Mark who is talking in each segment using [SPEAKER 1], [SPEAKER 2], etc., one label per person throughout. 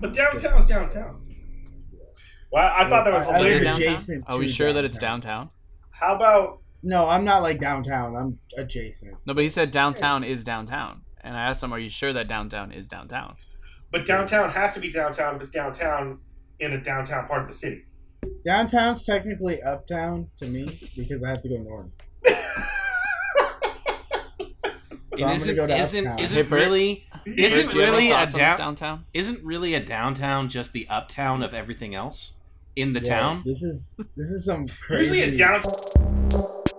[SPEAKER 1] But downtown's downtown. Well, I I thought that was
[SPEAKER 2] I- I live
[SPEAKER 1] hilarious.
[SPEAKER 2] downtown.
[SPEAKER 3] adjacent
[SPEAKER 2] Are we
[SPEAKER 3] to
[SPEAKER 2] sure that it's downtown?
[SPEAKER 1] How about
[SPEAKER 3] No, I'm not like downtown. I'm adjacent.
[SPEAKER 2] No, but he said downtown is downtown, and I asked him, "Are you sure that downtown is downtown?"
[SPEAKER 1] but downtown has to be downtown if it's downtown in a downtown part of the city.
[SPEAKER 3] Downtown's technically uptown to me because I have to go north. So
[SPEAKER 4] And
[SPEAKER 3] I'm gonna
[SPEAKER 4] isn't
[SPEAKER 3] go to
[SPEAKER 4] isn't
[SPEAKER 3] uptown.
[SPEAKER 4] isn't
[SPEAKER 2] Hipper.
[SPEAKER 4] really
[SPEAKER 2] Chris,
[SPEAKER 4] isn't
[SPEAKER 2] do you have any
[SPEAKER 4] really a
[SPEAKER 2] thoughts on this
[SPEAKER 4] down,
[SPEAKER 2] downtown?
[SPEAKER 4] isn't really a downtown just the uptown of everything else in the
[SPEAKER 3] Yeah,
[SPEAKER 4] town?
[SPEAKER 3] This is this is some crazy.
[SPEAKER 1] Usually a downtown.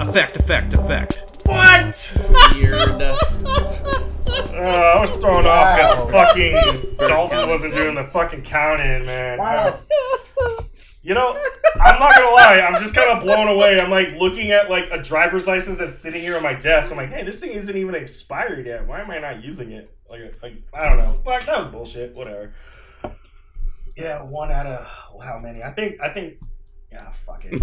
[SPEAKER 4] Effect, effect, effect.
[SPEAKER 1] What?
[SPEAKER 2] Weird.
[SPEAKER 1] Uh, I was thrown
[SPEAKER 3] Wow.
[SPEAKER 1] off because fucking Dalton wasn't doing the fucking count in, man. I
[SPEAKER 3] Wow.
[SPEAKER 1] was- You know, I'm not gonna lie. I'm just kind of blown away. I'm like looking at like a driver's license that's sitting here on my desk. I'm like, hey, this thing isn't even expired yet. Why am I not using it? Like, like I don't know. Fuck, that was bullshit. Whatever. Yeah, one out of how many? I think. I think. Yeah, fuck it.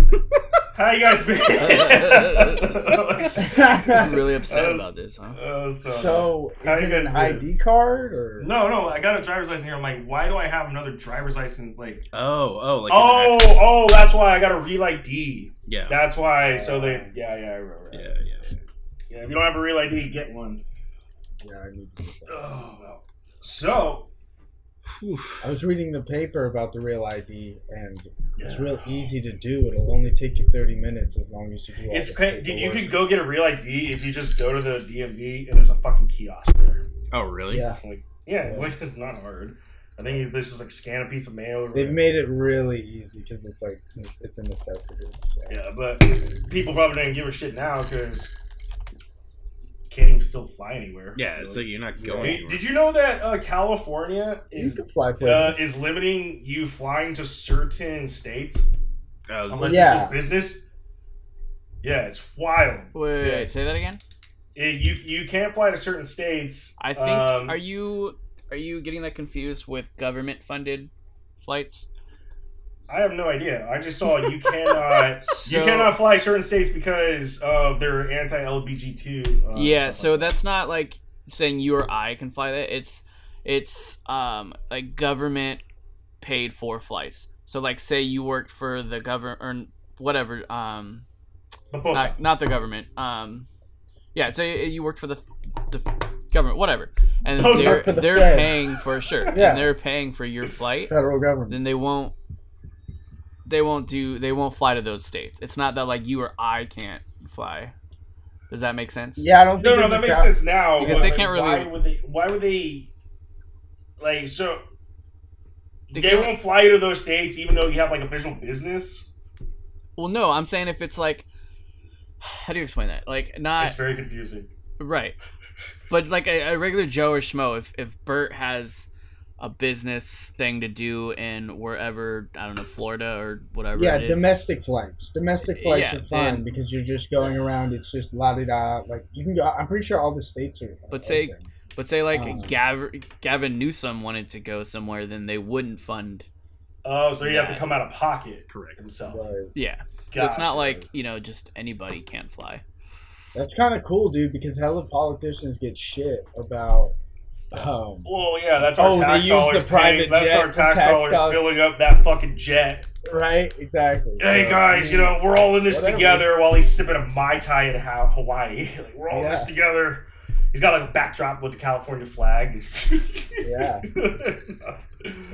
[SPEAKER 1] How you guys been?
[SPEAKER 2] I'm really upset
[SPEAKER 1] That was-
[SPEAKER 2] about this, huh?
[SPEAKER 1] Uh, so,
[SPEAKER 3] so
[SPEAKER 1] How
[SPEAKER 3] is
[SPEAKER 1] you
[SPEAKER 3] it
[SPEAKER 1] guys
[SPEAKER 3] an
[SPEAKER 1] doing?
[SPEAKER 3] ID card or
[SPEAKER 1] no, no, I got a driver's license here. I'm like, why do I have another driver's license? Like,
[SPEAKER 4] Oh, oh, like
[SPEAKER 1] oh, oh, that's why I got a real ID.
[SPEAKER 4] yeah,
[SPEAKER 1] That's why. So they, yeah, yeah, I remember.
[SPEAKER 4] yeah,
[SPEAKER 1] Yeah.
[SPEAKER 4] yeah.
[SPEAKER 1] if you don't have a real ID, get one.
[SPEAKER 3] Yeah, I need to get that.
[SPEAKER 1] Oh well. So
[SPEAKER 4] Whew.
[SPEAKER 3] I was reading the paper about the real ID, and it's real easy to do. It'll only take you 30 minutes as long as you do all
[SPEAKER 1] it's
[SPEAKER 3] the
[SPEAKER 1] cra- dude, you
[SPEAKER 3] paperwork.
[SPEAKER 1] could go get a real ID if you just go to the DMV and there's a fucking kiosk there.
[SPEAKER 4] Oh, really?
[SPEAKER 3] Yeah,
[SPEAKER 1] Like, yeah, it's like it's not hard. I think you there's just like scan a piece of mail. Or
[SPEAKER 3] they've
[SPEAKER 1] whatever.
[SPEAKER 3] made it really easy because it's like it's a necessity. So.
[SPEAKER 1] Yeah, but people probably didn't give a shit now because can't even still fly anywhere.
[SPEAKER 4] Yeah, it's like you're not
[SPEAKER 3] Yeah.
[SPEAKER 4] going.
[SPEAKER 1] Did-
[SPEAKER 4] anywhere.
[SPEAKER 1] did you know that uh, California
[SPEAKER 3] You
[SPEAKER 1] is
[SPEAKER 3] can fly
[SPEAKER 1] uh,
[SPEAKER 3] places.
[SPEAKER 1] is limiting you flying to certain states
[SPEAKER 4] Oh,
[SPEAKER 1] unless
[SPEAKER 3] Yeah.
[SPEAKER 1] it's just business. Yeah, it's wild.
[SPEAKER 2] Wait,
[SPEAKER 1] Yeah.
[SPEAKER 2] say that again.
[SPEAKER 1] It- you you can't fly to certain states.
[SPEAKER 2] I think
[SPEAKER 1] um,
[SPEAKER 2] are you are you getting that confused with government funded flights?
[SPEAKER 1] I have no idea. I just saw you cannot you
[SPEAKER 2] So-
[SPEAKER 1] cannot fly certain states because of their anti LBGT. Uh,
[SPEAKER 2] yeah,
[SPEAKER 1] stuff
[SPEAKER 2] so
[SPEAKER 1] like
[SPEAKER 2] that's not like saying you or I can fly that. It's it's um like government paid for flights. So like say you worked for the government or whatever um
[SPEAKER 1] the post
[SPEAKER 2] not, not the government um yeah say you worked for the the government whatever and
[SPEAKER 1] Post
[SPEAKER 2] they're
[SPEAKER 3] for the
[SPEAKER 2] they're
[SPEAKER 3] feds.
[SPEAKER 2] paying for sure
[SPEAKER 3] Yeah.
[SPEAKER 2] and they're paying for your flight
[SPEAKER 3] Federal government.
[SPEAKER 2] then they won't they won't do they won't fly to those states it's not that like you or i can't fly does that make sense
[SPEAKER 3] Yeah, I don't
[SPEAKER 1] No,
[SPEAKER 3] think
[SPEAKER 1] no,
[SPEAKER 3] there's
[SPEAKER 1] that
[SPEAKER 3] a
[SPEAKER 1] makes
[SPEAKER 3] job-
[SPEAKER 1] sense now.
[SPEAKER 2] Because
[SPEAKER 1] but,
[SPEAKER 2] they
[SPEAKER 1] like,
[SPEAKER 2] can't
[SPEAKER 1] Why
[SPEAKER 2] really-
[SPEAKER 1] would they? Why would they? Like so,
[SPEAKER 2] They
[SPEAKER 1] they,
[SPEAKER 2] can't-
[SPEAKER 1] won't fly you to those states, even though you have like official business.
[SPEAKER 2] well no i'm saying if it's like how do you explain that like not
[SPEAKER 1] It's very confusing.
[SPEAKER 2] right but like a, a regular joe or schmo if if bert has a business thing to do in wherever i don't know florida or whatever
[SPEAKER 3] Yeah,
[SPEAKER 2] it is,
[SPEAKER 3] domestic flights. Domestic flights
[SPEAKER 2] Yeah,
[SPEAKER 3] are fine
[SPEAKER 2] and-
[SPEAKER 3] because you're just going around. It's just la di da. Like you can go. I'm pretty sure all the states are.
[SPEAKER 2] But say-
[SPEAKER 3] open.
[SPEAKER 2] but say like
[SPEAKER 3] Um.
[SPEAKER 2] Gav- gavin newsom wanted to go somewhere then they wouldn't fund
[SPEAKER 1] Oh, so you have
[SPEAKER 2] Yeah.
[SPEAKER 1] to come out of pocket
[SPEAKER 4] correct.
[SPEAKER 1] himself.
[SPEAKER 3] Right.
[SPEAKER 2] yeah So it's not
[SPEAKER 1] Gotcha.
[SPEAKER 2] like, you know, just anybody can fly.
[SPEAKER 3] that's kind of cool, dude. Because hella politicians get shit about. Um,
[SPEAKER 1] Well, yeah, that's our
[SPEAKER 3] Oh, they
[SPEAKER 1] tax
[SPEAKER 3] use
[SPEAKER 1] dollars.
[SPEAKER 3] the private
[SPEAKER 1] paying- that's
[SPEAKER 3] jet
[SPEAKER 1] our
[SPEAKER 3] for
[SPEAKER 1] tax,
[SPEAKER 3] tax
[SPEAKER 1] dollars
[SPEAKER 3] dollars.
[SPEAKER 1] filling up that fucking jet.
[SPEAKER 3] right? Exactly.
[SPEAKER 1] Hey
[SPEAKER 3] So, I
[SPEAKER 1] guys,
[SPEAKER 3] mean,
[SPEAKER 1] you know we're all in this
[SPEAKER 3] whatever.
[SPEAKER 1] together. While he's sipping a mai tai in Ha- Hawaii, like we're all in this
[SPEAKER 3] Yeah.
[SPEAKER 1] together. He's got like a backdrop with the California flag.
[SPEAKER 3] Yeah.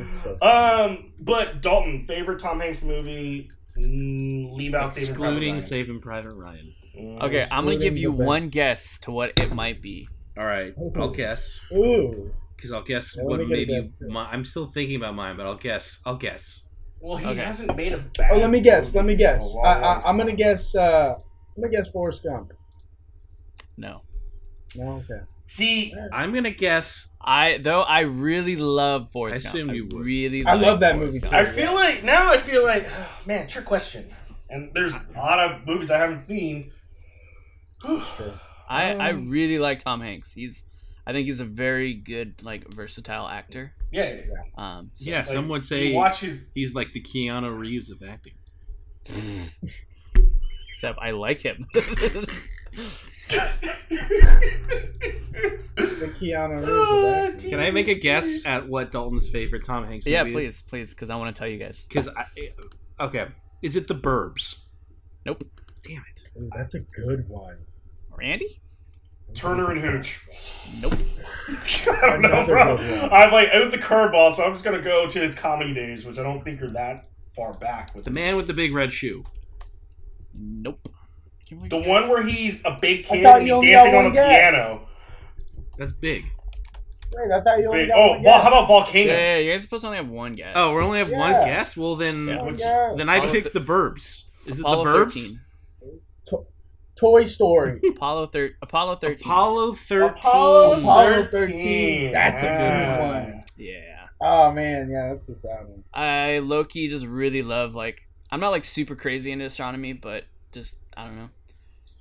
[SPEAKER 3] so
[SPEAKER 1] um, but Dalton, favorite Tom Hanks movie? Mm, leave out Saving Private
[SPEAKER 4] Excluding
[SPEAKER 1] Ryan.
[SPEAKER 4] Saving Private Ryan.
[SPEAKER 1] Mm,
[SPEAKER 2] Okay, I'm gonna give
[SPEAKER 3] excluding
[SPEAKER 2] you
[SPEAKER 3] the
[SPEAKER 2] one
[SPEAKER 3] best.
[SPEAKER 2] guess to what it might be.
[SPEAKER 4] All right, I'll guess
[SPEAKER 3] Ooh.
[SPEAKER 4] because I'll guess
[SPEAKER 3] Yeah, let
[SPEAKER 4] what
[SPEAKER 3] me get a
[SPEAKER 4] maybe
[SPEAKER 3] guess, too.
[SPEAKER 4] my, I'm still thinking about mine, but I'll guess. I'll guess.
[SPEAKER 1] Well, he
[SPEAKER 2] Okay.
[SPEAKER 1] hasn't made a bad.
[SPEAKER 3] Oh, let me guess. Let me
[SPEAKER 1] movie in a
[SPEAKER 3] guess.
[SPEAKER 1] long,
[SPEAKER 3] I, I,
[SPEAKER 1] long
[SPEAKER 3] I'm gonna guess. Uh, I'm gonna guess Forrest Gump.
[SPEAKER 2] No.
[SPEAKER 3] No, okay.
[SPEAKER 1] time. See,
[SPEAKER 4] I'm gonna guess.
[SPEAKER 2] I though I really love Forrest
[SPEAKER 4] I
[SPEAKER 2] Gump.
[SPEAKER 4] assumed you would.
[SPEAKER 2] Really
[SPEAKER 3] I
[SPEAKER 2] like
[SPEAKER 3] love that
[SPEAKER 2] Forrest
[SPEAKER 3] movie,
[SPEAKER 2] Gump.
[SPEAKER 1] I feel like now I feel like man, trick question. And there's a lot of movies I haven't seen.
[SPEAKER 3] Sure.
[SPEAKER 2] I, I
[SPEAKER 1] Um,
[SPEAKER 2] really like Tom Hanks. He's I think he's a very good like versatile actor.
[SPEAKER 1] Yeah, yeah, yeah.
[SPEAKER 2] Um, so-
[SPEAKER 4] yeah, some would say
[SPEAKER 1] you watch his.
[SPEAKER 4] he's like the Keanu Reeves of acting.
[SPEAKER 2] Except I like him.
[SPEAKER 3] The
[SPEAKER 1] Uh,
[SPEAKER 3] Keanu Reeves of that.
[SPEAKER 4] Can I make a guess at what Dalton's favorite Tom Hanks movie
[SPEAKER 2] yeah,
[SPEAKER 4] is?
[SPEAKER 2] please, please, because I want to tell you guys.
[SPEAKER 4] Because I eh, okay, is it The Burbs?
[SPEAKER 2] Nope.
[SPEAKER 4] Damn it.
[SPEAKER 3] Ooh, that's a good one.
[SPEAKER 2] Randy?
[SPEAKER 1] Turner and Hooch.
[SPEAKER 2] Nope.
[SPEAKER 1] I don't know,
[SPEAKER 3] Another
[SPEAKER 1] bro.
[SPEAKER 3] good one.
[SPEAKER 1] I'm like, it was a curveball, so I'm just gonna go to his comedy days, which I don't think are that far back. With
[SPEAKER 4] The man with the big red shoe.
[SPEAKER 2] Nope. Can we
[SPEAKER 1] the
[SPEAKER 2] guess?
[SPEAKER 1] one where he's a big
[SPEAKER 3] I
[SPEAKER 1] kid
[SPEAKER 3] thought
[SPEAKER 1] and
[SPEAKER 3] you
[SPEAKER 1] he's
[SPEAKER 3] only
[SPEAKER 1] dancing
[SPEAKER 3] got
[SPEAKER 1] on the
[SPEAKER 3] one guess.
[SPEAKER 1] piano.
[SPEAKER 4] That's big.
[SPEAKER 3] Wait, I thought you only
[SPEAKER 1] Big-
[SPEAKER 3] got
[SPEAKER 1] oh, Vol-
[SPEAKER 3] one guess.
[SPEAKER 1] how about Volcano?
[SPEAKER 2] Yeah, yeah, yeah, you guys are supposed to only have one guess.
[SPEAKER 4] Oh, we only have one
[SPEAKER 3] Yeah.
[SPEAKER 4] guess. Well, then,
[SPEAKER 1] Yeah.
[SPEAKER 3] One
[SPEAKER 1] which-
[SPEAKER 3] guess.
[SPEAKER 4] then I
[SPEAKER 2] Follow
[SPEAKER 4] pick
[SPEAKER 2] the-
[SPEAKER 4] The Burbs. Is it
[SPEAKER 2] Apollo
[SPEAKER 4] The Burbs?
[SPEAKER 2] thirteen.
[SPEAKER 3] Toy Story.
[SPEAKER 2] Apollo thir- Apollo thirteen.
[SPEAKER 4] Apollo thirteen.
[SPEAKER 1] Apollo
[SPEAKER 3] Apollo
[SPEAKER 1] 13.
[SPEAKER 3] 13. That's
[SPEAKER 4] a good
[SPEAKER 1] Yeah.
[SPEAKER 3] one.
[SPEAKER 2] Yeah.
[SPEAKER 3] Oh man, yeah, that's a sad one.
[SPEAKER 2] I low key just really love like I'm not like super crazy into astronomy, but just I don't know.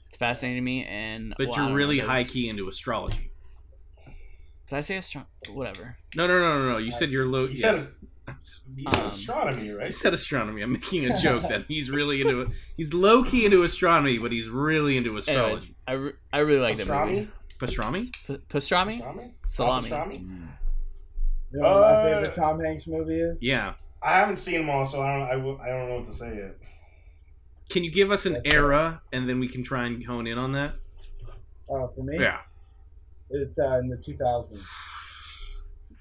[SPEAKER 2] It's fascinating to me and
[SPEAKER 4] But
[SPEAKER 2] well, I don't
[SPEAKER 4] you're
[SPEAKER 2] know,
[SPEAKER 4] really
[SPEAKER 2] there's-
[SPEAKER 4] high key into astrology.
[SPEAKER 2] Did I say astron whatever.
[SPEAKER 4] No, no, no, no, no. You said you're low.
[SPEAKER 1] You
[SPEAKER 4] yeah.
[SPEAKER 1] said, you
[SPEAKER 2] Um,
[SPEAKER 1] said astronomy,
[SPEAKER 4] I
[SPEAKER 1] right?
[SPEAKER 4] said astronomy. I'm making a joke that he's really into. He's low key into astronomy, but he's really into astrology.
[SPEAKER 2] Anyways, I, re- I really like that movie.
[SPEAKER 1] Astronomy?
[SPEAKER 4] Pastrami.
[SPEAKER 2] P- pastrami?
[SPEAKER 1] Astronomy?
[SPEAKER 2] Salami.
[SPEAKER 1] Astronomy?
[SPEAKER 2] Mm.
[SPEAKER 3] You know what
[SPEAKER 1] Uh,
[SPEAKER 3] my favorite Tom Hanks movie is?
[SPEAKER 4] Yeah.
[SPEAKER 1] I haven't seen them all, so I don't. I, w- I don't know what to say yet.
[SPEAKER 4] Can you give us an era, and then we can try and hone in on that?
[SPEAKER 3] Uh, for me,
[SPEAKER 4] Yeah.
[SPEAKER 3] it's uh, in the 2000s.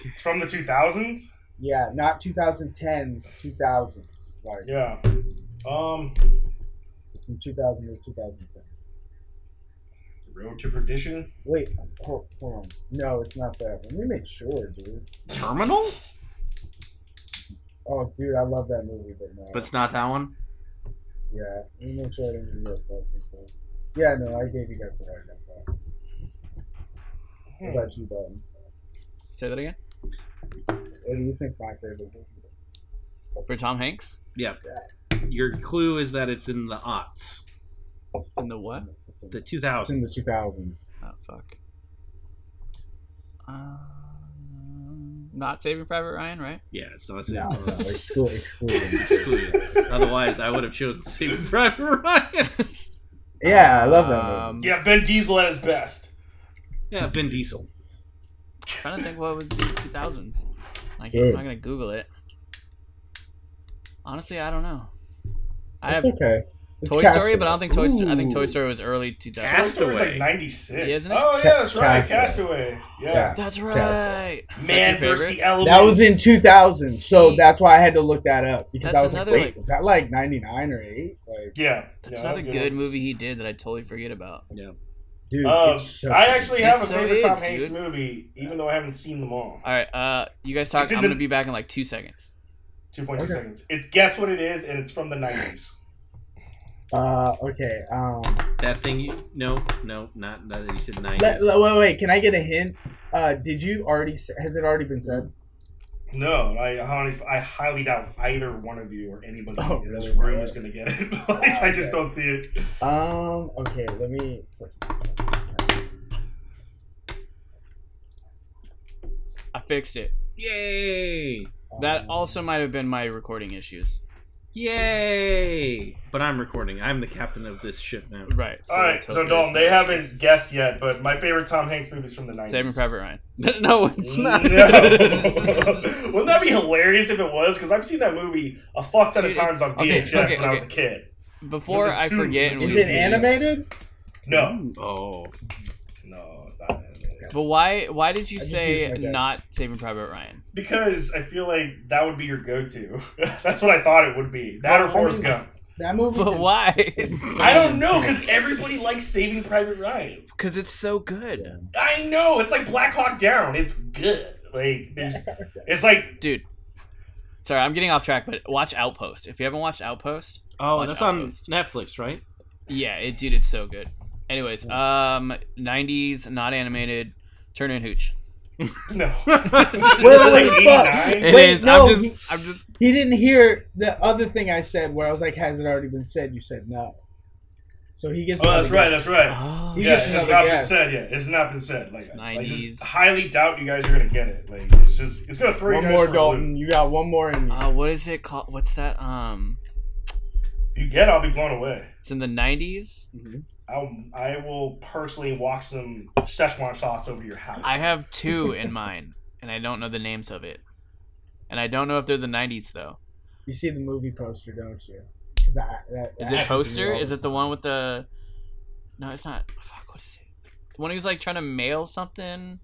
[SPEAKER 1] It's from the 2000s.
[SPEAKER 3] Yeah, not 2010s, 2000s. Like
[SPEAKER 1] Yeah. Um,
[SPEAKER 3] so from 2000 to 2010.
[SPEAKER 1] Road to Perdition.
[SPEAKER 3] Wait, hold, hold on. No, it's not that. Let me make sure, dude.
[SPEAKER 4] Terminal.
[SPEAKER 3] Oh, dude, I love that movie, but no.
[SPEAKER 4] But it's not that one.
[SPEAKER 3] yeah, let me make sure I didn't do this last thing. Yeah, no, I gave you guys the right info. What about you, Dalton?
[SPEAKER 2] Say that again.
[SPEAKER 3] What do you think my favorite movie is?
[SPEAKER 2] For Tom Hanks?
[SPEAKER 4] Yeah. Your clue is that it's in the aughts,
[SPEAKER 2] And the what?
[SPEAKER 3] It's in,
[SPEAKER 4] the
[SPEAKER 3] it's
[SPEAKER 4] 2000s.
[SPEAKER 3] in the 2000s.
[SPEAKER 2] Oh fuck. Um, not Saving Private Ryan, right?
[SPEAKER 4] Yeah, it's not.
[SPEAKER 3] No,
[SPEAKER 4] No.
[SPEAKER 3] no, exclu- excluding.
[SPEAKER 4] Otherwise, I would have chosen Saving Private Ryan.
[SPEAKER 3] Yeah, I love that movie.
[SPEAKER 2] Um,
[SPEAKER 1] Yeah, Vin Diesel at his best.
[SPEAKER 4] yeah, Vin Diesel.
[SPEAKER 2] trying to think what was the 2000s. Like,
[SPEAKER 3] Good.
[SPEAKER 2] I'm not gonna Google it. Honestly, I don't know. I
[SPEAKER 3] It's
[SPEAKER 2] have
[SPEAKER 3] okay. It's
[SPEAKER 2] Toy Story,
[SPEAKER 3] Castaway.
[SPEAKER 2] but I don't think Toy Story. I think Toy
[SPEAKER 4] Ooh.
[SPEAKER 2] Story was early 2000s.
[SPEAKER 1] Toy Story's
[SPEAKER 4] Castaway.
[SPEAKER 1] like 96.
[SPEAKER 2] Yeah, isn't it?
[SPEAKER 1] Oh, yeah, that's right.
[SPEAKER 3] Castaway.
[SPEAKER 1] Castaway.
[SPEAKER 3] Yeah.
[SPEAKER 1] Yeah.
[SPEAKER 2] That's
[SPEAKER 3] It's Castaway.
[SPEAKER 2] right.
[SPEAKER 1] Man
[SPEAKER 2] your
[SPEAKER 1] versus the
[SPEAKER 2] favorite?
[SPEAKER 1] Elements.
[SPEAKER 3] That was in 2000, so
[SPEAKER 2] See?
[SPEAKER 3] that's why I had to look that up because
[SPEAKER 2] That's
[SPEAKER 3] I was like,
[SPEAKER 2] another,
[SPEAKER 3] wait,
[SPEAKER 2] like-
[SPEAKER 3] was that like 99 or 8? Like,
[SPEAKER 1] Yeah.
[SPEAKER 2] That's
[SPEAKER 1] yeah,
[SPEAKER 2] another
[SPEAKER 1] was
[SPEAKER 2] good, movie he did that I totally forget about.
[SPEAKER 3] dude,
[SPEAKER 1] Um,
[SPEAKER 3] it's such
[SPEAKER 1] I
[SPEAKER 3] a-
[SPEAKER 1] actually have
[SPEAKER 2] It
[SPEAKER 1] a
[SPEAKER 2] so
[SPEAKER 1] favorite Tom
[SPEAKER 2] is,
[SPEAKER 1] Hanks
[SPEAKER 2] dude.
[SPEAKER 1] movie, even though I haven't seen them all.
[SPEAKER 2] All right, uh, you guys talk.
[SPEAKER 1] It's in
[SPEAKER 2] I'm
[SPEAKER 1] the-
[SPEAKER 2] gonna be back in like two seconds.
[SPEAKER 1] 2.2
[SPEAKER 3] Okay.
[SPEAKER 1] seconds. It's Guess What It Is, and it's from the 90s.
[SPEAKER 3] Uh, okay. Um,
[SPEAKER 4] That thing. You, no, no, not, not that you said 90s.
[SPEAKER 3] let, let- wait, wait. Can I get a hint? Uh, did you already? s- Has it already been said?
[SPEAKER 1] No, I honestly, I highly doubt either one of you or anybody
[SPEAKER 3] Oh,
[SPEAKER 1] in this
[SPEAKER 3] really?
[SPEAKER 1] room is going to get it. like, I
[SPEAKER 3] Okay.
[SPEAKER 1] just don't see it.
[SPEAKER 3] Um. Okay. Let me.
[SPEAKER 2] I fixed it.
[SPEAKER 4] Yay!
[SPEAKER 2] That
[SPEAKER 3] um,
[SPEAKER 2] also might have been my recording issues.
[SPEAKER 4] Yay! But I'm recording. I'm the captain of this ship now.
[SPEAKER 2] Right.
[SPEAKER 1] All right, so Dalton, they haven't guessed yet, but my favorite Tom Hanks movie is from the 90s.
[SPEAKER 2] Saving Private Ryan. no, it's not.
[SPEAKER 1] No. Wouldn't that be hilarious if it was? Because I've seen that movie a fuck ton of
[SPEAKER 2] Dude,
[SPEAKER 1] times on
[SPEAKER 2] okay,
[SPEAKER 1] VHS
[SPEAKER 2] okay,
[SPEAKER 1] when I was a
[SPEAKER 2] okay.
[SPEAKER 1] kid.
[SPEAKER 2] Before
[SPEAKER 1] It's a
[SPEAKER 2] I
[SPEAKER 1] two.
[SPEAKER 2] forget, and
[SPEAKER 3] Is
[SPEAKER 2] we-
[SPEAKER 3] it animated?
[SPEAKER 1] No,
[SPEAKER 4] Oh.
[SPEAKER 1] no, it's not animated.
[SPEAKER 2] But why? Why did you
[SPEAKER 3] I just
[SPEAKER 2] say
[SPEAKER 3] used my guess.
[SPEAKER 2] not Saving Private Ryan?
[SPEAKER 1] Because I feel like that would be your go-to. That's what I thought it would be. That or
[SPEAKER 3] I
[SPEAKER 1] Forrest
[SPEAKER 3] mean-
[SPEAKER 1] Gump.
[SPEAKER 3] That movie.
[SPEAKER 2] But why?
[SPEAKER 1] I don't know, because everybody likes Saving Private Ryan.
[SPEAKER 2] Because it's so good,
[SPEAKER 1] I know it's like Black Hawk Down. It's good. Like there's, it's like
[SPEAKER 2] dude. Sorry, I'm getting off track, but watch Outpost. If you haven't watched Outpost,
[SPEAKER 4] Oh,
[SPEAKER 2] Watch
[SPEAKER 4] that's
[SPEAKER 2] out,
[SPEAKER 4] on
[SPEAKER 2] Ghost.
[SPEAKER 4] Netflix, right?
[SPEAKER 2] yeah, it dude, it's so good. Anyways, um, '90s not animated. Turn in hooch.
[SPEAKER 1] no.
[SPEAKER 4] Wait,
[SPEAKER 3] Wait,
[SPEAKER 1] Like
[SPEAKER 3] wait, fuck.
[SPEAKER 1] 89?
[SPEAKER 2] It
[SPEAKER 3] Wait,
[SPEAKER 2] is-
[SPEAKER 3] no,
[SPEAKER 2] I'm just.
[SPEAKER 3] he-
[SPEAKER 2] I'm just.
[SPEAKER 3] He didn't hear the other thing I said where I was like, has it already been said? You said no. So he gets.
[SPEAKER 1] Oh, that's
[SPEAKER 3] another
[SPEAKER 1] right.
[SPEAKER 3] guess.
[SPEAKER 1] That's right.
[SPEAKER 2] Oh,
[SPEAKER 3] You
[SPEAKER 1] Yeah,
[SPEAKER 3] just
[SPEAKER 1] it's
[SPEAKER 3] have a
[SPEAKER 1] not been
[SPEAKER 3] guess.
[SPEAKER 1] said yet. It's not been said. Like,
[SPEAKER 2] It's
[SPEAKER 1] I just
[SPEAKER 2] 90s.
[SPEAKER 1] highly doubt you guys are gonna get it. Like, it's just it's gonna throw
[SPEAKER 3] One
[SPEAKER 1] you guys
[SPEAKER 3] more,
[SPEAKER 1] for a
[SPEAKER 3] Dalton.
[SPEAKER 1] loop.
[SPEAKER 3] You got one more in you.
[SPEAKER 2] uh, what is it called? What's that? Um,
[SPEAKER 1] If you get, it, I'll be blown away.
[SPEAKER 2] it's in the nineties.
[SPEAKER 1] I'll, I will personally walk some Szechuan sauce over to your house.
[SPEAKER 2] I have two in mine, and I don't know the names of it, and I don't know if they're the nineties though.
[SPEAKER 3] You see the movie poster, don't you? 'Cause I- that- that happens
[SPEAKER 2] Is it
[SPEAKER 3] to me
[SPEAKER 2] poster?
[SPEAKER 3] all
[SPEAKER 2] Is
[SPEAKER 3] the
[SPEAKER 2] it the one with the? No, it's not. Fuck, what is it? The one who's like trying to mail something.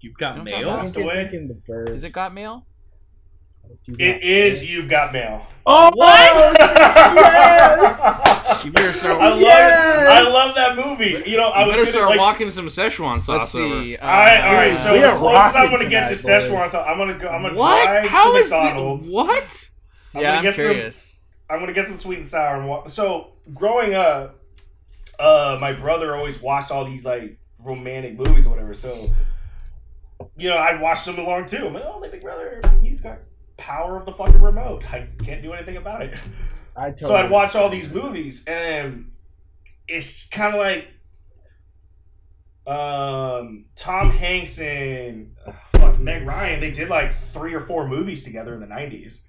[SPEAKER 4] You've got
[SPEAKER 2] Don't
[SPEAKER 3] time.
[SPEAKER 1] mail?
[SPEAKER 4] mail?
[SPEAKER 3] I think you're
[SPEAKER 1] Away?
[SPEAKER 3] thinking the birds.
[SPEAKER 2] Is it got mail?
[SPEAKER 3] You got-
[SPEAKER 1] It is. You've got mail.
[SPEAKER 4] Oh,
[SPEAKER 1] What?
[SPEAKER 3] Yes!
[SPEAKER 4] You better
[SPEAKER 1] I
[SPEAKER 4] start,
[SPEAKER 1] love.
[SPEAKER 3] Yes!
[SPEAKER 1] I love that movie. You know, I
[SPEAKER 4] you
[SPEAKER 1] was
[SPEAKER 4] better
[SPEAKER 1] gonna,
[SPEAKER 4] start
[SPEAKER 1] like,
[SPEAKER 4] walking some Szechuan
[SPEAKER 2] Let's
[SPEAKER 4] sauce over.
[SPEAKER 2] see. uh,
[SPEAKER 1] All right, all right. So
[SPEAKER 3] We
[SPEAKER 1] the
[SPEAKER 3] are
[SPEAKER 1] closest I'm
[SPEAKER 3] rocking
[SPEAKER 1] gonna get to
[SPEAKER 3] tonight, boys.
[SPEAKER 1] Szechuan, so I'm gonna go. I'm gonna
[SPEAKER 4] what?
[SPEAKER 1] drive
[SPEAKER 4] How
[SPEAKER 1] to
[SPEAKER 4] is
[SPEAKER 1] McDonald's.
[SPEAKER 4] this? What?
[SPEAKER 1] I'm
[SPEAKER 2] yeah,
[SPEAKER 1] gonna
[SPEAKER 2] I'm
[SPEAKER 1] get some-
[SPEAKER 2] curious.
[SPEAKER 1] I'm gonna get some sweet and sour. And wa- so growing up, uh, my brother always watched all these like romantic movies or whatever. So you know, I watched them along too. I'm like, oh, my big brother, he's got power of the fucking remote. I can't do anything about it.
[SPEAKER 3] I totally
[SPEAKER 1] So I'd watch all these movies, and it's kind of like um, Tom Hanks and uh, fuck, Meg Ryan. They did like three or four movies together in the '90s.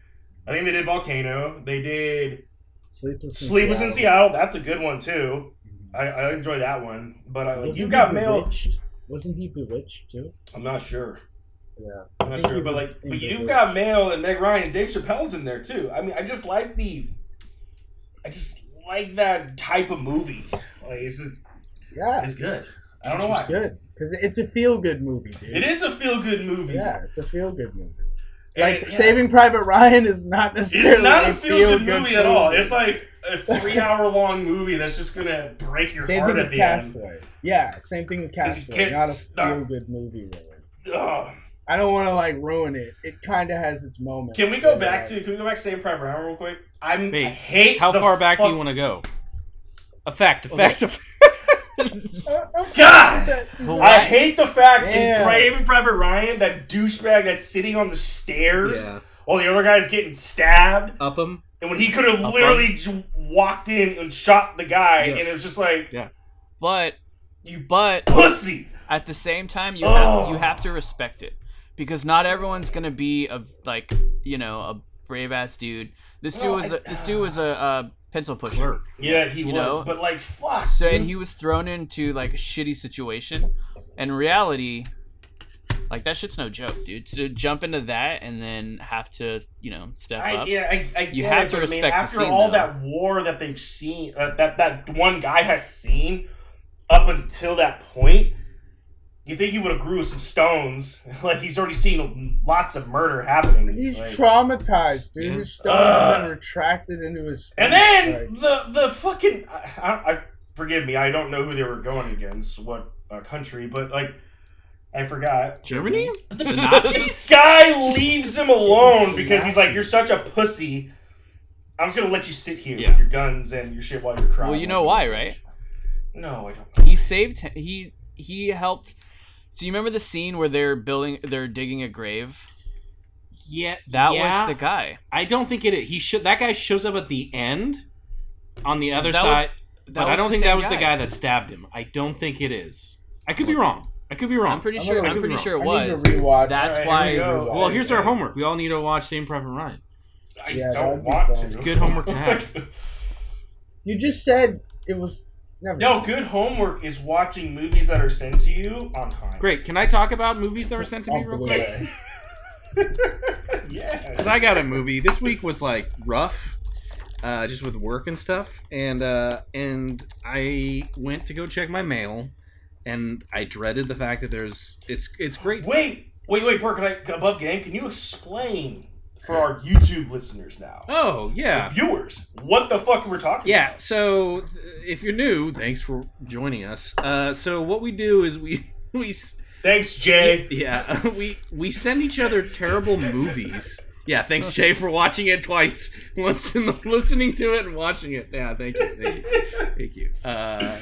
[SPEAKER 1] I think they did Volcano. They did
[SPEAKER 3] Sleepless in
[SPEAKER 1] Sleepless in Seattle.
[SPEAKER 3] Seattle.
[SPEAKER 1] That's a good one too. I, I enjoy that one. But I, like,
[SPEAKER 3] Wasn't
[SPEAKER 1] you
[SPEAKER 3] he
[SPEAKER 1] got mail.
[SPEAKER 3] Bewitched? Wasn't he bewitched too?
[SPEAKER 1] I'm not sure.
[SPEAKER 3] Yeah.
[SPEAKER 1] I'm not
[SPEAKER 3] think
[SPEAKER 1] sure,
[SPEAKER 3] he
[SPEAKER 1] but
[SPEAKER 3] was
[SPEAKER 1] like,
[SPEAKER 3] in
[SPEAKER 1] but
[SPEAKER 3] the
[SPEAKER 1] you've
[SPEAKER 3] Witch.
[SPEAKER 1] got Mail and Meg Ryan and Dave Chappelle's in there too. I mean, I just like the, I just like that type of movie. Like, it's just,
[SPEAKER 3] Yeah.
[SPEAKER 1] it's good. I don't know why.
[SPEAKER 3] It's good because it's a feel good movie, dude.
[SPEAKER 1] It is a feel good movie.
[SPEAKER 3] Yeah, it's a feel good movie.
[SPEAKER 1] And
[SPEAKER 3] Like
[SPEAKER 1] it-
[SPEAKER 3] Saving Private Ryan is not necessarily.
[SPEAKER 1] It's not a feel
[SPEAKER 3] feel-good
[SPEAKER 1] good movie at all. It's like a three hour long movie that's just gonna break your
[SPEAKER 3] same thing
[SPEAKER 1] heart
[SPEAKER 3] with
[SPEAKER 1] at the end.
[SPEAKER 3] Castaway. Yeah, same thing with
[SPEAKER 1] 'Cause you
[SPEAKER 3] Castaway.
[SPEAKER 1] can't-
[SPEAKER 3] Not a
[SPEAKER 1] nah.
[SPEAKER 3] feel good movie, really.
[SPEAKER 1] Ugh.
[SPEAKER 3] I don't want to like ruin it. It kind of has its moments. uh,
[SPEAKER 1] Can we go
[SPEAKER 3] but,
[SPEAKER 1] back
[SPEAKER 3] like,
[SPEAKER 1] to? Can we go back to Saving Private Ryan real quick? I'm I
[SPEAKER 4] Wait,
[SPEAKER 1] hate.
[SPEAKER 4] How
[SPEAKER 1] the
[SPEAKER 4] far back do
[SPEAKER 1] fuck-
[SPEAKER 4] you want to go? A fact, a fact, a fact.
[SPEAKER 3] Uh, okay.
[SPEAKER 1] God.
[SPEAKER 2] But
[SPEAKER 1] I
[SPEAKER 2] why-
[SPEAKER 1] hate the fact in
[SPEAKER 3] Yeah.
[SPEAKER 1] Saving Private Ryan that douchebag that's sitting on the stairs while the other guy's getting stabbed,
[SPEAKER 4] Up them.
[SPEAKER 1] and when he could have
[SPEAKER 4] Up
[SPEAKER 1] literally j- walked in and shot the guy,
[SPEAKER 4] Yeah.
[SPEAKER 1] and it was just like
[SPEAKER 2] but
[SPEAKER 1] you
[SPEAKER 2] but
[SPEAKER 1] pussy.
[SPEAKER 2] at the same time, you
[SPEAKER 1] Oh.
[SPEAKER 2] have you have to respect it because not everyone's gonna be a like you know a brave ass dude. This dude
[SPEAKER 1] No,
[SPEAKER 2] was
[SPEAKER 1] I-
[SPEAKER 2] a, this dude was a, a pencil pusher.
[SPEAKER 4] Clerk.
[SPEAKER 1] Yeah, he
[SPEAKER 2] You
[SPEAKER 1] was,
[SPEAKER 2] know?
[SPEAKER 1] but like fuck.
[SPEAKER 2] So and
[SPEAKER 1] dude.
[SPEAKER 2] he was thrown into like a shitty situation. In reality, like that shit's no joke, dude. To jump into that and then have to, you know, step
[SPEAKER 1] I,
[SPEAKER 2] up.
[SPEAKER 1] yeah, I, I
[SPEAKER 2] You
[SPEAKER 1] get
[SPEAKER 2] have
[SPEAKER 1] it,
[SPEAKER 2] to
[SPEAKER 1] but, I mean,
[SPEAKER 2] respect the
[SPEAKER 1] after
[SPEAKER 2] scene,
[SPEAKER 1] all
[SPEAKER 2] though.
[SPEAKER 1] that war that they've seen, uh, that that one guy has seen up until that point. You think he would have grew some stones? like he's already seen lots of murder happening.
[SPEAKER 3] He's
[SPEAKER 1] like-
[SPEAKER 3] traumatized, dude.
[SPEAKER 4] Yeah.
[SPEAKER 3] His stomach's
[SPEAKER 1] Ugh.
[SPEAKER 3] been retracted into his.
[SPEAKER 1] And
[SPEAKER 3] Stomach.
[SPEAKER 1] then
[SPEAKER 3] like,
[SPEAKER 1] the the fucking I, I, I forgive me, I don't know who they were going against, what uh, country, but like I forgot.
[SPEAKER 4] Germany?
[SPEAKER 2] The
[SPEAKER 1] This guy leaves him alone because he's like, "You're such a pussy. I'm just gonna let you sit here
[SPEAKER 2] Yeah.
[SPEAKER 1] with your guns and your shit while you're crying."
[SPEAKER 2] Well, you know why, right?
[SPEAKER 1] No, I don't.
[SPEAKER 2] He saved him. He he helped. So you remember the scene where they're building, they're digging a grave?
[SPEAKER 4] Yeah.
[SPEAKER 2] That
[SPEAKER 4] yeah.
[SPEAKER 2] was the guy.
[SPEAKER 4] I don't think it. He should. That guy shows up at the end, on the other
[SPEAKER 2] That was-
[SPEAKER 4] side.
[SPEAKER 2] That
[SPEAKER 4] but
[SPEAKER 2] was
[SPEAKER 4] I don't
[SPEAKER 2] the
[SPEAKER 4] think
[SPEAKER 2] same
[SPEAKER 4] that was the guy that stabbed him. I don't think it is. I could be wrong. I could be wrong.
[SPEAKER 2] I'm pretty
[SPEAKER 3] I'm
[SPEAKER 2] sure.
[SPEAKER 3] gonna
[SPEAKER 2] I'm
[SPEAKER 3] look
[SPEAKER 2] pretty
[SPEAKER 4] it
[SPEAKER 2] sure it
[SPEAKER 3] I need
[SPEAKER 2] was.
[SPEAKER 3] to rewatch.
[SPEAKER 2] That's
[SPEAKER 1] Alright,
[SPEAKER 2] why.
[SPEAKER 1] here we go.
[SPEAKER 4] Well, here's our homework. We all need to watch Same Private Ryan.
[SPEAKER 1] I
[SPEAKER 3] Yeah, that would
[SPEAKER 1] don't
[SPEAKER 3] be
[SPEAKER 1] want
[SPEAKER 3] fun.
[SPEAKER 1] to.
[SPEAKER 3] It's
[SPEAKER 4] good homework to have.
[SPEAKER 3] You just said it was. Never
[SPEAKER 1] no, good homework is watching movies that are sent to you on time.
[SPEAKER 4] Great. Can I talk about movies that were sent to me
[SPEAKER 1] Oh,
[SPEAKER 3] On
[SPEAKER 4] real
[SPEAKER 3] Blu-ray.
[SPEAKER 4] quick?
[SPEAKER 1] yeah.
[SPEAKER 4] Because I got a movie. This week was like rough, uh, just with work and stuff. And uh, and I went to go check my mail, and I dreaded the fact that there's it's it's great.
[SPEAKER 1] Wait, wait, wait, Burke, can I, above game, can you explain for our YouTube listeners now,
[SPEAKER 4] Oh yeah.
[SPEAKER 1] viewers, what the fuck we're talking
[SPEAKER 4] Yeah,
[SPEAKER 1] about?
[SPEAKER 4] so th- if you're new, thanks for joining us. Uh, so what we do is we we s-
[SPEAKER 1] Thanks, Jay.
[SPEAKER 4] yeah we we send each other terrible movies. Yeah, thanks Jay for watching it twice, once in the listening to it and watching it. Yeah, thank you, thank you, thank you. Uh,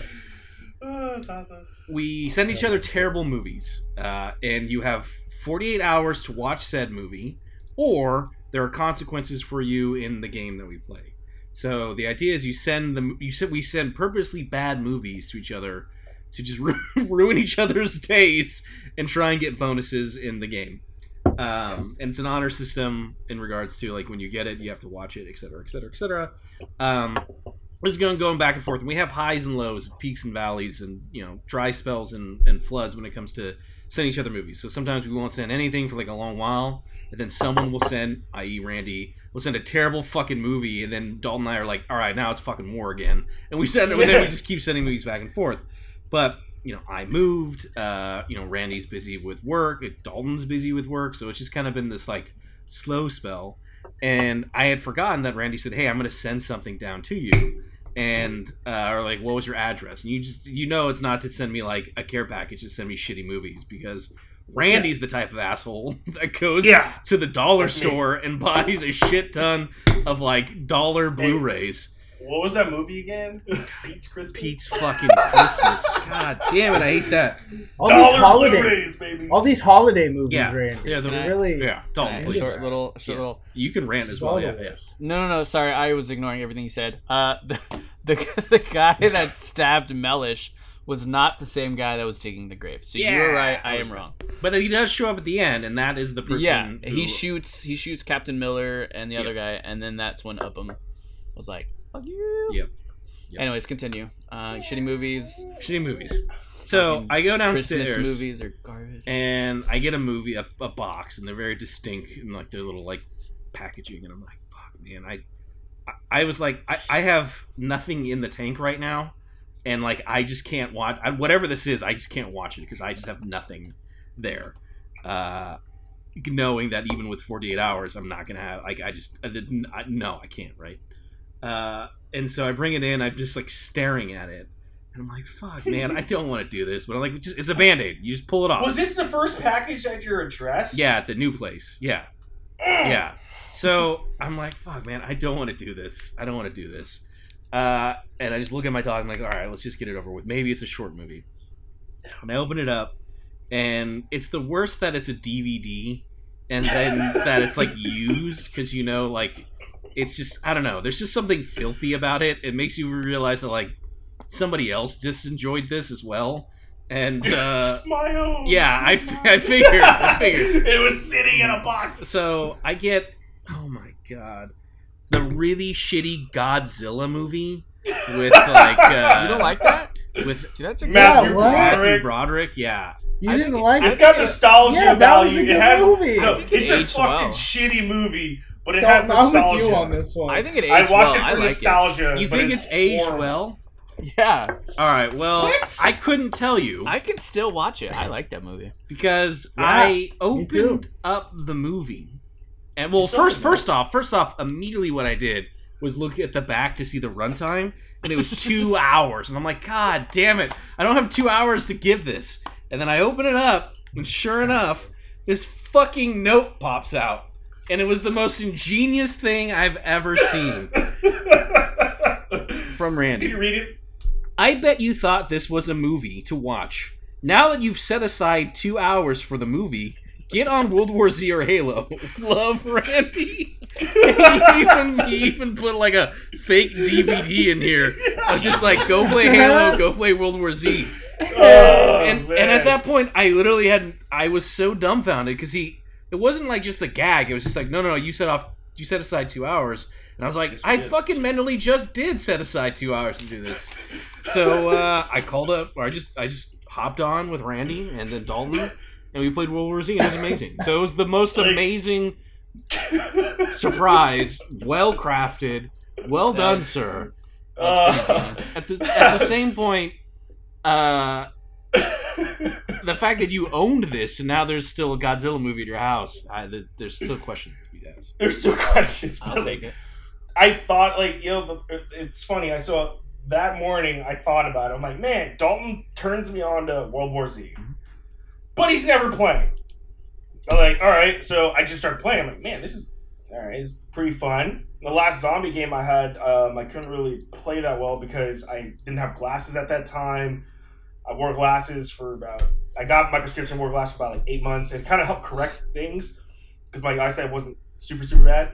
[SPEAKER 1] Oh, that's awesome.
[SPEAKER 4] we send each other terrible movies, uh, and you have 48 hours to watch said movie, or there are consequences for you in the game that we play. So the idea is you send them. You said we send purposely bad movies to each other to just ru- ruin each other's days and try and get bonuses in the game. Um,
[SPEAKER 1] Yes.
[SPEAKER 4] And it's an honor system in regards to like when you get it, you have to watch it, et cetera, et cetera, et cetera. Um, we're just going going back and forth, and we have highs and lows, peaks and valleys, and you know dry spells and, and floods when it comes to sending each other movies. So sometimes we won't send anything for like a long while, and then someone will send, i.e., Randy, will send a terrible fucking movie, and then Dalton and I are like, all right, now it's fucking war again, and we send, and then we just keep sending movies back and forth. But you know, I moved. Uh, you know, Randy's busy with work. Dalton's busy with work, so it's just kind of been this like slow spell. And I had forgotten that Randy said, "Hey, I'm going to send something down to you," and uh, or like, "What was your address?" And you just you know, it's not to send me like a care package to send me shitty movies because Randy's the type of asshole that goes
[SPEAKER 1] Yeah.
[SPEAKER 4] to the dollar
[SPEAKER 1] That's me.
[SPEAKER 4] store and buys a shit ton of like dollar Blu-rays.
[SPEAKER 1] What was that movie again? Pete's Christmas.
[SPEAKER 4] Pete's fucking Christmas. God damn it, I hate that.
[SPEAKER 3] All these
[SPEAKER 1] Dollar
[SPEAKER 3] holiday,
[SPEAKER 1] Blu-rays, baby.
[SPEAKER 3] all these holiday movies,
[SPEAKER 4] Yeah.
[SPEAKER 3] Randy.
[SPEAKER 4] Yeah, the-
[SPEAKER 3] They're really
[SPEAKER 2] Can
[SPEAKER 4] Yeah,
[SPEAKER 2] I-
[SPEAKER 4] Dalton, please.
[SPEAKER 2] short little, short
[SPEAKER 4] Yeah.
[SPEAKER 2] little.
[SPEAKER 4] You can rant as well. Yeah, yeah.
[SPEAKER 3] followers.
[SPEAKER 2] No, no, no. Sorry, I was ignoring everything you said. Uh, the the, the guy that stabbed Mellish was not the same guy that was digging the grave. So you were
[SPEAKER 4] Yeah,
[SPEAKER 2] right. I
[SPEAKER 4] I was
[SPEAKER 2] am
[SPEAKER 4] right.
[SPEAKER 2] wrong.
[SPEAKER 4] But he does show up at the end, and that is the person.
[SPEAKER 2] yeah, he
[SPEAKER 4] who-
[SPEAKER 2] shoots. He shoots Captain Miller and the other guy, and then that's when Upham was like, "Fuck you."
[SPEAKER 4] Yep. Yep.
[SPEAKER 2] Anyways, continue. Uh, Shitty movies,
[SPEAKER 4] shitty movies. So
[SPEAKER 2] Fucking
[SPEAKER 4] I go downstairs,
[SPEAKER 2] Christmas movies are garbage.
[SPEAKER 4] and I get a movie, a, a box, and they're very distinct in like their little like packaging, and I'm like, fuck, man, I, I, I was like, I, I have nothing in the tank right now, and like I just can't watch I, whatever this is. I just can't watch it because I just have nothing there. Uh, knowing that even with 48 hours, I'm not gonna have like I just I, didn't- I, no, I can't right. Uh, and so I bring it in. I'm just like staring at it. And I'm like, fuck, man, I don't want to do this. But I'm like, just, it's a band aid. You just pull it off.
[SPEAKER 1] Was this the first package at your address?
[SPEAKER 4] Yeah, at the new place. Yeah,
[SPEAKER 1] Oh.
[SPEAKER 4] yeah. So I'm like, fuck, man, I don't want to do this. I don't want to do this. Uh, and I just look at my dog. I'm like, all right, let's just get it over with. Maybe it's a short movie. And I open it up, and it's the worst that it's a DVD, and then that it's like used because you know, like, it's just I don't know. There's just something filthy about it. It makes you realize that like somebody else just enjoyed this as well, and uh,
[SPEAKER 1] It's my own.
[SPEAKER 4] yeah, I, fi- I figured, I figured.
[SPEAKER 1] it was sitting in a box.
[SPEAKER 4] So I get, oh my god, the really shitty Godzilla movie with like uh,
[SPEAKER 2] you don't like that,
[SPEAKER 4] with
[SPEAKER 2] dude? That's a good
[SPEAKER 3] Matt,
[SPEAKER 2] one.
[SPEAKER 1] Matthew
[SPEAKER 3] what?
[SPEAKER 4] Matthew
[SPEAKER 1] Broderick.
[SPEAKER 4] Broderick. Yeah,
[SPEAKER 3] You
[SPEAKER 2] I
[SPEAKER 3] didn't
[SPEAKER 2] think-
[SPEAKER 3] like
[SPEAKER 1] It's
[SPEAKER 3] it?
[SPEAKER 1] got nostalgia
[SPEAKER 3] Yeah, that was a
[SPEAKER 1] value.
[SPEAKER 3] good
[SPEAKER 1] it has
[SPEAKER 3] movie.
[SPEAKER 1] no.
[SPEAKER 2] I think it
[SPEAKER 1] It's a
[SPEAKER 2] aged
[SPEAKER 1] fucking
[SPEAKER 2] well.
[SPEAKER 1] shitty movie, but it
[SPEAKER 3] Dalton,
[SPEAKER 1] has nostalgia.
[SPEAKER 3] I'm with you on this one.
[SPEAKER 2] I think it aged
[SPEAKER 1] I watch
[SPEAKER 2] well.
[SPEAKER 1] it
[SPEAKER 2] I
[SPEAKER 1] for
[SPEAKER 2] like
[SPEAKER 1] nostalgia.
[SPEAKER 4] you
[SPEAKER 1] but
[SPEAKER 4] think it's, aged
[SPEAKER 1] horrible.
[SPEAKER 4] well?
[SPEAKER 2] it. Yeah,
[SPEAKER 4] All right, well,
[SPEAKER 1] What?
[SPEAKER 4] I couldn't tell you
[SPEAKER 2] I can still watch it. I like that movie.
[SPEAKER 4] because
[SPEAKER 3] Yeah,
[SPEAKER 4] I
[SPEAKER 3] too.
[SPEAKER 4] opened up the movie, and well,
[SPEAKER 1] You saw
[SPEAKER 4] first,
[SPEAKER 1] it.
[SPEAKER 4] first off, first off, immediately what I did was look at the back to see the runtime, and it was two hours, and I'm like, God damn it, I don't have two hours to give this, and then I open it up, and sure enough, this fucking note pops out, and it was the most ingenious thing I've ever seen from Randy.
[SPEAKER 1] Did you read it?
[SPEAKER 4] I bet you thought this was a movie to watch. Now that you've set aside two hours for the movie, get on World War Z or Halo. Love Randy. he, even, he even put like a fake DVD in here. I was just like, go play Halo, go play World War Z.
[SPEAKER 1] Oh,
[SPEAKER 4] Uh, And,
[SPEAKER 1] man.
[SPEAKER 4] and at that point, I literally had, I was so dumbfounded because he, it wasn't like just a gag. It was just like, no, no, no, you set off, you set aside two hours. And I was like,
[SPEAKER 1] Yes, you
[SPEAKER 4] I
[SPEAKER 1] did.
[SPEAKER 4] fucking mentally just did set aside two hours to do this. So uh, I called up, or I just I just hopped on with Randy and then Dalton, and we played World War Z. And it was amazing. So it was the most
[SPEAKER 1] Like-
[SPEAKER 4] amazing surprise, well crafted, well done, sir.
[SPEAKER 1] Uh,
[SPEAKER 4] At the, at the same point, uh, the fact that you owned this and now there's still a Godzilla movie at your house, I, there, there's still questions to be asked.
[SPEAKER 1] there's two questions.
[SPEAKER 2] I'll
[SPEAKER 1] but
[SPEAKER 2] take it.
[SPEAKER 1] I thought like you know the- it's funny. I saw that morning. I thought about it. I'm like, man, Dalton turns me on to World War Z,
[SPEAKER 2] Mm-hmm.
[SPEAKER 1] but he's never playing. I'm like, all right. So I just started playing. I'm like, man, this is all right. It's pretty fun. The last zombie game I had, um, I couldn't really play that well because I didn't have glasses at that time. I wore glasses for about. I got my prescription wore glasses for about like eight months. It kind of helped correct things because my eyesight wasn't super super bad.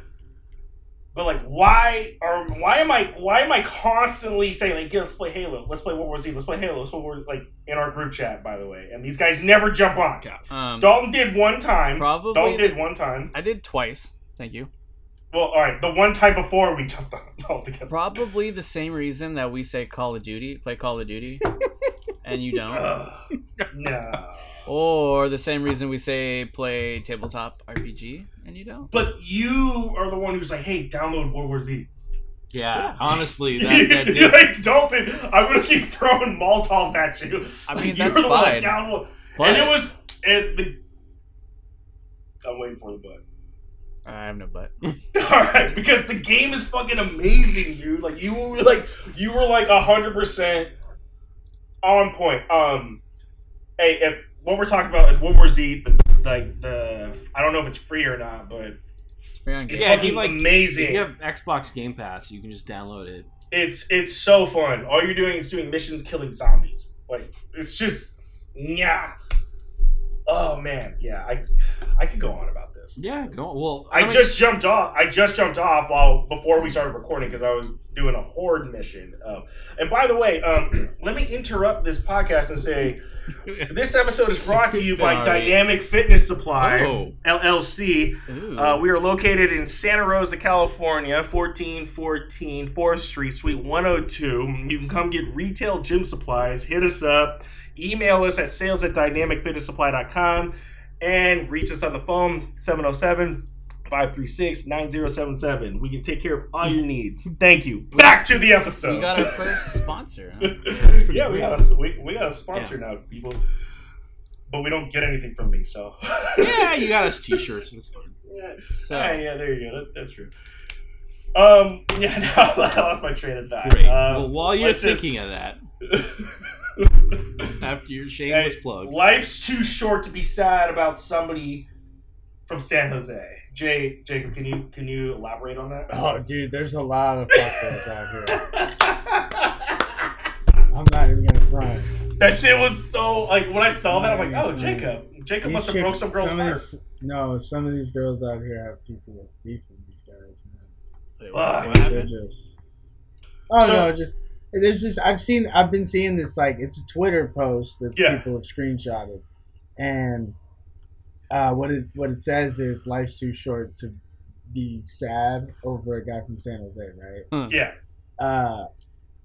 [SPEAKER 1] But like, why are why am I why am I constantly saying like, yeah, let's play Halo, let's play World War Z, let's play Halo, let's play World War, like in our group chat, by the way, and these guys never jump on.
[SPEAKER 4] God.
[SPEAKER 2] Um,
[SPEAKER 1] Dalton did one time.
[SPEAKER 2] probably.
[SPEAKER 1] Dalton
[SPEAKER 2] the-
[SPEAKER 1] did one time.
[SPEAKER 2] I did twice. Thank you.
[SPEAKER 1] Well, all right, the one time before we jumped on all together.
[SPEAKER 2] Probably the same reason that we say Call of Duty, play Call of Duty, and you don't.
[SPEAKER 1] Ugh. no.
[SPEAKER 2] Or the same reason we say play tabletop RPG and you don't.
[SPEAKER 1] But you are the one who's like, hey, download World War Z.
[SPEAKER 5] Yeah, honestly, that, that did.
[SPEAKER 1] like, Dalton, I'm gonna keep throwing Molotovs at you.
[SPEAKER 2] I
[SPEAKER 1] Like,
[SPEAKER 2] mean,
[SPEAKER 1] you're
[SPEAKER 2] that's
[SPEAKER 1] the one
[SPEAKER 2] fine.
[SPEAKER 1] download.
[SPEAKER 2] But
[SPEAKER 1] and it was it, the. I'm waiting for the butt.
[SPEAKER 2] I have no butt.
[SPEAKER 1] All right, because the game is fucking amazing, dude. Like you were like you were like hundred percent on point. Um, hey, if what we're talking about is World War Z, the, like the I don't know if it's free or not, but
[SPEAKER 2] It's free on
[SPEAKER 1] it's
[SPEAKER 5] Yeah, if
[SPEAKER 1] fucking
[SPEAKER 5] you, like- If
[SPEAKER 1] amazing.
[SPEAKER 5] you have Xbox Game Pass, you can just download it.
[SPEAKER 1] It's it's so fun. All you're doing is doing missions, killing zombies. Like it's just yeah. Oh man, yeah. I I could go on about this.
[SPEAKER 5] Yeah, go. Well,
[SPEAKER 1] I
[SPEAKER 5] how many-
[SPEAKER 1] just jumped off. I just jumped off while before we started recording because I was doing a horde mission. Um, and by the way, um, let me interrupt this podcast and say this episode is brought to you by
[SPEAKER 2] Sorry.
[SPEAKER 1] Dynamic Fitness Supply
[SPEAKER 4] Oh.
[SPEAKER 1] LLC.
[SPEAKER 2] Ooh.
[SPEAKER 1] Uh, we are located in Santa Rosa, California, 1414 4th Street, Suite 102. You can come get retail gym supplies. Hit us up. Email us at sales at dynamicfitnesssupply.com and reach us on the phone 707 536 9077. We can take care of all your needs. Thank you. Back to the episode.
[SPEAKER 2] we got our first sponsor. huh?
[SPEAKER 1] yeah, we got, a, we, we got a sponsor now, people. But we don't get anything from me, so.
[SPEAKER 5] yeah, you got us t-shirts. It's fun.
[SPEAKER 1] yeah,
[SPEAKER 5] Oh,
[SPEAKER 2] So
[SPEAKER 1] yeah, yeah, there you go. That, that's true. Um, yeah, no, I lost my train of thought.
[SPEAKER 5] Great. well,
[SPEAKER 1] Um,
[SPEAKER 5] while you're
[SPEAKER 1] let's just-
[SPEAKER 5] thinking of that, after your shameless
[SPEAKER 1] Hey,
[SPEAKER 5] plug,
[SPEAKER 1] life's too short to be sad about somebody from San Jose. Jay, Jacob, can you can you elaborate on
[SPEAKER 3] Oh,
[SPEAKER 1] that?
[SPEAKER 3] dude, there's a lot of fuckers out here. I'm not even gonna front.
[SPEAKER 1] that shit was so like when I saw that, I'm like, oh, Jacob, Jacob must
[SPEAKER 3] These
[SPEAKER 1] have broke
[SPEAKER 3] chicks-
[SPEAKER 1] some girl's
[SPEAKER 3] some of
[SPEAKER 1] heart.
[SPEAKER 3] these- no, some of these girls out here have PTSD from these guys, man.
[SPEAKER 2] wait,
[SPEAKER 1] Fuck.
[SPEAKER 2] what, what
[SPEAKER 3] They're
[SPEAKER 2] happened?
[SPEAKER 3] just. Oh
[SPEAKER 1] So-
[SPEAKER 3] no, just there's just I've seen I've been seeing this like it's a Twitter post that
[SPEAKER 1] Yeah.
[SPEAKER 3] people have screenshotted, and uh, what it what it says is life's too short to be sad over a guy from San Jose, right?
[SPEAKER 1] Yeah,
[SPEAKER 3] Uh,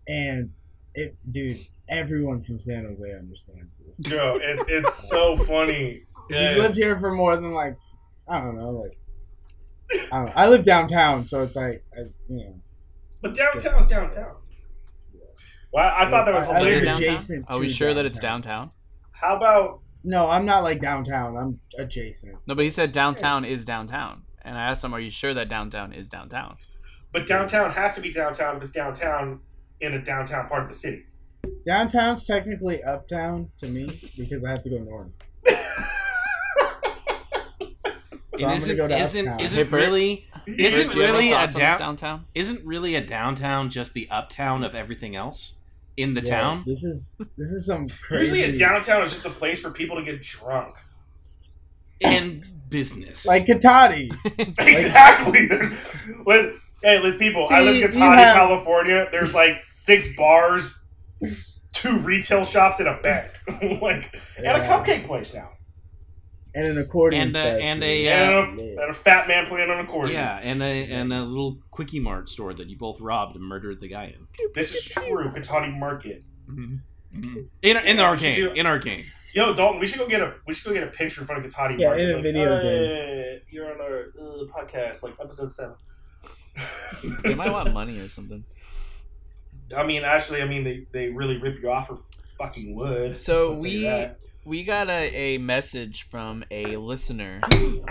[SPEAKER 3] and it, dude, everyone from San Jose understands this.
[SPEAKER 1] yo, it, it's so funny.
[SPEAKER 3] If you
[SPEAKER 1] Yeah.
[SPEAKER 3] lived here for more than like, I don't know, like, I don't know. I live downtown, so it's like, I, you know,
[SPEAKER 1] But downtown's downtown. Well, I thought that was
[SPEAKER 3] I- I live
[SPEAKER 2] Is it
[SPEAKER 3] Later
[SPEAKER 1] hilarious.
[SPEAKER 2] downtown?
[SPEAKER 3] adjacent
[SPEAKER 2] Are we
[SPEAKER 3] to
[SPEAKER 2] sure that it's downtown?
[SPEAKER 1] How about
[SPEAKER 3] no, I'm not like downtown. I'm adjacent.
[SPEAKER 2] No, but he said downtown is downtown, and I asked him, "Are you sure that downtown is downtown?"
[SPEAKER 1] But downtown has to be downtown if it's downtown in a downtown part of the city.
[SPEAKER 3] Downtown's technically uptown to me because I have to go north. So
[SPEAKER 4] And
[SPEAKER 3] I'm
[SPEAKER 4] isn't
[SPEAKER 3] gonna go to
[SPEAKER 4] isn't,
[SPEAKER 3] uptown.
[SPEAKER 4] isn't
[SPEAKER 2] Hey, Bert.
[SPEAKER 4] really Is it
[SPEAKER 2] Bert, do you have any
[SPEAKER 4] really a
[SPEAKER 2] thoughts on this
[SPEAKER 4] down-
[SPEAKER 2] downtown?
[SPEAKER 4] isn't really a downtown just the uptown of everything else in the
[SPEAKER 3] Yeah,
[SPEAKER 4] town?
[SPEAKER 3] This is this is some crazy.
[SPEAKER 1] Usually, a downtown is just a place for people to get drunk.
[SPEAKER 4] And business.
[SPEAKER 3] like Katati.
[SPEAKER 1] exactly. There's, when, hey, listen, people. I live in
[SPEAKER 3] See, you
[SPEAKER 1] Katati,
[SPEAKER 3] have-
[SPEAKER 1] California. There's like six bars, two retail shops, and a bank, like and a
[SPEAKER 3] Yeah.
[SPEAKER 1] cupcake place now,
[SPEAKER 3] and an accordion
[SPEAKER 4] And a-
[SPEAKER 3] statue.
[SPEAKER 4] and a, uh,
[SPEAKER 3] Yeah.
[SPEAKER 1] and, a, and a fat man playing on a accordion.
[SPEAKER 4] yeah, and a and a little quickie mart store that you both robbed and murdered the guy in.
[SPEAKER 1] This is true. Katati Market.
[SPEAKER 4] In in our
[SPEAKER 1] Should
[SPEAKER 4] game.
[SPEAKER 1] you-
[SPEAKER 4] In our game.
[SPEAKER 1] Yo, Dalton, we should go get a we should go get a picture in front of Katati.
[SPEAKER 3] Yeah,
[SPEAKER 1] Market.
[SPEAKER 3] in a
[SPEAKER 1] like,
[SPEAKER 3] video
[SPEAKER 1] "Hey, You're on our uh, podcast, like episode seven.
[SPEAKER 2] They might want money or something.
[SPEAKER 1] I mean, actually, I mean they, they really rip you off for fucking wood.
[SPEAKER 2] So
[SPEAKER 1] I'll tell you
[SPEAKER 2] we-
[SPEAKER 1] that.
[SPEAKER 2] We got a, a message from a listener.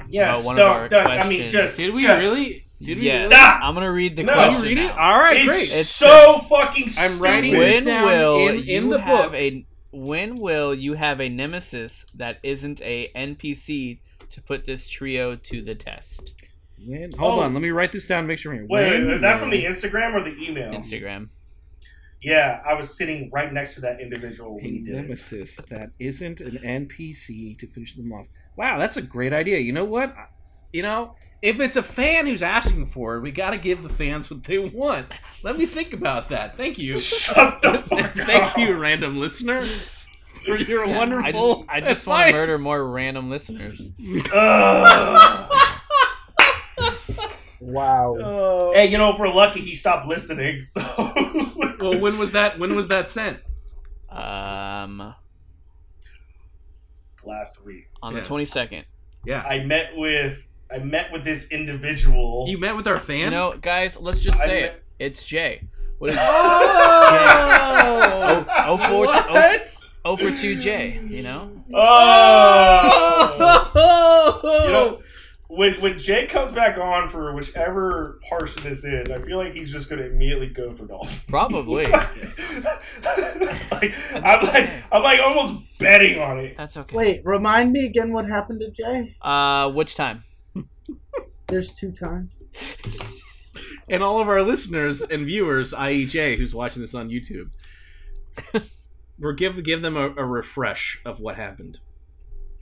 [SPEAKER 1] yeah,
[SPEAKER 2] about one of
[SPEAKER 1] stop.
[SPEAKER 2] our
[SPEAKER 1] that- I mean,
[SPEAKER 2] questions.
[SPEAKER 1] just
[SPEAKER 4] Did we
[SPEAKER 1] just
[SPEAKER 4] really- did we
[SPEAKER 2] Yes.
[SPEAKER 4] really-
[SPEAKER 1] stop?
[SPEAKER 2] I'm gonna read the
[SPEAKER 1] No.
[SPEAKER 2] question.
[SPEAKER 1] Can
[SPEAKER 4] you read it?
[SPEAKER 2] now.
[SPEAKER 4] All right,
[SPEAKER 1] It's,
[SPEAKER 4] great.
[SPEAKER 2] It's
[SPEAKER 1] so fucking. Stupid.
[SPEAKER 4] I'm writing
[SPEAKER 2] when
[SPEAKER 4] this down
[SPEAKER 2] will
[SPEAKER 4] in-
[SPEAKER 2] you
[SPEAKER 4] in the
[SPEAKER 2] have
[SPEAKER 4] book.
[SPEAKER 2] a when will you have a nemesis that isn't a NPC to put this trio to the test?
[SPEAKER 4] Hold
[SPEAKER 1] Oh.
[SPEAKER 4] on, let me write this down and make sure. we-
[SPEAKER 1] Wait,
[SPEAKER 4] When
[SPEAKER 1] is that from
[SPEAKER 4] will-
[SPEAKER 1] the Instagram or the
[SPEAKER 2] Oh.
[SPEAKER 1] email?
[SPEAKER 2] Instagram.
[SPEAKER 1] Yeah, I was sitting right next to that individual when
[SPEAKER 4] a
[SPEAKER 1] he did it.
[SPEAKER 4] nemesis that isn't an NPC to finish them off. Wow, that's a great idea. You know what? I- You know, if it's a fan who's asking for it, we got to give the fans what they want. Let me think about that. Thank you.
[SPEAKER 1] Shut the fuck up.
[SPEAKER 4] Thank you, random listener, for your
[SPEAKER 2] I just,
[SPEAKER 4] wonderful.
[SPEAKER 2] I just want to
[SPEAKER 4] advice.
[SPEAKER 2] murder more random listeners.
[SPEAKER 1] Ugh.
[SPEAKER 3] Wow.
[SPEAKER 1] hey, you know, if we're lucky, he stopped listening. So
[SPEAKER 4] Well, when was that? When was that sent?
[SPEAKER 2] Um,
[SPEAKER 1] last week,
[SPEAKER 2] on
[SPEAKER 4] Yes.
[SPEAKER 2] the twenty second.
[SPEAKER 4] Yeah,
[SPEAKER 1] I met with I met with this individual.
[SPEAKER 4] you met with our fan.
[SPEAKER 2] You know, guys, let's just
[SPEAKER 1] I
[SPEAKER 2] say
[SPEAKER 1] met-
[SPEAKER 2] it. It's Jay. What is
[SPEAKER 4] Oh!
[SPEAKER 2] Oh, oh, for, oh,
[SPEAKER 4] What?
[SPEAKER 2] oh for two J, you know?
[SPEAKER 1] oh. You know, when when Jay comes back on for whichever portion this is, I feel like he's just going to immediately go for Dolphin.
[SPEAKER 2] Probably.
[SPEAKER 1] like, I'm like I'm like almost betting on it.
[SPEAKER 2] That's okay.
[SPEAKER 3] Wait, remind me again what happened to Jay?
[SPEAKER 2] Uh, which time?
[SPEAKER 3] There's two times.
[SPEAKER 4] and all of our listeners and viewers, IEJ, who's watching this on YouTube, we're give give them a, a refresh of what happened.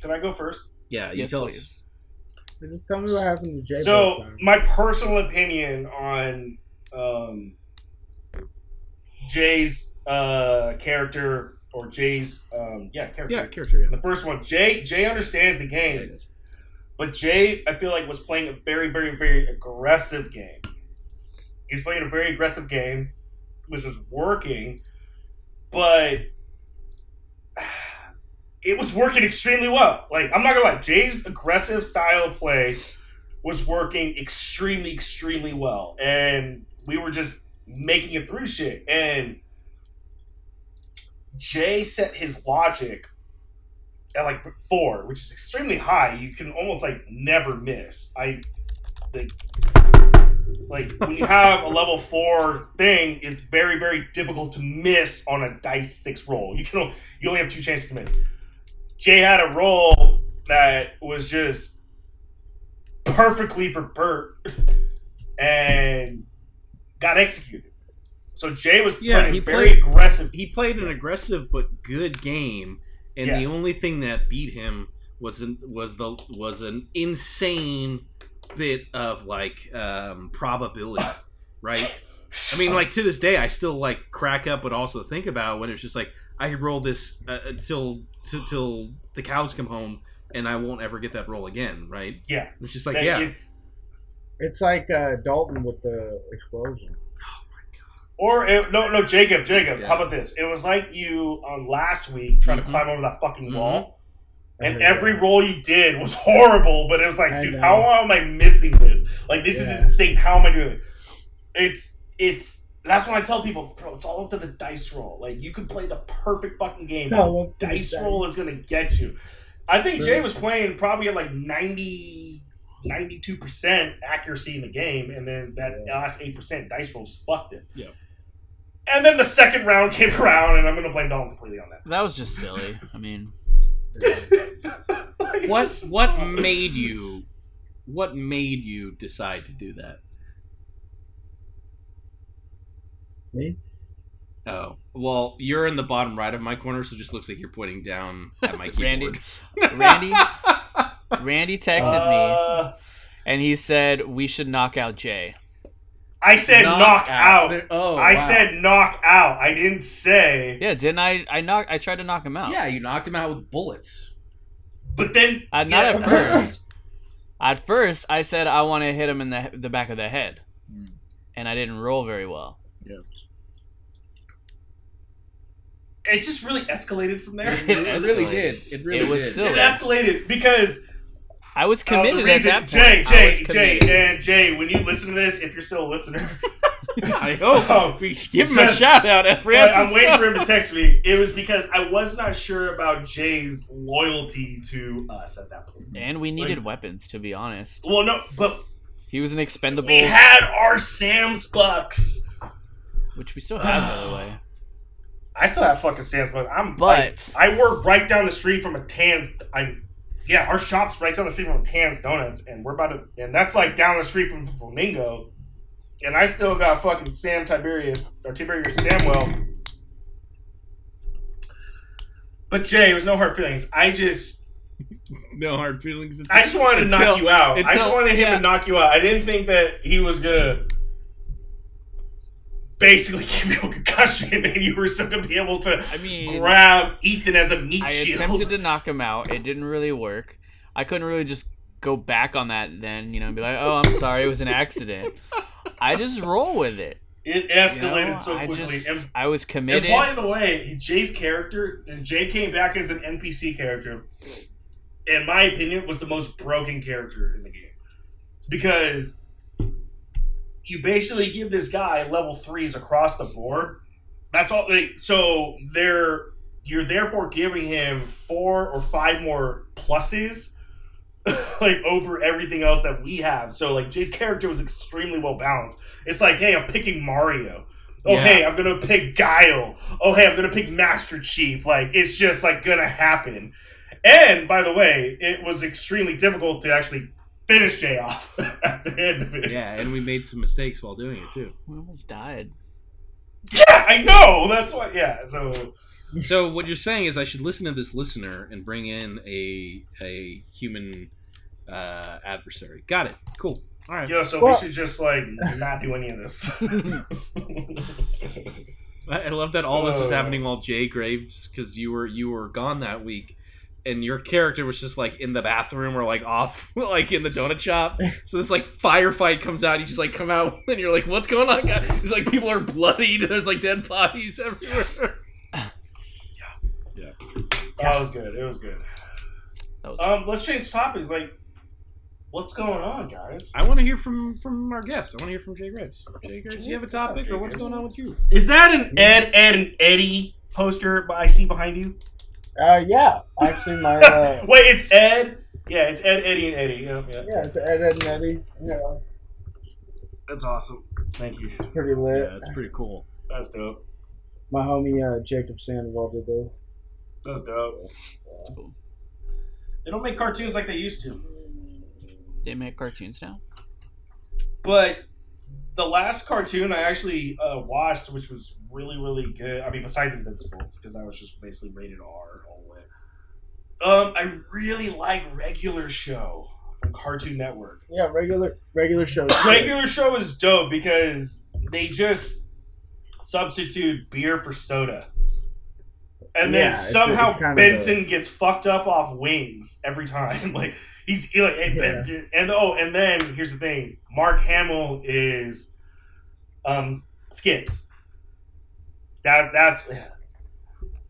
[SPEAKER 1] Can I go first?
[SPEAKER 4] Yeah, you
[SPEAKER 2] Yes,
[SPEAKER 4] tell us.
[SPEAKER 2] please.
[SPEAKER 3] Just tell me what happened to Jay. both
[SPEAKER 1] So
[SPEAKER 3] times.
[SPEAKER 1] my personal opinion on um, Jay's uh, character or Jay's um, yeah character.
[SPEAKER 4] Yeah, character.
[SPEAKER 1] The first one, Jay. Jay understands the
[SPEAKER 4] Yeah.
[SPEAKER 1] game. But Jay, I feel like, was playing a very, very, very aggressive game. He's playing a very aggressive game, which was working, but it was working extremely well. Like, I'm not gonna lie, Jay's aggressive style of play was working extremely, extremely well. And we were just making it through shit. And Jay set his logic at like four, which is extremely high. You can almost like never miss. I like like when you have a level four thing, it's very very difficult to miss on a dice six roll. You can o- you only have two chances to miss. Jay had a roll that was just perfectly for Bert and got executed. So Jay was
[SPEAKER 4] Yeah,
[SPEAKER 1] playing
[SPEAKER 4] he
[SPEAKER 1] very
[SPEAKER 4] played-
[SPEAKER 1] aggressive.
[SPEAKER 4] He played an aggressive but good game, and
[SPEAKER 1] Yeah.
[SPEAKER 4] the only thing that beat him was an, was the was an insane bit of like um, probability, right? I mean, like to this day, I still like crack up, but also think about when it's just like I could roll this uh, until t- till the cows come home, and I won't ever get that roll again, right?
[SPEAKER 1] Yeah.
[SPEAKER 4] It's just like
[SPEAKER 1] that
[SPEAKER 4] yeah,
[SPEAKER 1] it's
[SPEAKER 3] it's like uh, Dalton with the explosion.
[SPEAKER 1] Or it, no, no, Jacob, Jacob.
[SPEAKER 4] Yeah.
[SPEAKER 1] How about this? It was like you on last week trying
[SPEAKER 4] Mhm.
[SPEAKER 1] to climb over that fucking
[SPEAKER 4] Mhm.
[SPEAKER 1] wall,
[SPEAKER 3] I
[SPEAKER 1] and
[SPEAKER 3] heard that.
[SPEAKER 1] every roll you did was horrible. But it was like,
[SPEAKER 3] I
[SPEAKER 1] dude,
[SPEAKER 3] know.
[SPEAKER 1] how am I missing this? Like, this is
[SPEAKER 3] Yeah.
[SPEAKER 1] insane. How am I doing it? It's it's. That's when I tell people, bro, it's all up to the dice roll. Like, you can play the perfect fucking game.
[SPEAKER 3] So, what did
[SPEAKER 1] dice
[SPEAKER 3] he say?
[SPEAKER 1] roll is going to get you. I think
[SPEAKER 3] Sure.
[SPEAKER 1] Jay was playing probably at like 90, 92% accuracy in the game, and then that
[SPEAKER 3] Yeah.
[SPEAKER 1] last 8% dice roll just fucked it.
[SPEAKER 4] Yeah.
[SPEAKER 1] And then the second round came around, and I'm going to blame Dalton completely on that.
[SPEAKER 2] That was just silly. I mean,
[SPEAKER 1] Like,
[SPEAKER 4] what
[SPEAKER 1] it's just
[SPEAKER 4] what
[SPEAKER 1] so-
[SPEAKER 4] made you what made you decide to do that
[SPEAKER 3] Me?
[SPEAKER 4] oh well you're in the bottom right of my corner so it just looks like you're pointing down at my
[SPEAKER 2] Randy,
[SPEAKER 4] keyboard
[SPEAKER 2] Randy, Randy texted me
[SPEAKER 1] Uh,
[SPEAKER 2] and he said we should knock out Jay.
[SPEAKER 1] I said knock, out.
[SPEAKER 4] There- oh
[SPEAKER 1] I
[SPEAKER 4] wow.
[SPEAKER 1] said knock out. I didn't say.
[SPEAKER 2] Yeah, didn't I? I knock. I tried to knock him out.
[SPEAKER 4] yeah you knocked him out with bullets
[SPEAKER 1] But then.
[SPEAKER 2] Uh, not at first. At first, I said I want to hit him in the the back of the head,
[SPEAKER 4] Mm.
[SPEAKER 2] and I didn't roll very well.
[SPEAKER 1] It just really escalated from there.
[SPEAKER 2] It really did.
[SPEAKER 4] it
[SPEAKER 2] really It was did.
[SPEAKER 1] It escalated because
[SPEAKER 2] I was
[SPEAKER 1] Uh, the
[SPEAKER 2] committed at
[SPEAKER 1] reason-
[SPEAKER 2] that point.
[SPEAKER 1] Jay,
[SPEAKER 2] I was
[SPEAKER 1] Jay, Jay,
[SPEAKER 2] committed.
[SPEAKER 1] and Jay, when you listen to this, if you're still a listener,
[SPEAKER 4] i
[SPEAKER 2] Oh,
[SPEAKER 4] hope uh,
[SPEAKER 1] um,
[SPEAKER 4] we should give him a
[SPEAKER 1] Just-
[SPEAKER 4] shout out every
[SPEAKER 1] but
[SPEAKER 4] episode
[SPEAKER 1] I'm waiting for him to text me. It was because I was not sure about Jay's loyalty to us at that point.
[SPEAKER 2] And we needed weapons, to be honest.
[SPEAKER 1] Well, no, but
[SPEAKER 2] He was an expendable,
[SPEAKER 1] we had our Sam's Bucks.
[SPEAKER 2] which we still have, by the way.
[SPEAKER 1] I still have fucking Sam's Bucks. I'm like,
[SPEAKER 2] But
[SPEAKER 1] I work right down the street from a Tan's. I'm yeah, our shop's right down the street from Tan's Donuts, and we're about to, and that's like down the street from Flamingo. And I still got fucking Sam Tiberius or Tiberius Samwell. But Jay, it was no hard feelings. I just
[SPEAKER 4] no hard feelings.
[SPEAKER 1] I just wanted to knock
[SPEAKER 4] Until-
[SPEAKER 1] you out. I just
[SPEAKER 4] until-
[SPEAKER 1] wanted him
[SPEAKER 2] yeah.
[SPEAKER 1] to knock you out. I didn't think that he was gonna basically give you a concussion and you were still gonna be able to
[SPEAKER 2] I mean,
[SPEAKER 1] grab Ethan as a meat
[SPEAKER 2] I
[SPEAKER 1] shield.
[SPEAKER 2] attempted to knock him out. It didn't really work. I couldn't really just go back on that then, you know, and be like, "Oh, I'm sorry, it was an accident." I just roll with it.
[SPEAKER 1] It
[SPEAKER 2] you know?
[SPEAKER 1] escalated so
[SPEAKER 2] I
[SPEAKER 1] quickly.
[SPEAKER 2] just-
[SPEAKER 1] and,
[SPEAKER 2] I was
[SPEAKER 1] and
[SPEAKER 2] committed.
[SPEAKER 1] by the way, Jay's character and Jay came back as an NPC character. In my opinion, was the most broken character in the game because you basically give this guy level threes across the board. That's all. Like, so they're you're therefore giving him four or five more pluses, like over everything else that we have. So like Jay's character was extremely well balanced. It's like, hey, I'm picking Mario. Oh
[SPEAKER 4] Yeah.
[SPEAKER 1] hey, I'm gonna pick Guile. Oh hey, I'm gonna pick Master Chief. Like it's just like gonna happen. And by the way, it was extremely difficult to actually finish Jay off at the end of it.
[SPEAKER 4] Yeah, and we made some mistakes while doing it too.
[SPEAKER 2] We almost died.
[SPEAKER 1] Yeah, I know. That's what. Yeah. So
[SPEAKER 4] So what you're saying is I should listen to this listener and bring in a a human uh, adversary. Got it. Cool. All right.
[SPEAKER 1] yo, so
[SPEAKER 3] Well-
[SPEAKER 1] we should just like not do any of this.
[SPEAKER 4] I I love that all this was
[SPEAKER 1] Oh.
[SPEAKER 4] happening while Jay Graves, because you were you were gone that week, and your character was just like in the bathroom or like off, like in the donut shop. So this like firefight comes out. You just like come out and you're like, "What's going on?" Guys? It's like people are bloodied. There's like dead bodies everywhere.
[SPEAKER 1] Oh, it was good. It was good.
[SPEAKER 2] That was
[SPEAKER 1] Um, let's change topics. Like, what's going on, guys?
[SPEAKER 4] I want to hear from from our guests. I want to hear from Jay Graves. Jay Graves, do you have a
[SPEAKER 1] What's up,
[SPEAKER 4] topic
[SPEAKER 1] Jay
[SPEAKER 4] or what's
[SPEAKER 1] Graves?
[SPEAKER 4] going on with you?
[SPEAKER 1] Is that an Ed, Ed, and Eddie poster I see behind you?
[SPEAKER 3] Uh, yeah, actually, my uh,
[SPEAKER 1] Wait, it's Ed. Yeah, it's Ed, Eddie, and Eddie. Yeah, yeah.
[SPEAKER 3] yeah, it's Ed, Ed and Eddie. Yeah,
[SPEAKER 1] That's awesome. Thank you.
[SPEAKER 3] it's pretty lit.
[SPEAKER 4] that's pretty cool.
[SPEAKER 1] That's dope.
[SPEAKER 3] My homie uh, Jacob Sandoval did this.
[SPEAKER 1] That's dope.
[SPEAKER 2] cool.
[SPEAKER 1] They don't make cartoons like they used to.
[SPEAKER 2] They make cartoons now.
[SPEAKER 1] But the last cartoon I actually uh, watched, which was really, really good. I mean, besides Invincible, because I was just basically rated R all the way. Um, I really like Regular Show from Cartoon Network.
[SPEAKER 3] Yeah, regular regular show.
[SPEAKER 1] Regular Show is dope because they just substitute beer for soda. And
[SPEAKER 3] Yeah,
[SPEAKER 1] then
[SPEAKER 3] it's-
[SPEAKER 1] somehow
[SPEAKER 3] it's kind of
[SPEAKER 1] Benson gets fucked up off wings every time. Like he's he like, hey
[SPEAKER 3] Yeah.
[SPEAKER 1] Benson, and oh, and then here's the thing: Mark Hamill is um skips. That that's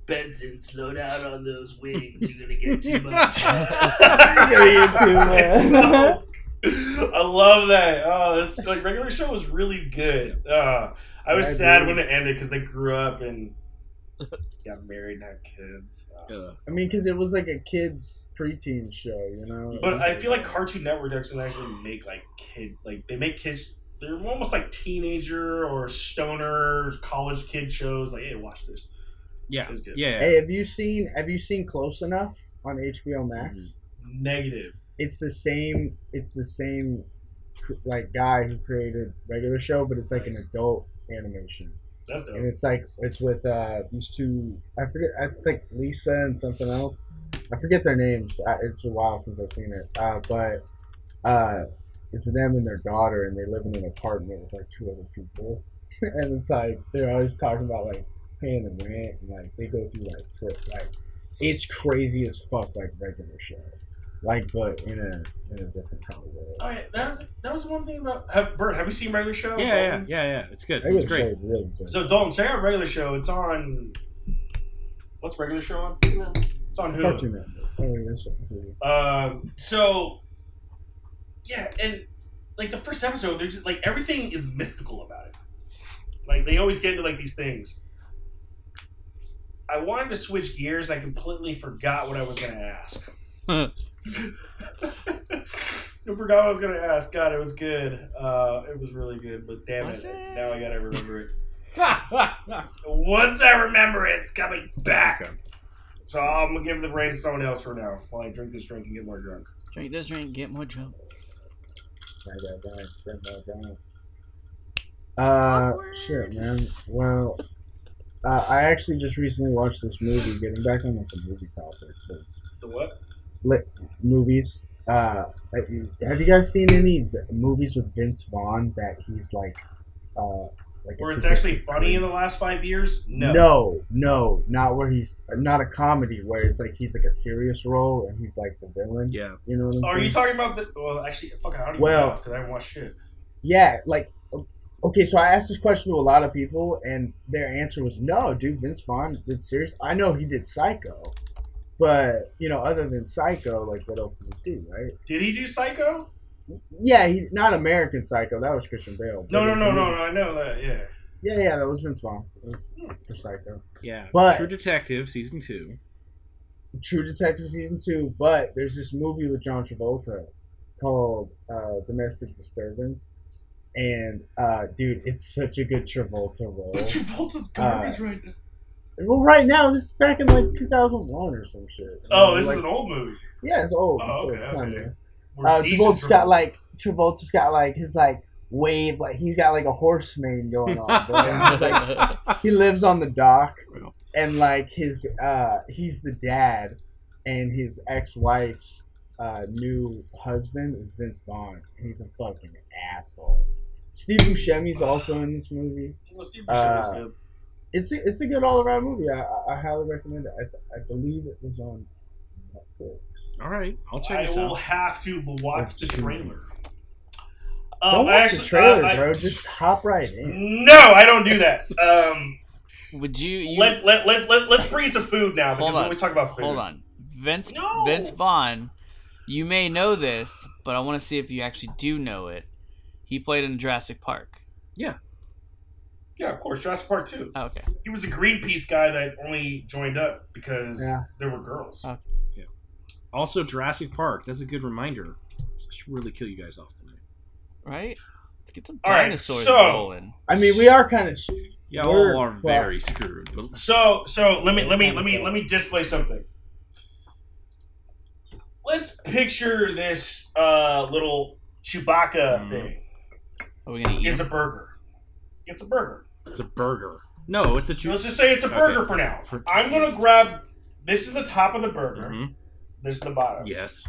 [SPEAKER 1] Benson. Slow down on those wings. You're gonna get too much.
[SPEAKER 3] You're gonna get too much.
[SPEAKER 1] It's so- I love that. Oh, this like regular show was really good. Uh, I was
[SPEAKER 3] I
[SPEAKER 1] sad
[SPEAKER 3] agree.
[SPEAKER 1] when it ended because I grew up and got married and had kids. Uh,
[SPEAKER 3] I mean, because it was like a kids preteen show, you know. It
[SPEAKER 1] But
[SPEAKER 3] was
[SPEAKER 1] I feel like Cartoon Network doesn't actually make like kid like they make kids they're almost like teenager or stoner college kid shows like hey watch this
[SPEAKER 4] Yeah,
[SPEAKER 1] It's good.
[SPEAKER 4] yeah.
[SPEAKER 3] Hey, have you seen Have you seen Close Enough on HBO Max?
[SPEAKER 1] negative
[SPEAKER 3] It's the same. It's the same, cr- like guy who created regular show, but it's like an
[SPEAKER 1] Nice.
[SPEAKER 3] adult animation,
[SPEAKER 1] that's
[SPEAKER 3] and
[SPEAKER 1] dope
[SPEAKER 3] it's like it's with uh these two. I forget. It's like Lisa and something else. I forget their names. I, it's been a while since I've seen it. Uh, but uh, it's them and their daughter, and they live in an apartment with like two other people, and it's like they're always talking about like paying the rent, and like they go through like for like it's crazy as fuck like regular show, like but in a in a different kind of world.
[SPEAKER 1] oh yeah that was, that was one thing about have, Bert have you seen regular show
[SPEAKER 4] Yeah, yeah, yeah, yeah. It's good. It's
[SPEAKER 3] Regular show
[SPEAKER 4] great.
[SPEAKER 3] is really good.
[SPEAKER 1] So Dalton, check out regular show. It's on. What's regular show on? It's on Hulu.
[SPEAKER 3] Cartoon Network. Oh, yeah, that's what I'm doing.
[SPEAKER 1] Um, so yeah, and like the first episode, there's just, like everything is mystical about it. Like they always get into like these things. I wanted to switch gears. I completely forgot what I was gonna ask. I forgot what I was gonna ask. God, it was good. Uh, it was really good, but damn
[SPEAKER 2] Was
[SPEAKER 1] it,
[SPEAKER 2] it?
[SPEAKER 1] now I gotta remember it. Once I remember it, it's coming back. So I'm gonna give the brain to someone else for now while I drink this drink and get more drunk.
[SPEAKER 2] Drink this drink, get more drunk.
[SPEAKER 3] Write that down. Write that down. Uh, shit, man. Well, uh, I actually just recently watched this movie. Getting back on like the movie topic, because
[SPEAKER 1] The what?
[SPEAKER 3] li- movies. Uh, have you- have you guys seen any v- movies with Vince Vaughn that he's like, uh, like a
[SPEAKER 1] Where it's actually
[SPEAKER 3] sadistic
[SPEAKER 1] funny in
[SPEAKER 3] creep?
[SPEAKER 1] the last five years? No.
[SPEAKER 3] No. no, not where he's not a comedy where it's like he's like a serious role and he's like the villain.
[SPEAKER 4] Yeah.
[SPEAKER 3] You know what I'm
[SPEAKER 1] Oh, are
[SPEAKER 3] saying?
[SPEAKER 1] you talking about the? Well, actually, fuck, I don't even
[SPEAKER 3] Well-
[SPEAKER 1] know because I haven't watched shit.
[SPEAKER 3] yeah, like okay, so I asked this question to a lot of people and their answer was no, dude, Vince Vaughn did serious. I know he did Psycho, but you know, other than Psycho, like what else did he do, right?
[SPEAKER 1] Did he do Psycho?
[SPEAKER 3] Yeah, he not American Psycho. That was Christian Bale.
[SPEAKER 1] No,
[SPEAKER 3] but
[SPEAKER 1] no,
[SPEAKER 3] it's
[SPEAKER 1] no,
[SPEAKER 3] a
[SPEAKER 1] no, Hmm.
[SPEAKER 3] movie.
[SPEAKER 1] no. I know that. Yeah.
[SPEAKER 3] Yeah, yeah, that was Vince Vaughn. It was for Psycho.
[SPEAKER 4] Yeah.
[SPEAKER 3] But-
[SPEAKER 4] True Detective season two.
[SPEAKER 3] True Detective season two, but there's this movie with John Travolta called uh, Domestic Disturbance, and uh, dude, it's such a good Travolta role.
[SPEAKER 1] But Travolta's
[SPEAKER 3] Uh,
[SPEAKER 1] garbage right now.
[SPEAKER 3] well, right now this is back in like 2001 or some shit.
[SPEAKER 1] Oh, this
[SPEAKER 3] Like-
[SPEAKER 1] is an old movie.
[SPEAKER 3] yeah, it's old.
[SPEAKER 1] Oh,
[SPEAKER 3] it's old.
[SPEAKER 1] okay,
[SPEAKER 3] It's not
[SPEAKER 1] okay.
[SPEAKER 3] new.
[SPEAKER 1] Where
[SPEAKER 3] Uh,
[SPEAKER 1] decent
[SPEAKER 3] Travolta's got
[SPEAKER 1] Travolta-
[SPEAKER 3] like Travolta's got like his like wave, like he's got like a horseman going on. bro. He's, like, he lives on the dock and like his uh he's the dad and his ex-wife's uh new husband is Vince Vaughn and he's a fucking asshole. Steve Buscemi's also in this movie.
[SPEAKER 1] Well, Steve Buscemi's
[SPEAKER 3] uh,
[SPEAKER 1] good.
[SPEAKER 3] It's a, it's a good all-around movie. I, I, I highly recommend it. I, th- I believe it was on Netflix.
[SPEAKER 4] All right, I'll check
[SPEAKER 1] I
[SPEAKER 4] this
[SPEAKER 1] will
[SPEAKER 4] out.
[SPEAKER 1] have to b- watch
[SPEAKER 3] Let's
[SPEAKER 1] the
[SPEAKER 3] see.
[SPEAKER 1] trailer. Um,
[SPEAKER 3] Don't
[SPEAKER 1] I
[SPEAKER 3] watch the
[SPEAKER 1] actually-
[SPEAKER 3] trailer,
[SPEAKER 1] uh, I-
[SPEAKER 3] bro. Just hop right in.
[SPEAKER 1] No, I don't do that. Um,
[SPEAKER 2] Would you, you
[SPEAKER 1] let, let, let, let, let's bring it to food now because
[SPEAKER 2] Hold
[SPEAKER 1] we
[SPEAKER 2] on.
[SPEAKER 1] always talk about food.
[SPEAKER 2] hold on, Vince
[SPEAKER 1] No!
[SPEAKER 2] Vince Vaughn? You may know this, but I want to see if you actually do know it. He played in Jurassic Park.
[SPEAKER 1] Yeah, of course. Jurassic Park 2.
[SPEAKER 2] Oh, okay,
[SPEAKER 1] He was a Greenpeace guy that only joined up because
[SPEAKER 3] Yeah.
[SPEAKER 1] there were girls.
[SPEAKER 2] Oh.
[SPEAKER 4] Also, Jurassic Park. That's a good reminder. I should really kill you guys off tonight.
[SPEAKER 2] right. Let's get some
[SPEAKER 1] All right,
[SPEAKER 2] dinosaurs
[SPEAKER 1] so-
[SPEAKER 2] rolling.
[SPEAKER 3] I mean, we are kind of
[SPEAKER 4] Y'all
[SPEAKER 3] We're
[SPEAKER 4] are
[SPEAKER 3] fucked.
[SPEAKER 4] very screwed. But
[SPEAKER 1] So, so let me let me let me let me display something. Let's picture this uh, little Chewbacca
[SPEAKER 2] Mm-hmm.
[SPEAKER 4] Mhm.
[SPEAKER 1] thing
[SPEAKER 2] Are we gonna eat?
[SPEAKER 1] is
[SPEAKER 2] them?
[SPEAKER 1] a burger. It's a burger.
[SPEAKER 4] it's a burger. No, it's a chew.
[SPEAKER 1] Let's just say it's a
[SPEAKER 4] Okay.
[SPEAKER 1] burger for now.
[SPEAKER 4] For-
[SPEAKER 1] I'm gonna grab. This is the top of the burger.
[SPEAKER 2] Mm-hmm.
[SPEAKER 4] Mhm.
[SPEAKER 1] This is the bottom.
[SPEAKER 4] Yes.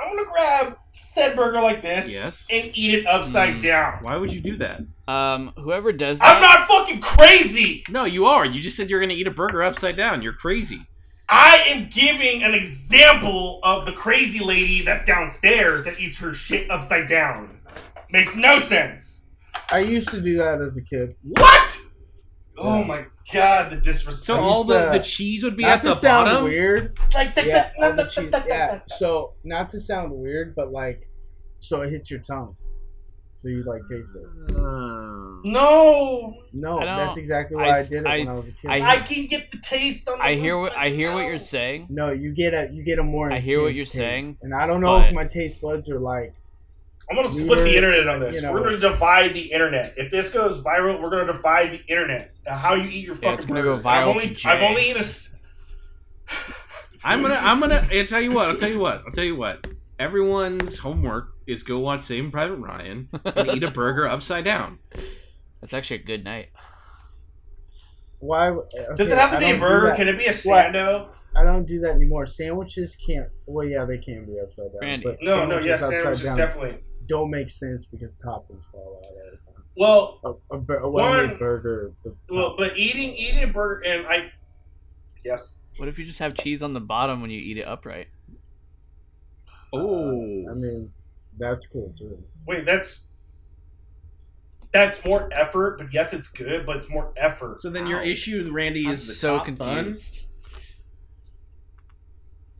[SPEAKER 1] I'm gonna grab said burger like this
[SPEAKER 4] Yes.
[SPEAKER 1] and eat it upside
[SPEAKER 2] Mm.
[SPEAKER 1] down.
[SPEAKER 4] Why would you do that?
[SPEAKER 2] Um, whoever does that,
[SPEAKER 1] I'm not fucking crazy.
[SPEAKER 4] No, you are. You just said you're going to eat a burger upside down. You're crazy.
[SPEAKER 1] I am giving an example of the crazy lady that's downstairs that eats her shit upside down. Makes no sense.
[SPEAKER 3] I used to do that as a kid.
[SPEAKER 1] What? Oh my god, the disrespect.
[SPEAKER 4] So
[SPEAKER 3] I
[SPEAKER 4] all
[SPEAKER 3] used
[SPEAKER 4] the,
[SPEAKER 3] to-
[SPEAKER 4] the cheese would be
[SPEAKER 3] not
[SPEAKER 4] at
[SPEAKER 3] to
[SPEAKER 4] the
[SPEAKER 3] sound
[SPEAKER 4] bottom.
[SPEAKER 3] weird.
[SPEAKER 1] like, that-
[SPEAKER 3] Yeah,
[SPEAKER 1] that-
[SPEAKER 3] all the
[SPEAKER 1] that-
[SPEAKER 3] cheese-
[SPEAKER 1] that-
[SPEAKER 3] yeah.
[SPEAKER 1] that-
[SPEAKER 3] So not to sound weird, but like, so it hits your tongue, so you like taste it.
[SPEAKER 4] Uh,
[SPEAKER 1] No,
[SPEAKER 3] No,
[SPEAKER 2] I don't-
[SPEAKER 3] that's exactly
[SPEAKER 2] I
[SPEAKER 3] why I,
[SPEAKER 2] s-
[SPEAKER 3] did it
[SPEAKER 2] I-
[SPEAKER 3] when I was a kid.
[SPEAKER 2] I-
[SPEAKER 1] I can get the taste on. The
[SPEAKER 2] I hear what I
[SPEAKER 1] inside.
[SPEAKER 2] hear what you're
[SPEAKER 1] No.
[SPEAKER 2] saying.
[SPEAKER 3] no, you get a you get a more.
[SPEAKER 2] I hear what
[SPEAKER 3] intense
[SPEAKER 2] you're
[SPEAKER 3] taste.
[SPEAKER 2] saying,
[SPEAKER 3] and I don't know if
[SPEAKER 2] but-
[SPEAKER 3] my taste buds are like.
[SPEAKER 1] I'm gonna
[SPEAKER 3] We
[SPEAKER 1] split
[SPEAKER 3] were,
[SPEAKER 1] the internet on this.
[SPEAKER 3] you know-
[SPEAKER 1] we're gonna divide the internet. If this goes viral, we're gonna divide the internet. How you eat your fucking
[SPEAKER 2] it's gonna
[SPEAKER 1] burger.
[SPEAKER 2] go
[SPEAKER 1] And
[SPEAKER 2] viral
[SPEAKER 1] I've only,
[SPEAKER 2] to
[SPEAKER 1] I've
[SPEAKER 2] Jay.
[SPEAKER 1] only eaten a. s-
[SPEAKER 4] I'm gonna. I'm gonna. I'll tell you what. I'll tell you what. I'll tell you what. Everyone's homework is go watch Saving Private Ryan and eat a burger upside down.
[SPEAKER 2] That's actually a good night.
[SPEAKER 3] Why? okay,
[SPEAKER 1] Does it have
[SPEAKER 3] I
[SPEAKER 1] to be a
[SPEAKER 3] don't do
[SPEAKER 1] burger?
[SPEAKER 3] that.
[SPEAKER 1] Can it be a sando?
[SPEAKER 3] I don't do that anymore. Sandwiches can't. Well, yeah, they can be upside down.
[SPEAKER 2] Randy.
[SPEAKER 3] But
[SPEAKER 1] No, no, yes,
[SPEAKER 3] upside
[SPEAKER 1] sandwiches
[SPEAKER 3] down
[SPEAKER 1] definitely.
[SPEAKER 3] don't make sense because toppings fall out all the time.
[SPEAKER 1] Well,
[SPEAKER 3] a, a, bur- a well-made
[SPEAKER 1] One-
[SPEAKER 3] burger. The
[SPEAKER 1] well, but eating eating a burger and I, yes,
[SPEAKER 2] What if you just have cheese on the bottom when you eat it upright?
[SPEAKER 3] I
[SPEAKER 4] Oh,
[SPEAKER 3] mean, that's cool too.
[SPEAKER 1] wait, that's that's more effort. But yes, it's good, but it's more effort.
[SPEAKER 4] so then your
[SPEAKER 2] Ow.
[SPEAKER 4] issue, Randy,
[SPEAKER 2] I'm
[SPEAKER 4] is the
[SPEAKER 2] so
[SPEAKER 4] top bun?
[SPEAKER 2] confused.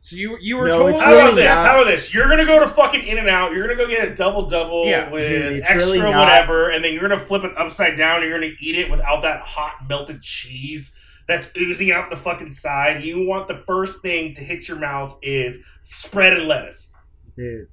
[SPEAKER 4] So you you were
[SPEAKER 3] No,
[SPEAKER 4] told.
[SPEAKER 3] it's
[SPEAKER 1] How about
[SPEAKER 3] really
[SPEAKER 1] this?
[SPEAKER 3] not-
[SPEAKER 1] How about this? You're gonna go to fucking In and Out. You're gonna go get a double double
[SPEAKER 4] Yeah,
[SPEAKER 1] with
[SPEAKER 3] dude, it's
[SPEAKER 1] extra
[SPEAKER 3] really not-
[SPEAKER 1] whatever, and then you're gonna flip it upside down. and You're gonna eat it without that hot melted cheese that's oozing out the fucking side. You want the first thing to hit your mouth is spread and lettuce
[SPEAKER 3] Dude,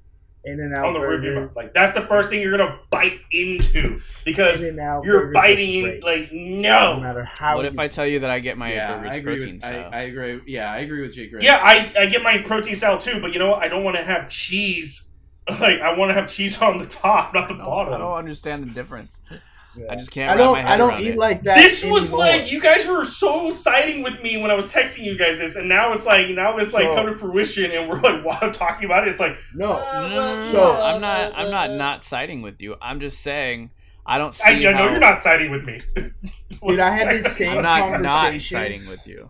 [SPEAKER 3] In and
[SPEAKER 1] on
[SPEAKER 3] Out
[SPEAKER 1] the roof of your
[SPEAKER 3] burgers.
[SPEAKER 1] mouth. Like that's the first thing you're gonna bite into because
[SPEAKER 3] In-N-Out
[SPEAKER 1] you're
[SPEAKER 3] burgers
[SPEAKER 1] biting
[SPEAKER 3] are
[SPEAKER 1] in
[SPEAKER 3] great.
[SPEAKER 1] like
[SPEAKER 3] no
[SPEAKER 1] no.
[SPEAKER 3] matter how.
[SPEAKER 2] what if
[SPEAKER 3] you-
[SPEAKER 2] I tell you that I get my
[SPEAKER 4] yeah,
[SPEAKER 2] burgers
[SPEAKER 4] I agree.
[SPEAKER 2] protein
[SPEAKER 4] With, I,
[SPEAKER 2] style?
[SPEAKER 4] I agree. Yeah, I agree with Jay Gray.
[SPEAKER 1] Yeah, I, I get my protein style too, but you know what? I don't want to have cheese. Like I want to have cheese on the top, not the
[SPEAKER 2] I don't,
[SPEAKER 1] bottom.
[SPEAKER 2] I don't understand the difference.
[SPEAKER 3] Yeah.
[SPEAKER 2] I just can't.
[SPEAKER 3] I
[SPEAKER 2] wrap
[SPEAKER 3] don't.
[SPEAKER 2] my head
[SPEAKER 3] I don't
[SPEAKER 2] around
[SPEAKER 3] eat
[SPEAKER 2] it.
[SPEAKER 3] like that.
[SPEAKER 1] This was
[SPEAKER 3] anymore.
[SPEAKER 1] like you guys were so siding with me when I was texting you guys this, and now it's like now it's like
[SPEAKER 3] So-
[SPEAKER 1] come to fruition, and we're like wow talking about it. It's like
[SPEAKER 3] no.
[SPEAKER 2] No, no, no, no,
[SPEAKER 3] So-
[SPEAKER 2] no, I'm not. I'm not not siding with you. I'm just saying I don't
[SPEAKER 1] I,
[SPEAKER 2] see.
[SPEAKER 1] I know
[SPEAKER 2] how-
[SPEAKER 1] you're not siding with me,
[SPEAKER 3] Dude, I had this same
[SPEAKER 2] I'm not not
[SPEAKER 3] conversation.
[SPEAKER 2] siding with you.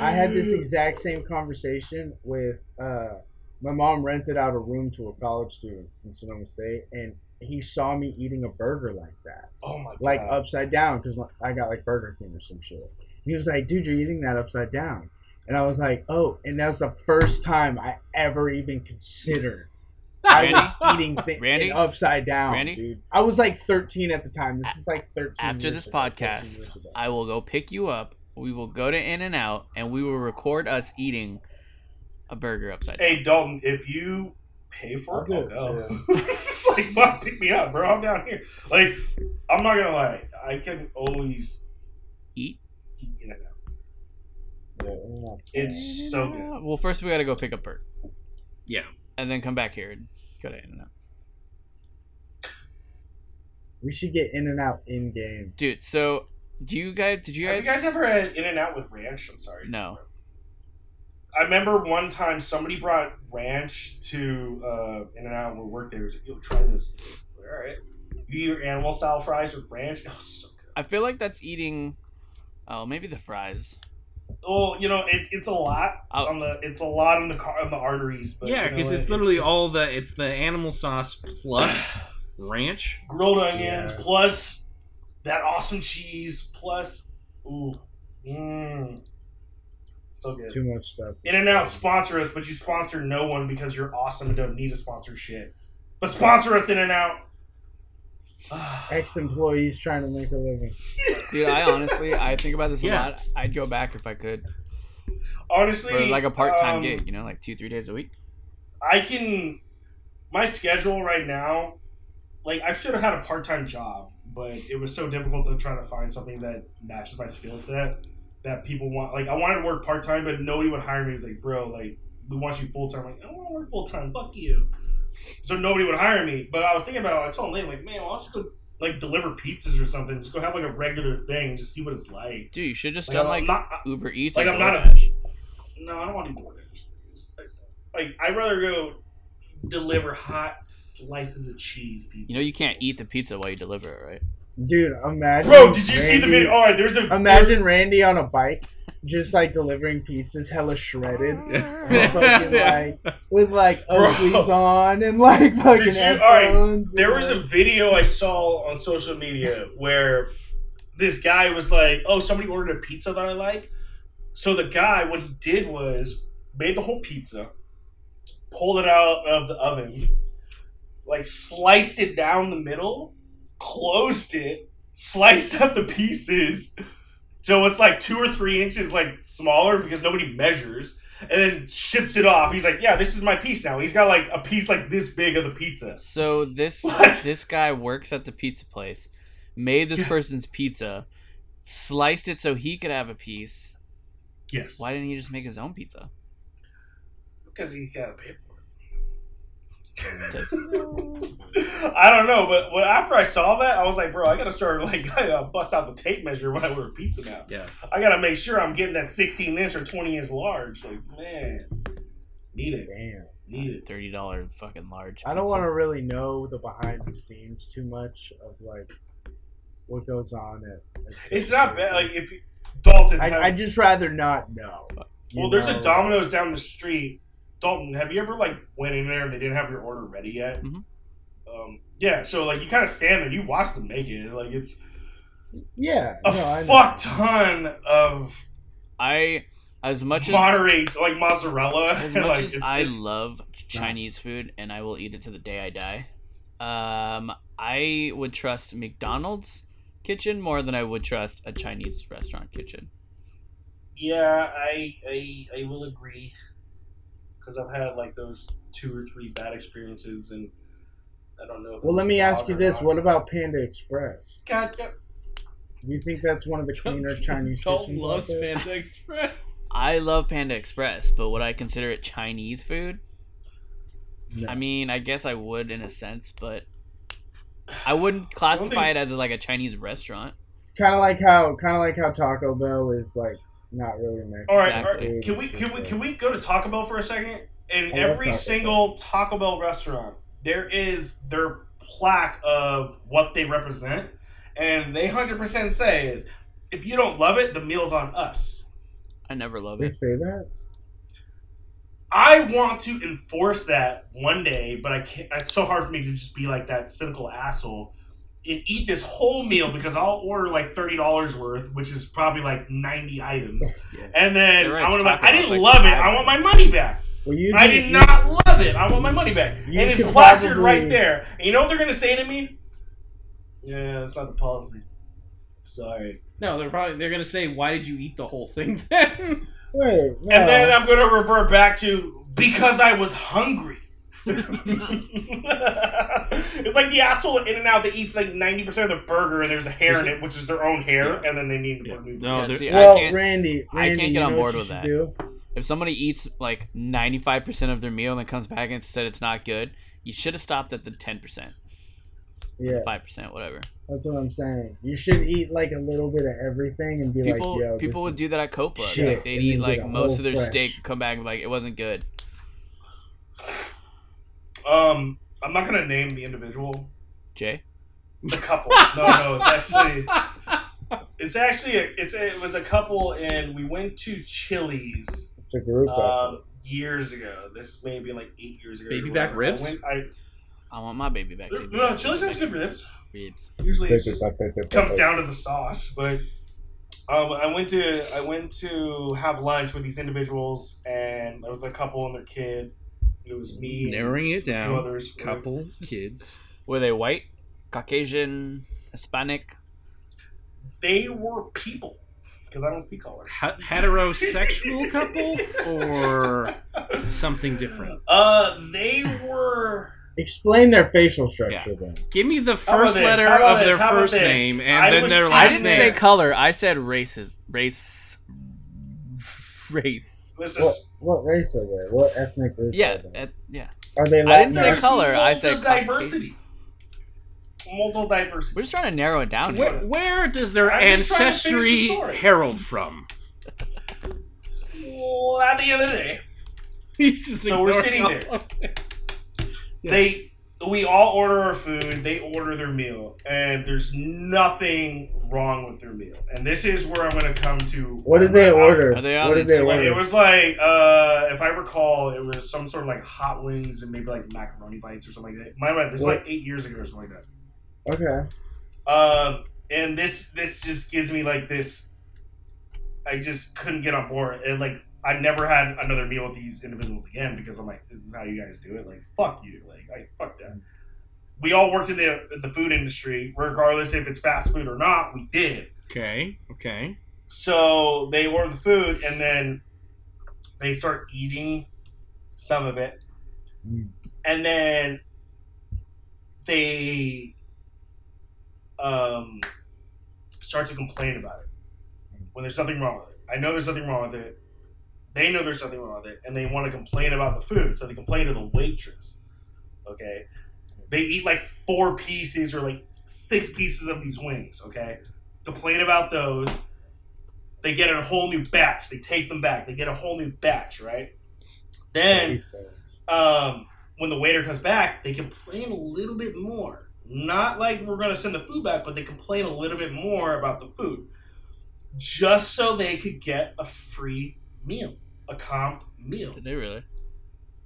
[SPEAKER 3] I had this exact same conversation with uh, my mom rented out a room to a college student in Sonoma State, and he saw me eating a burger like that,
[SPEAKER 1] Oh my god!
[SPEAKER 3] like upside down, because I got like Burger King or some shit. He was like, "Dude, you're eating that upside down," and I was like, "Oh!" And that was the first time I ever even considered. I was eating things
[SPEAKER 2] Randy?
[SPEAKER 3] upside down,
[SPEAKER 2] Randy?
[SPEAKER 3] dude. I was like 13 at the time. This is like 13.
[SPEAKER 2] After
[SPEAKER 3] years
[SPEAKER 2] this
[SPEAKER 3] ago, 14 years
[SPEAKER 2] podcast,
[SPEAKER 3] ago.
[SPEAKER 2] I will go pick you up. We will go to In and Out, and we will record us eating a burger upside down.
[SPEAKER 1] hey Dalton, if you pay for it,
[SPEAKER 3] I'll
[SPEAKER 1] I'll
[SPEAKER 3] do it,
[SPEAKER 1] go. It's like fuck, pick me up, bro. I'm down here. Like I'm not gonna lie, I can always
[SPEAKER 2] Eat.
[SPEAKER 1] eat in and out.
[SPEAKER 3] Yeah, I'm not-
[SPEAKER 1] It's so good.
[SPEAKER 2] Well, first we gotta go pick up Bert.
[SPEAKER 4] Yeah.
[SPEAKER 2] And then come back here and go to In and Out.
[SPEAKER 3] We should get in and out in game.
[SPEAKER 2] Dude, so do you guys? Did you
[SPEAKER 1] Have
[SPEAKER 2] guys?
[SPEAKER 1] you guys ever had In and Out with ranch? I'm sorry.
[SPEAKER 2] No.
[SPEAKER 1] I remember one time somebody brought ranch to uh, In and Out when we worked there. He was like, "Yo, try this." I'm like, All right. You eat your animal style fries with ranch. Oh, so good.
[SPEAKER 2] I feel like that's eating. Oh, maybe the fries.
[SPEAKER 1] Well, you know, it's it's a lot
[SPEAKER 2] I'll-
[SPEAKER 1] on the it's a lot on the car on the arteries. But
[SPEAKER 4] yeah,
[SPEAKER 1] you know
[SPEAKER 4] because
[SPEAKER 1] what?
[SPEAKER 4] it's literally all the it's the animal sauce plus ranch.
[SPEAKER 1] grilled onions
[SPEAKER 3] Yeah.
[SPEAKER 1] plus that awesome cheese plus ooh, mmm, so good.
[SPEAKER 3] Too much stuff.
[SPEAKER 1] In and Out sponsor us, but you sponsor no one because you're awesome and don't need a sponsorship. But sponsor us, In and Out.
[SPEAKER 3] Ex employees trying to make a living.
[SPEAKER 2] Dude, I honestly, I think about this a
[SPEAKER 4] Yeah.
[SPEAKER 2] lot. I'd go back if I could
[SPEAKER 1] Honestly,
[SPEAKER 2] for like a part-time
[SPEAKER 1] um,
[SPEAKER 2] gig. You know, like two, three days a week.
[SPEAKER 1] I can. My schedule right now, like I should have had a part time job, but it was so difficult to try to find something that matches my skill set that people want. Like I wanted to work part time, but nobody would hire me. It was like, bro, like we want you full time. Like I don't want to work full time. Fuck you. So nobody would hire me. But I was thinking about it. I told Lane, like, man, well, I'll just go like deliver pizzas or something. Just go have like a regular thing. Just see what it's like.
[SPEAKER 2] Dude, you should just
[SPEAKER 1] Like,
[SPEAKER 2] done
[SPEAKER 1] I'm
[SPEAKER 2] like
[SPEAKER 1] not-
[SPEAKER 2] Uber Eats.
[SPEAKER 1] like,
[SPEAKER 2] or
[SPEAKER 1] I'm not a-
[SPEAKER 2] DoorDash.
[SPEAKER 1] No, I don't want to do DoorDash. It's- it's- Like, I'd rather go deliver hot slices of cheese pizza.
[SPEAKER 2] You know, you can't eat the pizza while you deliver it, right?
[SPEAKER 3] Dude, imagine.
[SPEAKER 1] Bro, did you see the
[SPEAKER 3] Randy-
[SPEAKER 1] video? All right, there's a
[SPEAKER 3] Imagine Randy on a bike, just like delivering pizzas, hella shredded. and fucking, like, with like
[SPEAKER 1] Bro.
[SPEAKER 3] Oakleys on and like fucking
[SPEAKER 1] Did you- alright,
[SPEAKER 3] headphones.
[SPEAKER 1] There
[SPEAKER 3] and,
[SPEAKER 1] was a
[SPEAKER 3] like-
[SPEAKER 1] video I saw on social media where this guy was like, "Oh, somebody ordered a pizza that I like." So the guy, what he did was made the whole pizza, pulled it out of the oven, like sliced it down the middle, closed it, sliced up the pieces. So it's like two or three inches like smaller because nobody measures, and then ships it off. He's like, "Yeah, this is my piece now." He's got like a piece like this big of the pizza.
[SPEAKER 2] So this
[SPEAKER 1] What?
[SPEAKER 2] this guy works at the pizza place, made this
[SPEAKER 1] Yeah.
[SPEAKER 2] person's pizza, sliced it so he could have a piece.
[SPEAKER 1] Yes.
[SPEAKER 2] Why didn't he just make his own pizza?
[SPEAKER 1] Because he got to pay for it.
[SPEAKER 2] Does-
[SPEAKER 1] I don't know, but when, after I saw that, I was like, bro, I gotta start like I gotta bust out the tape measure when I order pizza now.
[SPEAKER 4] Yeah.
[SPEAKER 1] I gotta make sure I'm getting that 16 inch or 20 inch large. Like, man, need it,
[SPEAKER 3] Damn.
[SPEAKER 1] need it.
[SPEAKER 2] Thirty dollar fucking large.
[SPEAKER 3] I don't
[SPEAKER 2] pizza.
[SPEAKER 3] want to really know the behind the scenes too much of like what goes on at. at certain
[SPEAKER 1] It's not bad. Like
[SPEAKER 3] places.
[SPEAKER 1] if you- Dalton, had-
[SPEAKER 3] I, I'd just rather not know. you
[SPEAKER 1] well, there's
[SPEAKER 3] know?
[SPEAKER 1] a Domino's down the street. Dalton, have you ever like went in there and they didn't have your order ready yet?
[SPEAKER 2] Mhm.
[SPEAKER 1] Um, yeah, so like you kind of stand there, you watch them make it. Like it's
[SPEAKER 3] Yeah.
[SPEAKER 1] a
[SPEAKER 3] no, I know.
[SPEAKER 1] fuck ton of
[SPEAKER 2] I as much as
[SPEAKER 1] moderate like mozzarella.
[SPEAKER 2] as much
[SPEAKER 1] like,
[SPEAKER 2] as
[SPEAKER 1] it's-
[SPEAKER 2] I
[SPEAKER 1] it's-
[SPEAKER 2] love Chinese food and I will eat it to the day I die, um, I would trust McDonald's kitchen more than I would trust a Chinese restaurant kitchen.
[SPEAKER 1] yeah, I I, I will agree because I've had like those two or three bad experiences, and I don't know. If it
[SPEAKER 3] Well,
[SPEAKER 1] was
[SPEAKER 3] let me
[SPEAKER 1] a
[SPEAKER 3] ask
[SPEAKER 1] dog
[SPEAKER 3] you
[SPEAKER 1] or
[SPEAKER 3] this:
[SPEAKER 1] not.
[SPEAKER 3] What about Panda Express?
[SPEAKER 1] God, damn-
[SPEAKER 3] Do you think that's one of the cleaner Chinese
[SPEAKER 5] Dalton
[SPEAKER 3] kitchens?
[SPEAKER 5] loves
[SPEAKER 3] out there?
[SPEAKER 5] Panda Express.
[SPEAKER 2] I love Panda Express, but would I consider it Chinese food?
[SPEAKER 3] No.
[SPEAKER 2] I mean, I guess I would in a sense, but I wouldn't classify
[SPEAKER 1] think-
[SPEAKER 2] it as like a Chinese restaurant.
[SPEAKER 3] It's kind of like how kind of like how Taco Bell is like not really Mexican.
[SPEAKER 1] All right, all
[SPEAKER 2] Exactly.
[SPEAKER 1] right. Can we can we can we go to Taco Bell for a second? In
[SPEAKER 3] love
[SPEAKER 1] every
[SPEAKER 3] Taco Bell.
[SPEAKER 1] single Taco Bell restaurant, there is their plaque of what they represent, and they hundred percent say is, if you don't love it, the meal's on us.
[SPEAKER 2] I never love
[SPEAKER 3] They
[SPEAKER 2] it.
[SPEAKER 3] say that.
[SPEAKER 1] I want to enforce that one day, but I can't. It's so hard for me to just be like that cynical asshole and eat this whole meal because I'll order like thirty dollars worth, which is probably like ninety items,
[SPEAKER 2] Yeah.
[SPEAKER 1] and then
[SPEAKER 2] You're right,
[SPEAKER 1] I want to.
[SPEAKER 2] Taco
[SPEAKER 1] I
[SPEAKER 2] Bell's
[SPEAKER 1] didn't
[SPEAKER 2] like
[SPEAKER 1] love it.
[SPEAKER 2] five
[SPEAKER 1] I want my
[SPEAKER 2] items.
[SPEAKER 1] money back.
[SPEAKER 3] Well, you
[SPEAKER 1] I
[SPEAKER 3] can-
[SPEAKER 1] did
[SPEAKER 3] you-
[SPEAKER 1] not love it. I want my money back.
[SPEAKER 3] You
[SPEAKER 1] and it's
[SPEAKER 3] could
[SPEAKER 1] plastered
[SPEAKER 3] probably-
[SPEAKER 1] right there. And you know what they're gonna say to me? Yeah, that's not the policy. Sorry.
[SPEAKER 5] No, they're probably they're gonna say, "Why did you eat the whole thing?" Then
[SPEAKER 3] Wait, no.
[SPEAKER 1] And then uh, I'm gonna revert back to because I was hungry. it's like the asshole in and out that eats like ninety percent of the burger and there's a hair in it, which is their own hair, and then they need to
[SPEAKER 4] Yeah.
[SPEAKER 1] put new
[SPEAKER 4] No,
[SPEAKER 2] Yeah,
[SPEAKER 4] there-
[SPEAKER 2] see,
[SPEAKER 3] well,
[SPEAKER 2] I can't.
[SPEAKER 3] Randy,
[SPEAKER 2] I
[SPEAKER 3] Randy,
[SPEAKER 2] can't get
[SPEAKER 3] you
[SPEAKER 2] on
[SPEAKER 3] know
[SPEAKER 2] board
[SPEAKER 3] what you
[SPEAKER 2] with
[SPEAKER 3] should
[SPEAKER 2] that.
[SPEAKER 3] Do?
[SPEAKER 2] If somebody eats like ninety five percent of their meal and then comes back and said it's not good, you should have stopped at the ten percent,
[SPEAKER 3] Yeah,
[SPEAKER 2] five percent, whatever.
[SPEAKER 3] that's what I'm saying. You should eat like a little bit of everything and be
[SPEAKER 2] People
[SPEAKER 3] like, yo,
[SPEAKER 2] people would do that at Copa.
[SPEAKER 3] shit,
[SPEAKER 2] Like they'd
[SPEAKER 3] and
[SPEAKER 2] eat
[SPEAKER 3] then get
[SPEAKER 2] like
[SPEAKER 3] a
[SPEAKER 2] most
[SPEAKER 3] whole
[SPEAKER 2] of their
[SPEAKER 3] fresh.
[SPEAKER 2] steak, come back and be like it wasn't good.
[SPEAKER 1] Um I'm not gonna name the individual.
[SPEAKER 2] Jay,
[SPEAKER 1] The couple. No, no, it's actually it's actually a, it's a, it was a couple and we went to Chili's
[SPEAKER 3] It's a group
[SPEAKER 1] um,
[SPEAKER 3] effort.
[SPEAKER 1] years ago. This is maybe like eight years ago.
[SPEAKER 4] Baby back ribs?
[SPEAKER 1] I went, I,
[SPEAKER 2] I want my baby back.
[SPEAKER 1] no,
[SPEAKER 2] baby
[SPEAKER 1] no,
[SPEAKER 2] back,
[SPEAKER 1] Chili's
[SPEAKER 2] baby
[SPEAKER 1] has good ribs.
[SPEAKER 2] back. Ribs.
[SPEAKER 1] Usually
[SPEAKER 3] They
[SPEAKER 1] it
[SPEAKER 3] just
[SPEAKER 1] just
[SPEAKER 3] up there, they-
[SPEAKER 1] comes
[SPEAKER 3] they-
[SPEAKER 1] down to the sauce. But um, I went to I went to have lunch with these individuals, and there was a couple and their kid. It was
[SPEAKER 4] E
[SPEAKER 1] me, and
[SPEAKER 4] Narrowing it
[SPEAKER 1] two
[SPEAKER 4] down.
[SPEAKER 1] others.
[SPEAKER 4] Couple kids.
[SPEAKER 2] Were they white, Caucasian, Hispanic?
[SPEAKER 1] They were people because I don't see color.
[SPEAKER 4] H- heterosexual couple or something different.
[SPEAKER 1] Uh, they were.
[SPEAKER 3] Explain their facial structure then.
[SPEAKER 4] Give me
[SPEAKER 1] How
[SPEAKER 4] the
[SPEAKER 1] about
[SPEAKER 4] first
[SPEAKER 1] this?
[SPEAKER 4] letter
[SPEAKER 1] How about
[SPEAKER 4] of their
[SPEAKER 1] this? How about
[SPEAKER 4] first
[SPEAKER 1] this?
[SPEAKER 4] name and
[SPEAKER 1] I
[SPEAKER 4] then
[SPEAKER 1] was
[SPEAKER 4] their
[SPEAKER 1] sitting
[SPEAKER 4] last
[SPEAKER 2] I didn't
[SPEAKER 4] name.
[SPEAKER 2] say
[SPEAKER 1] there.
[SPEAKER 2] color. I said races. Race. Race.
[SPEAKER 1] This
[SPEAKER 3] What,
[SPEAKER 1] is
[SPEAKER 3] what race are they? What ethnic group?
[SPEAKER 2] Yeah.
[SPEAKER 3] are they?
[SPEAKER 2] That, yeah.
[SPEAKER 3] Are they
[SPEAKER 2] I didn't
[SPEAKER 3] Latinx?
[SPEAKER 2] say color, I
[SPEAKER 1] Multiple
[SPEAKER 2] said coffee.
[SPEAKER 1] diversity. Multiple diversity.
[SPEAKER 2] We're just trying to narrow it down.
[SPEAKER 4] Where,
[SPEAKER 2] Here.
[SPEAKER 4] where does their
[SPEAKER 1] I'm just trying to finish the
[SPEAKER 4] ancestry
[SPEAKER 1] story.
[SPEAKER 4] herald from?
[SPEAKER 1] Well, at the end of the day,
[SPEAKER 4] He's just
[SPEAKER 1] So we're
[SPEAKER 4] ignoring
[SPEAKER 1] sitting
[SPEAKER 4] all-
[SPEAKER 1] there. they we all order our food they order their meal and there's nothing wrong with their meal and this is where i'm going to come to
[SPEAKER 3] What did they
[SPEAKER 1] Uh,
[SPEAKER 3] order?
[SPEAKER 2] Are they
[SPEAKER 3] what
[SPEAKER 2] on
[SPEAKER 3] did they
[SPEAKER 2] Instagram?
[SPEAKER 1] like,
[SPEAKER 3] order?
[SPEAKER 1] it was like uh if i recall it was some sort of like hot wings and maybe like macaroni bites or something like that my bad this is
[SPEAKER 3] What?
[SPEAKER 1] like eight years ago or something like that
[SPEAKER 3] okay.
[SPEAKER 1] um, and this this just gives me like this. I just couldn't get on board, and like I never had another meal with these individuals again because I'm like, this is how you guys do it. Like, fuck you. Like, I fuck that. We all worked in the in the food industry, regardless if it's fast food or not. We did.
[SPEAKER 4] Okay, okay.
[SPEAKER 1] So they order the food and then they start eating some of it.
[SPEAKER 3] Mm.
[SPEAKER 1] And then they um, start to complain about it when there's nothing wrong with it. I know there's nothing wrong with it. They know there's nothing wrong with it and they want to complain about the food. So they complain to the waitress. Okay. They eat like four pieces or like six pieces of these wings. Okay. Complain about those they get a whole new batch. They take them back. They get a whole new batch, right? Then, um, when the waiter comes back, they complain a little bit more. Not like we're going to send the food back, but they complain a little bit more about the food just so they could get a free meal, a comp meal.
[SPEAKER 2] Did they really?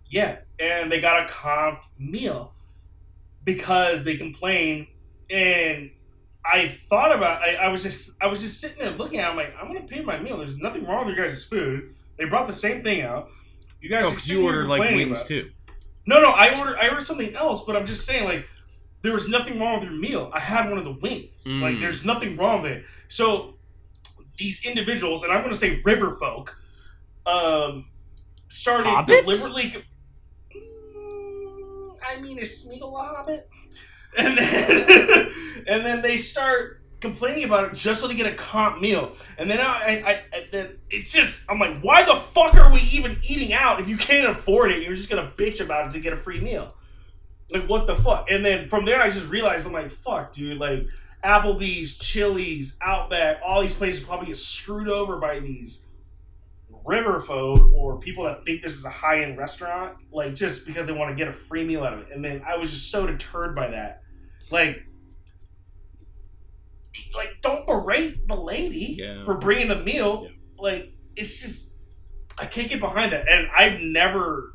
[SPEAKER 1] Yeah, and they got a comp meal because they complained. And I thought about, I, I was just, I was just sitting there looking at. It, I'm like, I'm gonna pay my meal. There's nothing wrong with your guys' food. They brought the same thing out. You guys,
[SPEAKER 4] Oh,
[SPEAKER 1] are
[SPEAKER 4] because
[SPEAKER 1] sitting
[SPEAKER 4] you
[SPEAKER 1] here
[SPEAKER 4] ordered like
[SPEAKER 1] complaining
[SPEAKER 4] wings
[SPEAKER 1] about-
[SPEAKER 4] too.
[SPEAKER 1] No, no, I ordered, I ordered something else. But I'm just saying, like, there was nothing wrong with your meal. I had one of the wings.
[SPEAKER 4] Mm.
[SPEAKER 1] Like, there's nothing wrong with it. So these individuals, and I'm gonna say river folk, um, started
[SPEAKER 4] Hobbits?
[SPEAKER 1] deliberately. Mm, I mean, is Smeagol a hobbit? And then, and then they start complaining about it just so they get a comp meal. And then I, I, I- I then it's just I'm like, why the fuck are we even eating out if you can't afford it? You're just gonna bitch about it to get a free meal. Like what the fuck? And then from there, I just realized I'm like, fuck, dude. Like Applebee's, Chili's, Outback, all these places probably get screwed over by these river folk or people that think this is a high end restaurant, like just because they want to get a free meal out of it. And then I was just so deterred by that. Like, like don't berate the lady
[SPEAKER 4] Yeah.
[SPEAKER 1] for bringing the meal.
[SPEAKER 4] Yeah.
[SPEAKER 1] Like it's just I can't get behind that. And I've never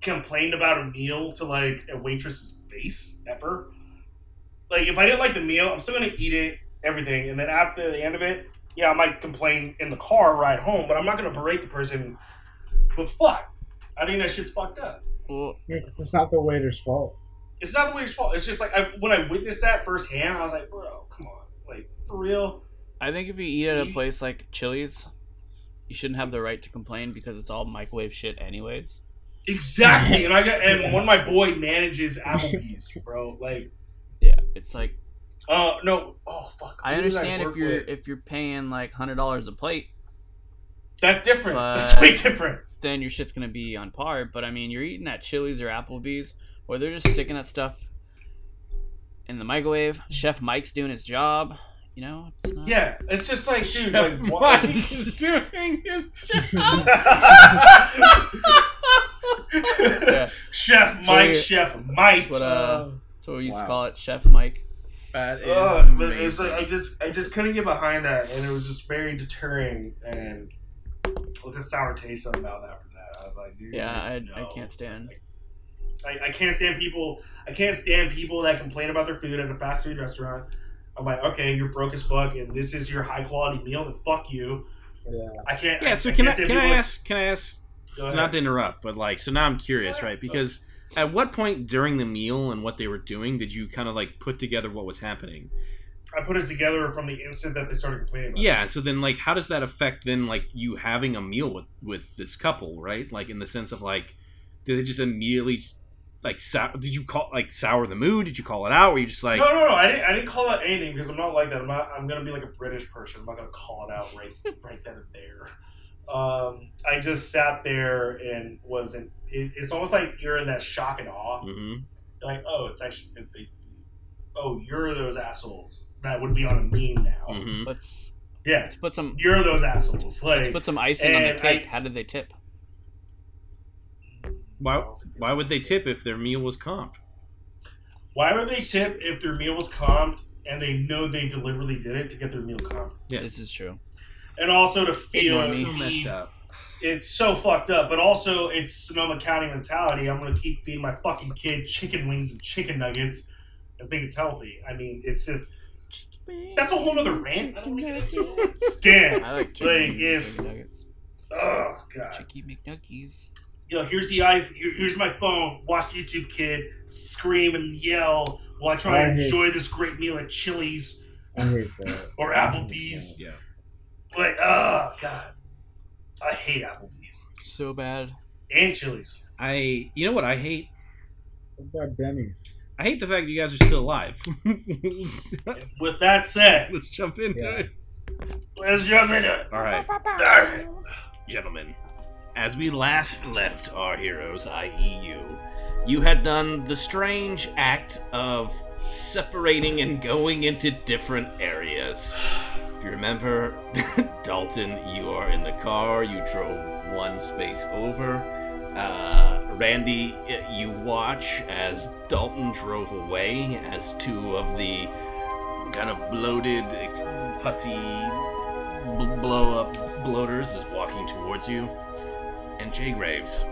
[SPEAKER 1] complained about a meal to like a waitress's face ever. Like if I didn't like the meal, I'm still gonna eat it, everything, and then after the end of it, yeah, I might complain in the car ride home, but I'm not gonna berate the person. But fuck, I think that shit's fucked up.
[SPEAKER 2] Well,
[SPEAKER 3] Yeah, 'cause it's not the waiter's fault.
[SPEAKER 1] It's not the waiter's fault. It's just like I, when I witnessed that firsthand, I was like, bro, come on, like for real.
[SPEAKER 2] I think if you eat
[SPEAKER 1] Mm-hmm.
[SPEAKER 2] at a place like Chili's, you shouldn't have the right to complain because it's all microwave shit, anyways.
[SPEAKER 1] Exactly, and I got and one of my boy manages Applebee's, bro. Like,
[SPEAKER 2] Yeah, it's like
[SPEAKER 1] uh, no, oh fuck.
[SPEAKER 2] I
[SPEAKER 1] Who did
[SPEAKER 2] understand if
[SPEAKER 1] work
[SPEAKER 2] you're
[SPEAKER 1] with?
[SPEAKER 2] if you're paying like hundred dollars a plate,
[SPEAKER 1] That's different.
[SPEAKER 2] But-
[SPEAKER 1] That's way different.
[SPEAKER 2] then your shit's gonna be on par. But I mean, you're eating at Chili's or Applebee's, or they're just sticking that stuff in the microwave. Chef Mike's doing his job. You know, it's not.
[SPEAKER 1] Yeah, it's just like, dude,
[SPEAKER 5] Chef
[SPEAKER 1] like, what?
[SPEAKER 5] Mike is doing his job.
[SPEAKER 2] Yeah.
[SPEAKER 1] Chef
[SPEAKER 2] So
[SPEAKER 1] Mike,
[SPEAKER 2] we-
[SPEAKER 1] Chef Mike.
[SPEAKER 2] That's what uh, that's what we used
[SPEAKER 4] Wow.
[SPEAKER 2] to call it, Chef Mike.
[SPEAKER 4] That is
[SPEAKER 1] Ugh, but
[SPEAKER 4] amazing.
[SPEAKER 1] it's like I just I just couldn't get behind that, and it was just very deterring, and with a sour taste in my mouth after that, I was like, dude,
[SPEAKER 2] Yeah, I, I
[SPEAKER 1] no.
[SPEAKER 2] can't stand.
[SPEAKER 1] I, I can't stand people. I can't stand people that complain about their food at a fast food restaurant. I'm like, okay, you're broke as fuck, and this is your high quality meal, then fuck you.
[SPEAKER 3] Yeah.
[SPEAKER 1] I can't.
[SPEAKER 4] yeah. So
[SPEAKER 1] I,
[SPEAKER 4] can I,
[SPEAKER 1] can't stand
[SPEAKER 4] can I
[SPEAKER 1] people that-
[SPEAKER 4] ask? Can I ask?
[SPEAKER 1] Go
[SPEAKER 4] so
[SPEAKER 1] ahead.
[SPEAKER 4] not to interrupt, but like, so now I'm curious,
[SPEAKER 1] Go ahead.
[SPEAKER 4] right? Because at what point during the meal and what they were doing did you kind of like put together what was happening?
[SPEAKER 1] I put it together from the instant that they started complaining. About it.
[SPEAKER 4] Yeah. So then, like, how does that affect then, like, you having a meal with with this couple, right? Like, in the sense of like, did they just immediately, like, sou- did you call like sour the mood? Did you call it out? Were you just like,
[SPEAKER 1] no, no, no. I didn't. I didn't call out anything because I'm not like that. I'm not. I'm gonna be like a British person. I'm not gonna call it out right, right then and there. Um, I just sat there and wasn't. It, it's almost like you're in that shock and awe.
[SPEAKER 4] Mhm.
[SPEAKER 1] You're like, oh, it's actually. It, they, oh, you're those assholes that would be on a meme now.
[SPEAKER 4] Mhm.
[SPEAKER 2] Let's
[SPEAKER 1] Yeah,
[SPEAKER 2] let's put some
[SPEAKER 1] you're those assholes.
[SPEAKER 2] let's
[SPEAKER 1] Like,
[SPEAKER 2] put some icing on
[SPEAKER 1] And
[SPEAKER 2] the cake.
[SPEAKER 1] I-
[SPEAKER 2] How did they tip?
[SPEAKER 4] why why would they tip if their meal was comped?
[SPEAKER 1] Why would they tip if their meal was comped and they know they deliberately did it to get their meal comped?
[SPEAKER 4] Yeah.
[SPEAKER 2] This is true.
[SPEAKER 1] And also to feel
[SPEAKER 2] Ignore me.
[SPEAKER 4] So messed up.
[SPEAKER 1] it's so fucked up, but also it's Sonoma County mentality. I'm gonna keep feeding my fucking kid chicken wings and chicken nuggets and think it's healthy. I mean, it's just that's a whole nother rant. I don't wanna get into it. Damn.
[SPEAKER 2] I like chicken
[SPEAKER 1] Like, if-
[SPEAKER 2] McNuggets.
[SPEAKER 1] Oh god.
[SPEAKER 2] Chicky McNuggies.
[SPEAKER 1] Yo, here's the i. Here, here's my phone. Watch YouTube, kid. Scream and yell while I try
[SPEAKER 3] I
[SPEAKER 1] to
[SPEAKER 3] hate-
[SPEAKER 1] enjoy this great meal at Chili's
[SPEAKER 3] I hate that.
[SPEAKER 1] or Applebee's.
[SPEAKER 4] Yeah.
[SPEAKER 1] Like, oh god, I hate Applebee's
[SPEAKER 2] So bad.
[SPEAKER 1] and Chili's.
[SPEAKER 4] I you know what I hate?
[SPEAKER 3] What about Denny's?
[SPEAKER 4] I hate the fact you guys are still alive.
[SPEAKER 1] And with that said,
[SPEAKER 4] Let's jump into
[SPEAKER 3] Yeah.
[SPEAKER 4] it.
[SPEAKER 1] let's jump into it.
[SPEAKER 4] All right.
[SPEAKER 1] All right.
[SPEAKER 4] Gentlemen, as we last left our heroes, i.e., you, you had done the strange act of separating and going into different areas. If you remember, Dalton, you are in the car, you drove one space over. Uh, Randy, y- you watch as Dalton drove away, as two of the kind of bloated, ex- pussy b- blow up bloaters is walking towards you. And Jay Graves,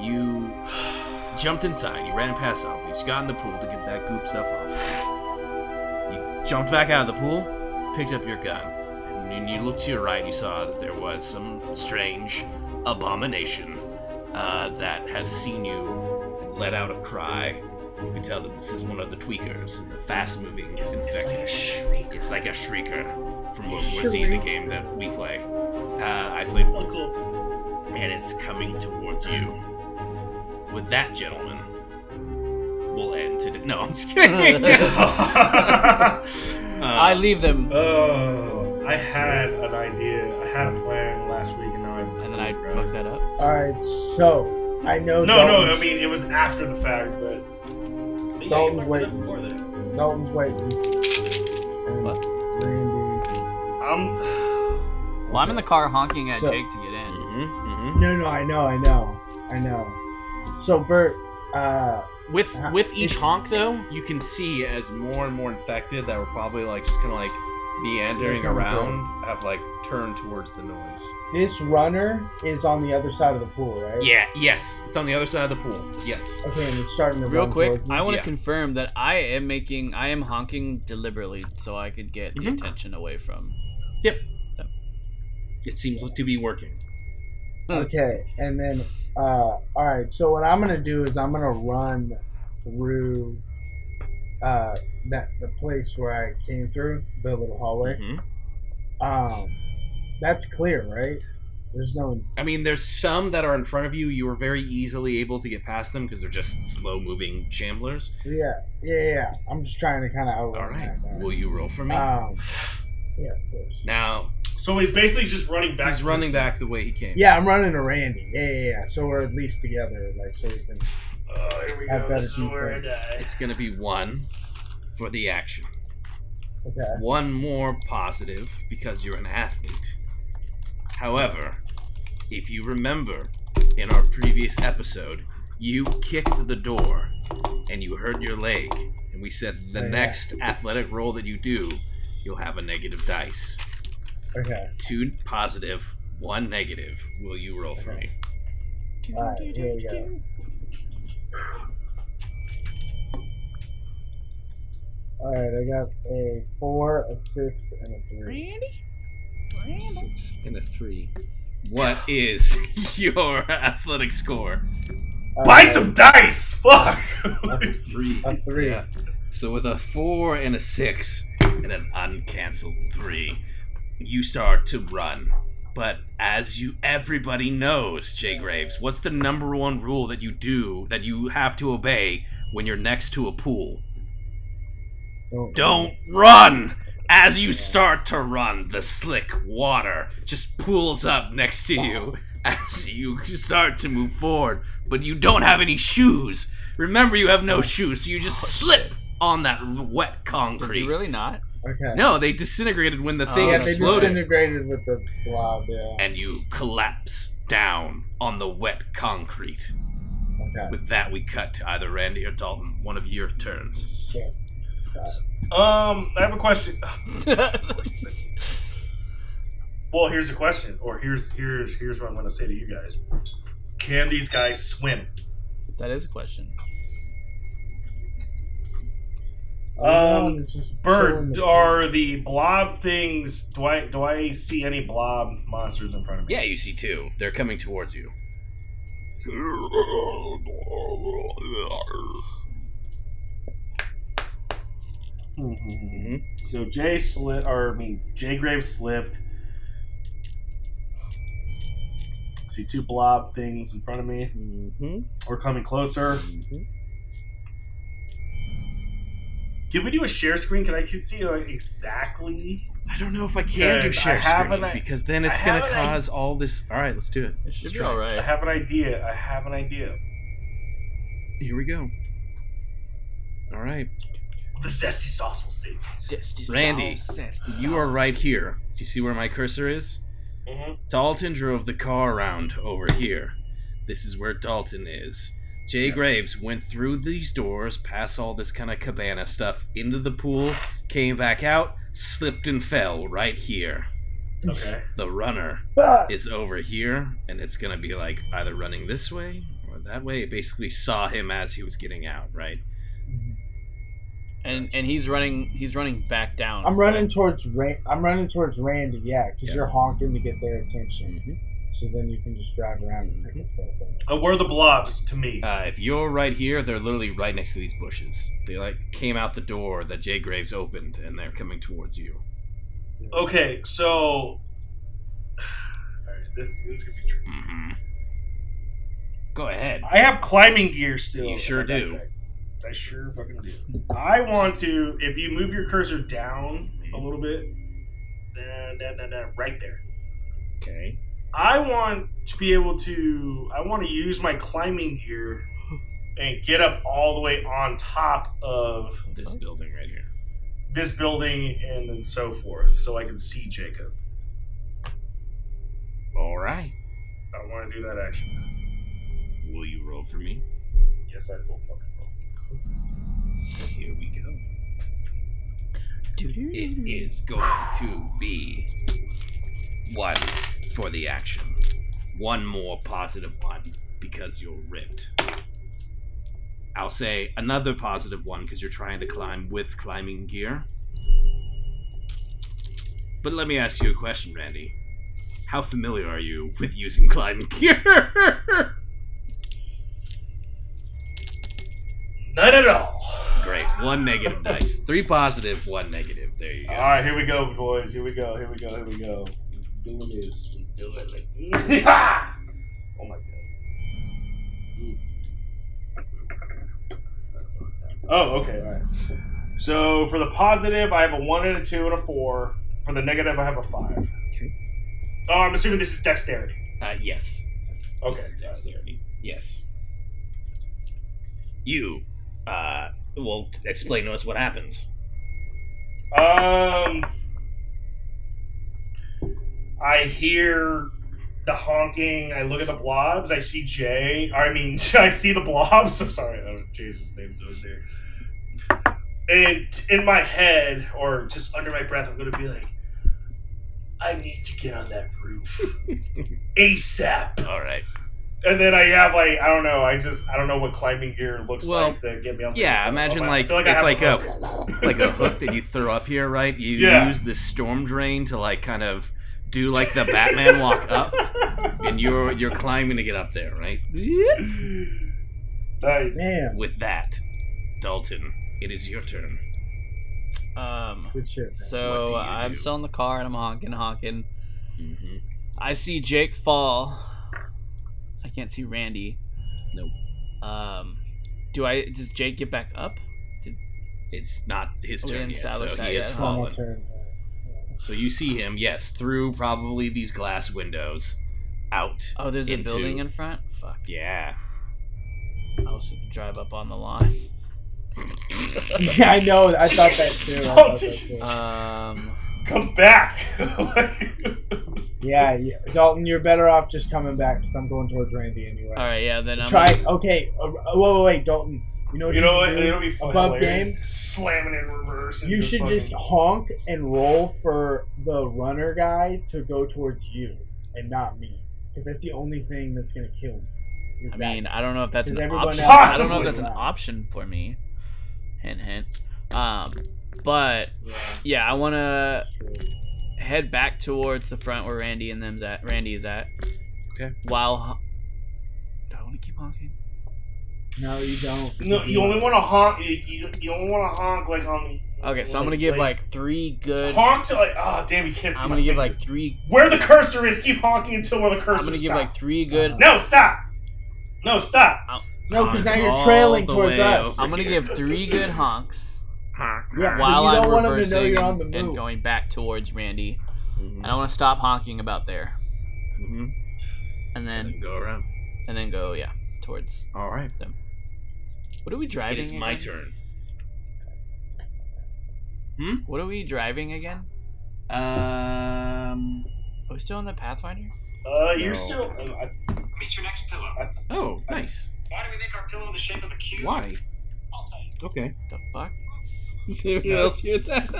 [SPEAKER 4] you jumped inside. You ran past something. You got in the pool to get that goop stuff off. You jumped back out of the pool, picked up your gun, and when you looked to your right. You saw that there was some strange abomination uh, that has seen you let out a cry. You can tell that this is one of the tweakers, and the fast-moving is infected.
[SPEAKER 1] shriek.
[SPEAKER 4] It's like a shrieker from what we're seeing in the game that we play. Uh, I played
[SPEAKER 1] So
[SPEAKER 4] once,
[SPEAKER 1] cool.
[SPEAKER 4] and it's coming towards you. With that, gentlemen, we'll end today. No, I'm just kidding. Uh,
[SPEAKER 2] I leave them,
[SPEAKER 1] oh, I had an idea. I had a plan last week, and now I
[SPEAKER 2] and then I fuck that up.
[SPEAKER 3] All right, so I know.
[SPEAKER 1] No, no,
[SPEAKER 3] Dalton's-
[SPEAKER 1] I mean it was after the fact, but
[SPEAKER 6] Maybe
[SPEAKER 3] Dalton's
[SPEAKER 6] fucked it up
[SPEAKER 3] waiting.
[SPEAKER 6] Before that.
[SPEAKER 3] Dalton's waiting. And Randy.
[SPEAKER 1] I'm
[SPEAKER 2] Well, I'm in the car honking at
[SPEAKER 3] So-
[SPEAKER 2] Jake to get in.
[SPEAKER 4] Mm-hmm,
[SPEAKER 3] No, no, I know, I know, I know. So Bert, uh,
[SPEAKER 4] With
[SPEAKER 3] Uh,
[SPEAKER 4] with each
[SPEAKER 3] it's-
[SPEAKER 4] honk though, you can see as more and more infected that were probably like just kind of like meandering
[SPEAKER 3] Here comes
[SPEAKER 4] around have like turned towards the noise.
[SPEAKER 3] this runner is on the other side of the pool, right?
[SPEAKER 4] Yeah. Yes. It's on the other side of the pool. Yes.
[SPEAKER 3] Okay, and it's starting to
[SPEAKER 2] Real
[SPEAKER 3] run
[SPEAKER 2] quick,
[SPEAKER 3] towards me.
[SPEAKER 2] I want to
[SPEAKER 4] Yeah.
[SPEAKER 2] confirm that I am making, I am honking deliberately so I could get the
[SPEAKER 4] Mhm.
[SPEAKER 2] attention away from.
[SPEAKER 4] It seems to be working.
[SPEAKER 3] Okay, and then uh, all right. So what I'm gonna do is I'm gonna run through uh, that the place where I came through the little hallway.
[SPEAKER 4] Mhm. Mm-hmm.
[SPEAKER 3] Um, that's clear, right? There's no
[SPEAKER 4] I mean, there's some that are in front of you. You are very easily able to get past them because they're just slow moving shamblers.
[SPEAKER 3] yeah, yeah, yeah. I'm just trying to kind of
[SPEAKER 4] All
[SPEAKER 3] outrun
[SPEAKER 4] right.
[SPEAKER 3] that.
[SPEAKER 4] Will you roll for me?
[SPEAKER 3] guy. Um, yeah, of course.
[SPEAKER 4] now
[SPEAKER 1] so he's basically just running back.
[SPEAKER 4] he's running back the way he came.
[SPEAKER 3] Yeah, I'm running a Randy. Yeah, yeah, yeah. So we're at least together, like, so we can.
[SPEAKER 1] Oh, here we
[SPEAKER 3] Have
[SPEAKER 1] go.
[SPEAKER 3] better
[SPEAKER 1] This is where I
[SPEAKER 3] defense.
[SPEAKER 1] die.
[SPEAKER 4] It's gonna be one for the action.
[SPEAKER 3] Okay.
[SPEAKER 4] one more positive because you're an athlete. However, if you remember in our previous episode, you kicked the door and you hurt your leg, and we said the
[SPEAKER 3] Yeah.
[SPEAKER 4] next athletic roll that you do, you'll have a negative dice.
[SPEAKER 3] Okay.
[SPEAKER 4] Two positive, one negative. Will you roll for me?
[SPEAKER 3] All right. Here we go. All right. I got a four, a six, and a three.
[SPEAKER 4] Six and a three. What is your athletic score?
[SPEAKER 3] Uh,
[SPEAKER 1] Buy some dice. Fuck.
[SPEAKER 4] Three.
[SPEAKER 3] A three.
[SPEAKER 4] Yeah. So with a four and a six and an uncancelled three, you start to run. But as you everybody knows, Jay Graves, what's the number one rule that you do that you have to obey when you're next to a pool?
[SPEAKER 3] Don't.
[SPEAKER 4] Don't run! As you start to run, the slick water just pools up next to you as you start to move forward, but you don't have any shoes. Remember, you have no shoes, so you just slip on that wet
[SPEAKER 2] Is he
[SPEAKER 4] concrete.
[SPEAKER 2] really not?
[SPEAKER 3] Okay.
[SPEAKER 4] No, they disintegrated when the thing
[SPEAKER 2] Oh,
[SPEAKER 3] Yeah, they
[SPEAKER 4] exploded,
[SPEAKER 3] disintegrated with the blob. Yeah.
[SPEAKER 4] and you collapse down on the wet concrete.
[SPEAKER 3] Okay.
[SPEAKER 4] With that, we cut to either Randy or Dalton, one of your turns.
[SPEAKER 3] Shit.
[SPEAKER 1] Um, I have a question. Well, here's a question, or here's here's here's what I'm gonna say to you guys. Can these guys swim?
[SPEAKER 2] that is a question.
[SPEAKER 3] Oh,
[SPEAKER 1] Um,
[SPEAKER 3] no, it's just chilling
[SPEAKER 1] Bird,
[SPEAKER 3] the-
[SPEAKER 1] are the blob things? Do I do I see any blob monsters in front of me?
[SPEAKER 4] Yeah, you see two. They're coming towards you. Mhm.
[SPEAKER 1] Mm-hmm, So Jay slid, or I mean, Jay Graves slipped. See two blob things in front of me. We're coming closer. Can we do a share screen? Can I see like exactly?
[SPEAKER 4] I don't know if I can do
[SPEAKER 1] Yes, I
[SPEAKER 4] share
[SPEAKER 1] have an
[SPEAKER 4] screen
[SPEAKER 1] i-
[SPEAKER 4] because then it's
[SPEAKER 1] I
[SPEAKER 4] gonna
[SPEAKER 1] have an i-
[SPEAKER 4] cause all this. All right, let's do it.
[SPEAKER 2] It should
[SPEAKER 4] Let's
[SPEAKER 2] be
[SPEAKER 4] try.
[SPEAKER 2] all
[SPEAKER 1] I
[SPEAKER 2] right.
[SPEAKER 1] have an idea. I have an idea.
[SPEAKER 4] Here we go. All right,
[SPEAKER 1] The zesty sauce will see.
[SPEAKER 4] Randy, you are right here. Do you see where my cursor is? Mm-hmm. Dalton drove the car around over here. This is where Dalton is. Jay
[SPEAKER 1] Yes.
[SPEAKER 4] Graves went through these doors, past all this kind of cabana stuff, into the pool, came back out, slipped and fell right here.
[SPEAKER 1] Okay.
[SPEAKER 4] The runner
[SPEAKER 3] Fuck!
[SPEAKER 4] is over here, and it's gonna be like either running this way or that way. It basically saw him as he was getting out, right?
[SPEAKER 2] And and he's running. He's running back down.
[SPEAKER 3] I'm running towards Ra- I'm running towards Randy. Yeah, because
[SPEAKER 4] Yeah.
[SPEAKER 3] you're honking to get their attention. So then you can just drive around and pick us both up.
[SPEAKER 1] Uh, where are the blobs to me?
[SPEAKER 4] Uh, if you're right here, they're literally right next to these bushes. They like came out the door that Jay Graves opened, and they're coming towards you.
[SPEAKER 1] Okay, so. All right, this, this is gonna be tricky.
[SPEAKER 4] Mm-hmm. Go ahead.
[SPEAKER 1] I have climbing gear still.
[SPEAKER 4] You sure
[SPEAKER 1] in my
[SPEAKER 4] do.
[SPEAKER 1] backpack. I sure fucking do. I want to. If you move your cursor down a little bit, down, down, down, down, right there.
[SPEAKER 4] Okay.
[SPEAKER 1] I want to be able to. I want to use my climbing gear and get up all the way on top of
[SPEAKER 5] This building right here.
[SPEAKER 1] this building and then so forth, so I can see Jacob.
[SPEAKER 4] All right.
[SPEAKER 1] I want to do that action.
[SPEAKER 5] Will you roll for me?
[SPEAKER 1] Yes, I full fucking roll.
[SPEAKER 5] Here we go. It is going to be one for the action. One more positive one because you're ripped.
[SPEAKER 4] I'll say another positive one because you're trying to climb with climbing gear. But let me ask you a question, Randy. How familiar are you with using climbing gear?
[SPEAKER 1] None at all.
[SPEAKER 4] Great. One negative dice. Three positive, one negative. There you go.
[SPEAKER 1] All right, here we go, boys. Here we go. Here we go. Here we go. Let's do this. Let's do it. Like, Yeehaw! oh my god. Oh, okay. All right. So for the positive, I have a one and a two and a four. For the negative, I have a five. Okay. Oh, I'm assuming this is dexterity.
[SPEAKER 5] Uh, yes.
[SPEAKER 1] Okay.
[SPEAKER 5] This is dexterity. Yes.
[SPEAKER 4] You, uh, will explain to us what happens.
[SPEAKER 1] Um, I hear the honking. I look at the blobs. I see Jay. I mean, I see the blobs. I'm sorry. Oh, Jesus, name's over there. And in my head, or just under my breath, I'm gonna be like, "I need to get on that roof ASAP."
[SPEAKER 4] All right.
[SPEAKER 1] And then I have like, I don't know. I just I don't know what climbing gear looks
[SPEAKER 4] Well,
[SPEAKER 1] like to get me on. the-
[SPEAKER 4] Yeah, imagine
[SPEAKER 1] on my- I
[SPEAKER 4] like,
[SPEAKER 1] feel I
[SPEAKER 4] it's
[SPEAKER 1] have
[SPEAKER 4] like a
[SPEAKER 1] hook.
[SPEAKER 4] like a hook that you throw up here, right? You
[SPEAKER 1] Yeah.
[SPEAKER 4] use this storm drain to like kind of do like the Batman walk up, and you're you're climbing to get up there, right?
[SPEAKER 1] nice.
[SPEAKER 3] Damn.
[SPEAKER 4] With that, Dalton, it is your turn.
[SPEAKER 2] Um,
[SPEAKER 3] Good shit. man.
[SPEAKER 2] so
[SPEAKER 4] What do you
[SPEAKER 2] I'm
[SPEAKER 4] do?
[SPEAKER 2] still in the car and I'm honking, honking.
[SPEAKER 4] Mm-hmm.
[SPEAKER 2] I see Jake fall. I can't see Randy.
[SPEAKER 4] Nope.
[SPEAKER 2] Um, do I? Does Jake get back up?
[SPEAKER 4] It's not his
[SPEAKER 2] We
[SPEAKER 4] turn
[SPEAKER 2] didn't
[SPEAKER 4] yet, so
[SPEAKER 2] establish that
[SPEAKER 4] he has
[SPEAKER 2] yet, huh?
[SPEAKER 3] Oh, my
[SPEAKER 4] fallen.
[SPEAKER 3] turn.
[SPEAKER 4] So you see him, yes, through probably these glass windows, out.
[SPEAKER 2] Oh, there's a
[SPEAKER 4] Into-
[SPEAKER 2] building in front. Fuck.
[SPEAKER 4] Yeah.
[SPEAKER 2] I'll just drive up on the line.
[SPEAKER 3] Yeah. yeah, I know. I thought that too. I
[SPEAKER 1] Oh,
[SPEAKER 3] thought that
[SPEAKER 1] Jesus.
[SPEAKER 3] too.
[SPEAKER 2] Um,
[SPEAKER 1] Come back.
[SPEAKER 3] Yeah, yeah, Dalton, you're better off just coming back because I'm going towards Randy anyway.
[SPEAKER 2] all right, yeah. Then I'm
[SPEAKER 3] Try.
[SPEAKER 2] gonna-
[SPEAKER 3] Okay. Uh, whoa, wait, wait, Dalton. You know what
[SPEAKER 1] You
[SPEAKER 3] you,
[SPEAKER 1] know what?
[SPEAKER 3] should do
[SPEAKER 1] It'll be fun,
[SPEAKER 3] above
[SPEAKER 1] hilarious.
[SPEAKER 3] game.
[SPEAKER 1] Slamming in reverse. and
[SPEAKER 3] You should
[SPEAKER 1] fucking-
[SPEAKER 3] just honk and roll for the runner guy to go towards you and not me, because that's the only thing that's gonna kill me. is
[SPEAKER 2] I
[SPEAKER 3] that.
[SPEAKER 2] mean, I don't know if that's
[SPEAKER 3] Is
[SPEAKER 2] an
[SPEAKER 3] everyone
[SPEAKER 2] option.
[SPEAKER 1] else-
[SPEAKER 2] I don't know
[SPEAKER 1] Possibly.
[SPEAKER 2] if that's an option for me. Hint, hint. Um, but yeah, I want to head back towards the front where Randy and them's at. Randy is at.
[SPEAKER 4] Okay.
[SPEAKER 2] While hon- do I want to keep honking?
[SPEAKER 3] no, you don't.
[SPEAKER 1] No, you only want to honk. You, you, you only want to honk like on the
[SPEAKER 2] Okay, so I'm gonna give
[SPEAKER 1] Like-
[SPEAKER 2] like three good.
[SPEAKER 1] honk to like. Oh damn, you can't see.
[SPEAKER 2] I'm
[SPEAKER 1] my
[SPEAKER 2] gonna give
[SPEAKER 1] finger.
[SPEAKER 2] like three.
[SPEAKER 1] where the cursor is. Keep honking until where the cursor.
[SPEAKER 2] I'm gonna give like
[SPEAKER 1] stops.
[SPEAKER 2] three good.
[SPEAKER 1] No, stop. No, stop.
[SPEAKER 3] No, because now
[SPEAKER 4] All
[SPEAKER 3] you're trailing
[SPEAKER 4] the
[SPEAKER 3] towards
[SPEAKER 4] way
[SPEAKER 3] us.
[SPEAKER 4] over.
[SPEAKER 2] I'm gonna give three good honks
[SPEAKER 3] Yeah,
[SPEAKER 2] while
[SPEAKER 3] you don't
[SPEAKER 2] I'm
[SPEAKER 3] want him to
[SPEAKER 2] reversing
[SPEAKER 3] know you're
[SPEAKER 2] and-
[SPEAKER 3] on the move.
[SPEAKER 2] and going back towards Randy.
[SPEAKER 4] Mm-hmm.
[SPEAKER 2] And I want to stop honking about there,
[SPEAKER 6] Mm-hmm.
[SPEAKER 2] and
[SPEAKER 4] And then
[SPEAKER 2] then
[SPEAKER 4] go around.
[SPEAKER 2] and then go yeah towards
[SPEAKER 4] All right.
[SPEAKER 2] What are we driving?
[SPEAKER 4] It is my
[SPEAKER 2] again?
[SPEAKER 4] turn.
[SPEAKER 2] What are we driving again?
[SPEAKER 4] Um.
[SPEAKER 2] Are we still on the Pathfinder?
[SPEAKER 1] Uh, you're
[SPEAKER 4] No.
[SPEAKER 1] still. I,
[SPEAKER 6] Meet your next pillow.
[SPEAKER 4] Oh, nice.
[SPEAKER 6] Why do we make our pillow the shape of a cube?
[SPEAKER 4] Why?
[SPEAKER 6] I'll tell you.
[SPEAKER 4] Okay.
[SPEAKER 2] The fuck?
[SPEAKER 4] Does anyone else hear that?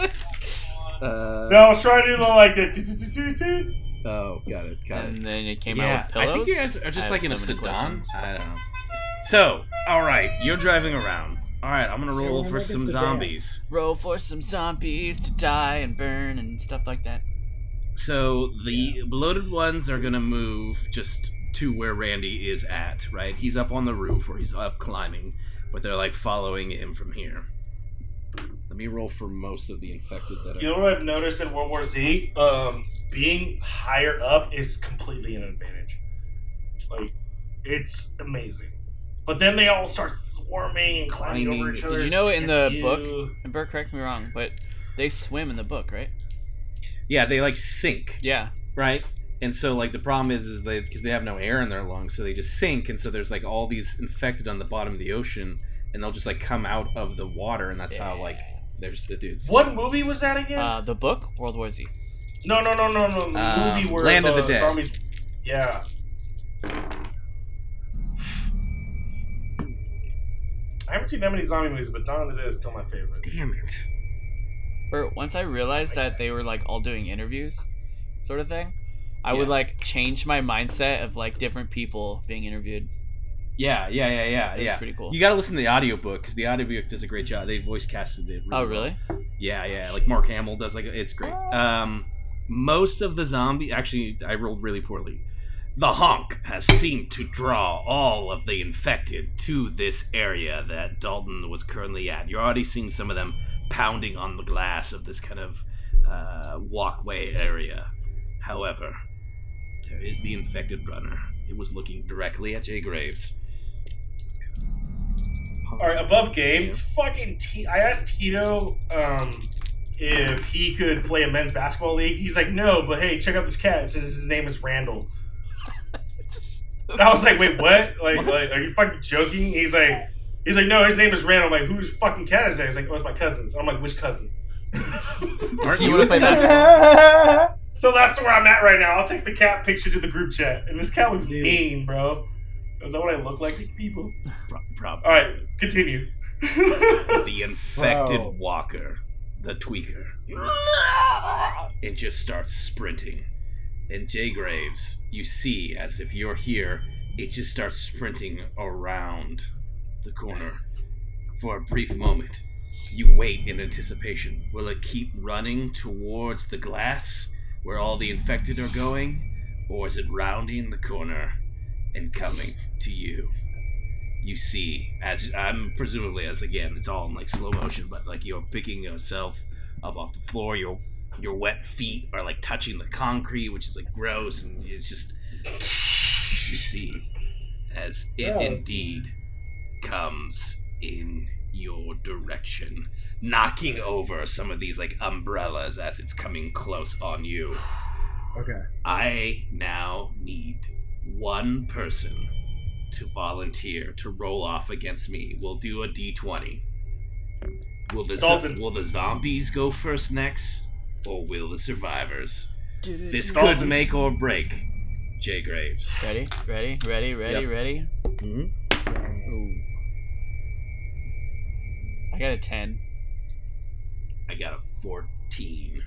[SPEAKER 4] Uh,
[SPEAKER 1] no, I was trying to do the like the. do- do- do- do- do.
[SPEAKER 4] Oh, got it. Got it.
[SPEAKER 2] And then it came out
[SPEAKER 4] yeah,
[SPEAKER 2] with pillows.
[SPEAKER 4] I think you guys are just
[SPEAKER 2] I
[SPEAKER 4] like in
[SPEAKER 2] have
[SPEAKER 4] a
[SPEAKER 2] so many
[SPEAKER 4] sedan.
[SPEAKER 2] questions.
[SPEAKER 4] I don't know. So, all right, you're driving around. All right, I'm gonna
[SPEAKER 3] Yeah,
[SPEAKER 4] roll
[SPEAKER 3] we're
[SPEAKER 4] for
[SPEAKER 3] like a
[SPEAKER 4] some
[SPEAKER 3] sedan.
[SPEAKER 4] zombies.
[SPEAKER 2] Roll for some zombies to die and burn and stuff like that.
[SPEAKER 4] So the bloated ones are gonna move just to where Randy is at. Right, he's up on the roof or he's up climbing, but they're like following him from here. Let me roll for most of the infected that are.
[SPEAKER 1] You know what I've noticed in World War Z? Um, being higher up is completely an advantage. Like, it's amazing. But then they all start swarming and climbing,
[SPEAKER 4] Climbing.
[SPEAKER 1] over each
[SPEAKER 4] Did
[SPEAKER 1] other.
[SPEAKER 2] you know
[SPEAKER 1] to
[SPEAKER 2] in
[SPEAKER 1] get
[SPEAKER 2] the
[SPEAKER 1] to you.
[SPEAKER 2] book? And Bert, correct me wrong, but they swim in the book, right?
[SPEAKER 4] Yeah, they like sink.
[SPEAKER 2] Yeah.
[SPEAKER 4] right?
[SPEAKER 5] and so like the problem is is they because they have no air in their lungs so they just sink and so there's like all these infected on the bottom of the ocean and they'll just like come out of the water and that's how like there's the dudes
[SPEAKER 1] What movie was that again?
[SPEAKER 2] Uh, the book World War Z.
[SPEAKER 1] no, no, no, no, no. The
[SPEAKER 5] um,
[SPEAKER 1] movie where
[SPEAKER 5] Land
[SPEAKER 1] the,
[SPEAKER 5] of the Dead.
[SPEAKER 1] zombies. Yeah. I haven't seen that many zombie movies, but Dawn of the Dead is still my favorite.
[SPEAKER 5] damn it
[SPEAKER 2] Or once I realized that they were like all doing interviews, sort of thing, I would like change my mindset of like different people being interviewed.
[SPEAKER 5] yeah yeah yeah yeah
[SPEAKER 2] It was
[SPEAKER 5] yeah
[SPEAKER 2] pretty cool.
[SPEAKER 5] you gotta listen to the audiobook because the audiobook does a great job they voice casted it
[SPEAKER 2] oh really?
[SPEAKER 5] Yeah, yeah. Like Mark Hamill does. Like it's great. Um, most of the zombie. Actually, I rolled really poorly.
[SPEAKER 4] The honk has seemed to draw all of the infected to this area that Dalton was currently at. You're already seeing some of them pounding on the glass of this kind of uh, walkway area. However, there is the infected runner. It was looking directly at Jay Graves.
[SPEAKER 1] All right, above game.
[SPEAKER 4] Yeah.
[SPEAKER 1] Fucking, T- I asked Tito um, if he could play a men's basketball league. He's like, no, but hey, check out this cat. It says his name is Randall. And I was like, wait, what? Like, like, are you fucking joking? He's like, he's like, no, his name is Randall. I'm like, whose fucking cat is that? He's like, oh, it's my cousin's. I'm like, which cousin?
[SPEAKER 5] Aren't
[SPEAKER 2] So you wanna play basketball?
[SPEAKER 1] So that's where I'm at right now. I'll text the cat picture to the group chat, and this cat looks
[SPEAKER 3] Dude.
[SPEAKER 1] mean, bro. Is that what I look like to people?
[SPEAKER 4] Pro-
[SPEAKER 1] All
[SPEAKER 4] probably
[SPEAKER 1] right, continue.
[SPEAKER 4] the infected
[SPEAKER 3] Wow.
[SPEAKER 4] walker, the tweaker. It just starts sprinting. And Jay Graves, you see, as if you're here, it just starts sprinting around the corner. For a brief moment, you wait in anticipation. Will it keep running towards the glass where all the infected are going? Or is it rounding the corner and coming to you? you see as I'm presumably as again it's all in like slow motion, but like you're picking yourself up off the floor. Your your wet feet are like touching the concrete, which is like gross, and it's just you see as it
[SPEAKER 3] Gross.
[SPEAKER 4] indeed comes in your direction, knocking over some of these like umbrellas as it's coming close on you.
[SPEAKER 3] Okay.
[SPEAKER 4] I now need one person to volunteer to roll off against me. We'll do a d20. Will the,
[SPEAKER 1] Dalton.
[SPEAKER 4] will the zombies go first next, or will the survivors? This could
[SPEAKER 1] Dalton.
[SPEAKER 4] make or break Jay Graves.
[SPEAKER 2] Ready? Ready? Ready? Ready?
[SPEAKER 5] Yep.
[SPEAKER 2] Ready?
[SPEAKER 5] Mhm.
[SPEAKER 2] Ooh. I got a ten.
[SPEAKER 4] I got a 14.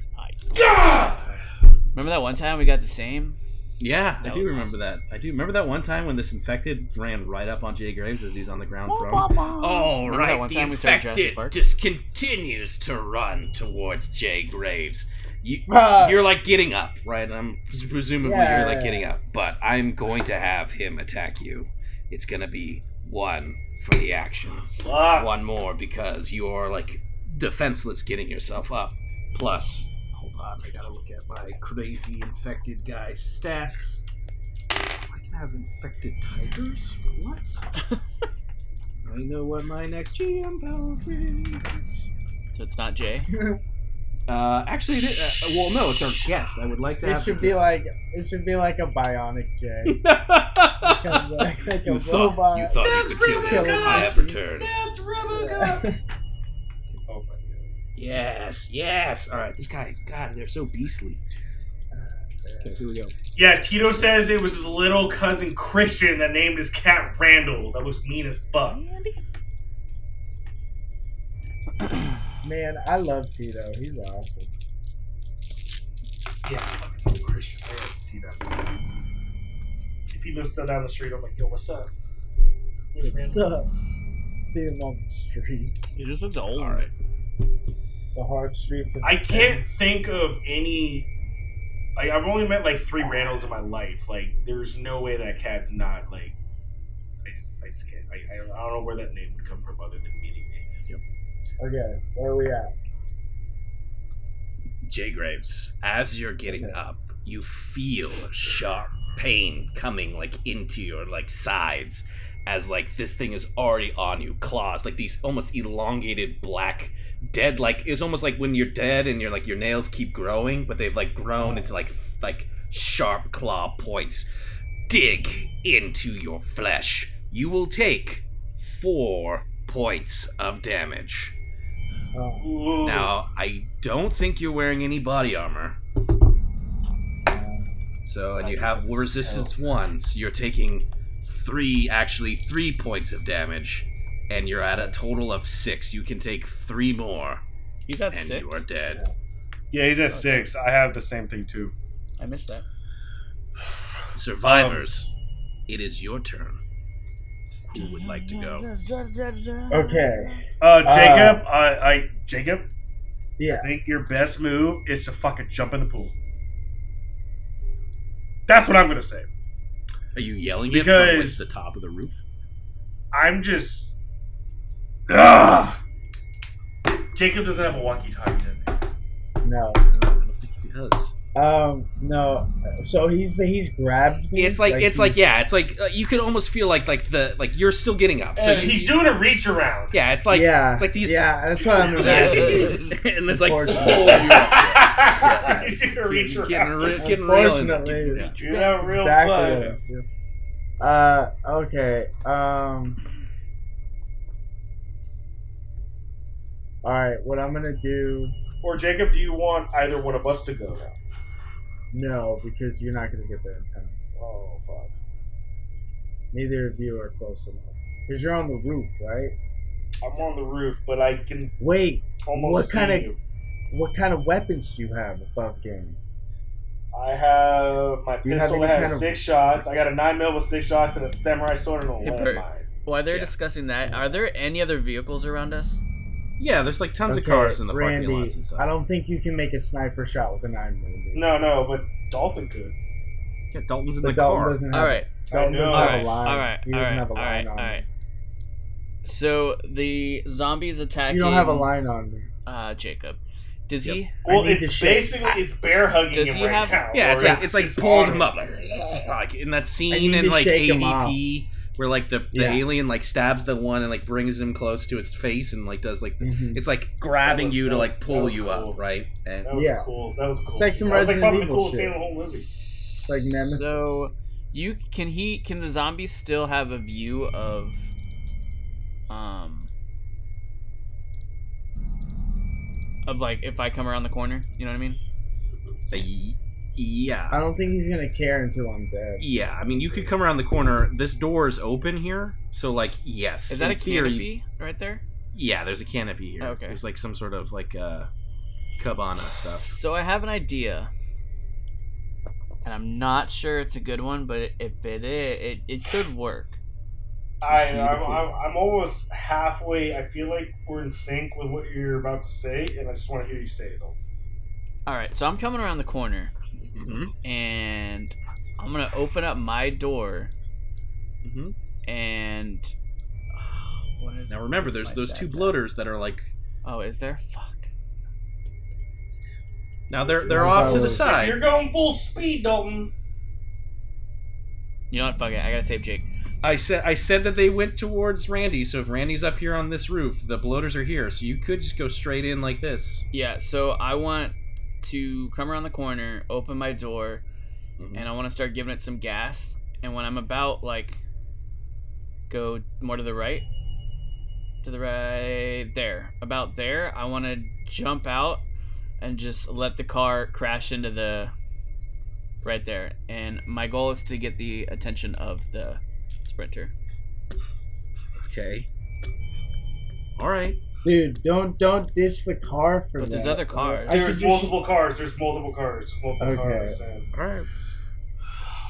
[SPEAKER 2] Remember that one time we got the same?
[SPEAKER 5] Yeah, I
[SPEAKER 2] That
[SPEAKER 5] do
[SPEAKER 2] was
[SPEAKER 5] remember
[SPEAKER 2] awesome.
[SPEAKER 5] that. I do remember that one time when this infected ran right up on Jay Graves as he's on the ground prone.
[SPEAKER 4] All
[SPEAKER 2] Remember
[SPEAKER 4] right,
[SPEAKER 2] that one
[SPEAKER 4] the
[SPEAKER 2] time we started Jurassic
[SPEAKER 4] infected
[SPEAKER 2] Park?
[SPEAKER 4] just continues to run towards Jay Graves. You,
[SPEAKER 3] Ah.
[SPEAKER 4] you're like getting up, right? I'm pres- presumably you're like
[SPEAKER 3] Yeah.
[SPEAKER 4] getting up, but I'm going to have him attack you. It's gonna be one for the action,
[SPEAKER 1] Fuck.
[SPEAKER 4] one more because you are like defenseless, getting yourself up. Plus, hold on, I gotta look at my crazy infected guy stats. I can have infected tigers. What? I know what my next GM power is.
[SPEAKER 2] So it's not Jay.
[SPEAKER 5] Uh, actually, it is, uh, well, no, it's our guest. I would like to.
[SPEAKER 3] It
[SPEAKER 5] have
[SPEAKER 3] should
[SPEAKER 5] the
[SPEAKER 3] be
[SPEAKER 5] guest.
[SPEAKER 3] like it should be like a bionic Jay. Comes back like a
[SPEAKER 4] you thought
[SPEAKER 3] robot.
[SPEAKER 4] you thought you could kill me.
[SPEAKER 3] Kill
[SPEAKER 4] I
[SPEAKER 3] him.
[SPEAKER 4] have returned.
[SPEAKER 3] Yeah.
[SPEAKER 1] Oh my god.
[SPEAKER 4] Yes, yes. All right, this guy's God. They're so beastly. Okay, here we go.
[SPEAKER 1] Yeah, Tito says it was his little cousin Christian that named his cat Randall. That looks mean as fuck.
[SPEAKER 3] Man, I love Tito. He's awesome.
[SPEAKER 1] Yeah, fucking Christian. I gotta see that. If he lives still down the street, I'm like, yo, what's up? Where's
[SPEAKER 3] What's
[SPEAKER 1] Randall?
[SPEAKER 3] up? See him on the streets,
[SPEAKER 2] He just looks old.
[SPEAKER 4] All right.
[SPEAKER 3] the hard streets. Of
[SPEAKER 1] I can't think of any. Like, I've only met like three Randalls in my life. Like, there's no way that cat's not like. I just, I just can't. I, I don't know where that name would come from other than meeting me.
[SPEAKER 3] Okay, where are we at?
[SPEAKER 4] Jay Graves, as you're getting
[SPEAKER 3] Okay.
[SPEAKER 4] up, you feel a sharp pain coming like into your like sides as like this thing is already on you claws like these almost elongated black dead like it's almost like when you're dead and you're like your nails keep growing but they've like grown into like th- like
[SPEAKER 5] sharp claw points dig into your flesh. You will take four points of damage.
[SPEAKER 3] Oh,
[SPEAKER 1] Ooh.
[SPEAKER 5] Now, I don't think you're wearing any body armor. So, and you have resistance one, so you're taking three, actually, three points of damage, and you're at a total of six. You can take three more,
[SPEAKER 2] He's at
[SPEAKER 5] and
[SPEAKER 2] six.
[SPEAKER 5] you are dead.
[SPEAKER 1] Yeah, he's at six. I have the same thing too.
[SPEAKER 2] I missed that.
[SPEAKER 5] Survivors, it is your turn. Who would like to go?
[SPEAKER 3] okay.
[SPEAKER 1] Uh,
[SPEAKER 3] Uh,
[SPEAKER 1] Jacob, I, I, Jacob,
[SPEAKER 3] Yeah.
[SPEAKER 1] I think your best move is to fucking jump in the pool. That's what I'm gonna say.
[SPEAKER 5] Are you yelling it from like,
[SPEAKER 1] Because-
[SPEAKER 5] the top of the roof?
[SPEAKER 1] I'm just. Ugh. Jacob doesn't have a walkie-talkie, does he?
[SPEAKER 3] No.
[SPEAKER 5] No, I don't think he does.
[SPEAKER 3] Um. No. So he's he's grabbed me.
[SPEAKER 5] It's like, it's like
[SPEAKER 3] he's-
[SPEAKER 5] yeah, it's like uh, you could almost feel like like the like you're still getting up. So
[SPEAKER 1] So
[SPEAKER 5] you,
[SPEAKER 1] he's doing a reach around.
[SPEAKER 5] yeah, it's like
[SPEAKER 3] yeah.
[SPEAKER 5] it's like these-
[SPEAKER 3] Yeah. That's what I'm.
[SPEAKER 5] yes, and there's like
[SPEAKER 4] oh,
[SPEAKER 3] Unfortunately.
[SPEAKER 1] he's doing a reach
[SPEAKER 5] getting,
[SPEAKER 1] around.
[SPEAKER 5] re- getting real. in there, dude.
[SPEAKER 3] Unfortunately.
[SPEAKER 1] You have real
[SPEAKER 3] exactly.
[SPEAKER 1] fun.
[SPEAKER 3] what I feel. Uh, okay. Um. All right. What I'm gonna do?
[SPEAKER 1] Or Jacob, do you want either one of us to go now?
[SPEAKER 3] No, because you're not gonna get there in time.
[SPEAKER 1] Oh fuck.
[SPEAKER 3] Neither of you are close enough. Because you're on the roof, right?
[SPEAKER 1] I'm on the roof, but I can
[SPEAKER 3] Wait.
[SPEAKER 1] almost
[SPEAKER 3] What
[SPEAKER 1] see
[SPEAKER 3] kinda-
[SPEAKER 1] you.
[SPEAKER 3] What kind of weapons do you have above game?
[SPEAKER 1] I have my
[SPEAKER 3] Do you have
[SPEAKER 1] pistol
[SPEAKER 3] any
[SPEAKER 1] that
[SPEAKER 3] kind
[SPEAKER 1] has
[SPEAKER 3] of-
[SPEAKER 1] six shots. I got a nine mil with six shots and a samurai sword and a
[SPEAKER 2] Hey, Bert.
[SPEAKER 1] landmine.
[SPEAKER 2] While they're
[SPEAKER 5] Yeah.
[SPEAKER 2] discussing that, are there any other vehicles around us?
[SPEAKER 4] Yeah, there's like tons of
[SPEAKER 3] Okay,
[SPEAKER 4] cars in the
[SPEAKER 3] Randy,
[SPEAKER 4] parking lots and stuff.
[SPEAKER 3] I don't think you can make a sniper shot with a nine mm.
[SPEAKER 1] No, no, but Dalton could.
[SPEAKER 4] Yeah, Dalton's in
[SPEAKER 3] But
[SPEAKER 4] the
[SPEAKER 3] Dalton
[SPEAKER 4] car.
[SPEAKER 3] doesn't have.
[SPEAKER 2] All right.
[SPEAKER 3] Dalton
[SPEAKER 1] I
[SPEAKER 3] doesn't
[SPEAKER 1] know.
[SPEAKER 3] have
[SPEAKER 2] Alright,
[SPEAKER 3] a line.
[SPEAKER 2] alright,
[SPEAKER 3] he doesn't
[SPEAKER 2] alright,
[SPEAKER 3] have a line
[SPEAKER 2] alright,
[SPEAKER 3] on.
[SPEAKER 2] alright. So the zombies
[SPEAKER 3] Me.
[SPEAKER 2] attacking.
[SPEAKER 3] You don't have a line on me.
[SPEAKER 2] Uh, Jacob. Does
[SPEAKER 4] Yep.
[SPEAKER 2] he?
[SPEAKER 1] Well,
[SPEAKER 3] I need
[SPEAKER 1] it's
[SPEAKER 3] to shake.
[SPEAKER 1] basically it's bear hugging
[SPEAKER 2] Does
[SPEAKER 1] him
[SPEAKER 2] he
[SPEAKER 1] right
[SPEAKER 2] have-
[SPEAKER 1] now.
[SPEAKER 4] Yeah, it's
[SPEAKER 1] or
[SPEAKER 4] like it's like
[SPEAKER 1] just
[SPEAKER 4] pulled
[SPEAKER 1] on
[SPEAKER 4] him up like, like in that scene
[SPEAKER 3] need
[SPEAKER 4] in
[SPEAKER 3] to
[SPEAKER 4] like
[SPEAKER 3] shake him
[SPEAKER 4] AVP where like the, the
[SPEAKER 3] Yeah.
[SPEAKER 4] alien like stabs the one and like brings him close to his face and like does like the,
[SPEAKER 3] Mhm.
[SPEAKER 4] it's like grabbing
[SPEAKER 1] was-
[SPEAKER 4] you
[SPEAKER 1] that
[SPEAKER 4] to
[SPEAKER 1] was-
[SPEAKER 4] like
[SPEAKER 1] that
[SPEAKER 4] pull
[SPEAKER 1] was
[SPEAKER 4] you
[SPEAKER 1] cool.
[SPEAKER 4] up right and
[SPEAKER 1] That was
[SPEAKER 3] Yeah.
[SPEAKER 1] cool. That was a cool.
[SPEAKER 3] It's like
[SPEAKER 1] scene.
[SPEAKER 3] some
[SPEAKER 1] that was like
[SPEAKER 3] Resident
[SPEAKER 1] probably the
[SPEAKER 3] Evil
[SPEAKER 1] coolest scene
[SPEAKER 3] shit.
[SPEAKER 1] in the whole movie.
[SPEAKER 2] It's
[SPEAKER 3] like Nemesis.
[SPEAKER 2] So you can he can the zombie still have a view of um of like if I come around the corner, you know what I mean?
[SPEAKER 4] y- yeah
[SPEAKER 3] I don't think he's gonna care until I'm dead.
[SPEAKER 4] yeah I mean you could come around the corner this door is open here so like yes
[SPEAKER 2] Is that a
[SPEAKER 4] in theory-
[SPEAKER 2] canopy right there?
[SPEAKER 4] yeah there's a canopy here
[SPEAKER 2] Okay.
[SPEAKER 4] there's like some sort of like uh cabana stuff
[SPEAKER 2] So I have an idea. And I'm not sure it's a good one, but if it is, it, it could work.
[SPEAKER 1] I,
[SPEAKER 4] see the
[SPEAKER 1] I'm,
[SPEAKER 4] pool.
[SPEAKER 1] I'm, I'm almost halfway. I feel like we're in sync with what you're about to say, and I just want to hear you say it. all.
[SPEAKER 2] All right, so I'm coming around the corner.
[SPEAKER 4] mm-hmm.
[SPEAKER 2] and I'm gonna open up my door Mm-hmm.
[SPEAKER 4] Mhm.
[SPEAKER 2] and what is
[SPEAKER 4] now remember
[SPEAKER 2] where's
[SPEAKER 4] there's
[SPEAKER 2] my
[SPEAKER 4] those two
[SPEAKER 2] stats at?
[SPEAKER 4] bloaters that are like
[SPEAKER 2] Oh, is there? Fuck.
[SPEAKER 4] now they're they're
[SPEAKER 3] Oh,
[SPEAKER 4] off to the
[SPEAKER 3] if
[SPEAKER 1] If you're
[SPEAKER 4] side
[SPEAKER 1] going full speed, Dalton.
[SPEAKER 2] You know what? Fuck it. I gotta save Jake.
[SPEAKER 4] I said I said that they went towards Randy so if Randy's up here on this roof the bloaters are here so you could just go straight in like this
[SPEAKER 2] Yeah. So I want to come around the corner, open my door,
[SPEAKER 4] Mhm.
[SPEAKER 2] and I want to start giving it some gas. And when I'm about like go more to the right, to the right there, about there, I want to jump out and just let the car crash into the right there. And my goal is to get the attention of the sprinter.
[SPEAKER 4] okay all right
[SPEAKER 3] Dude, don't don't ditch the car for
[SPEAKER 2] But
[SPEAKER 3] that.
[SPEAKER 2] there's other cars.
[SPEAKER 3] I
[SPEAKER 1] There's
[SPEAKER 3] should just-
[SPEAKER 1] multiple cars. There's multiple cars. There's multiple
[SPEAKER 3] Okay.
[SPEAKER 1] cars. And
[SPEAKER 4] all right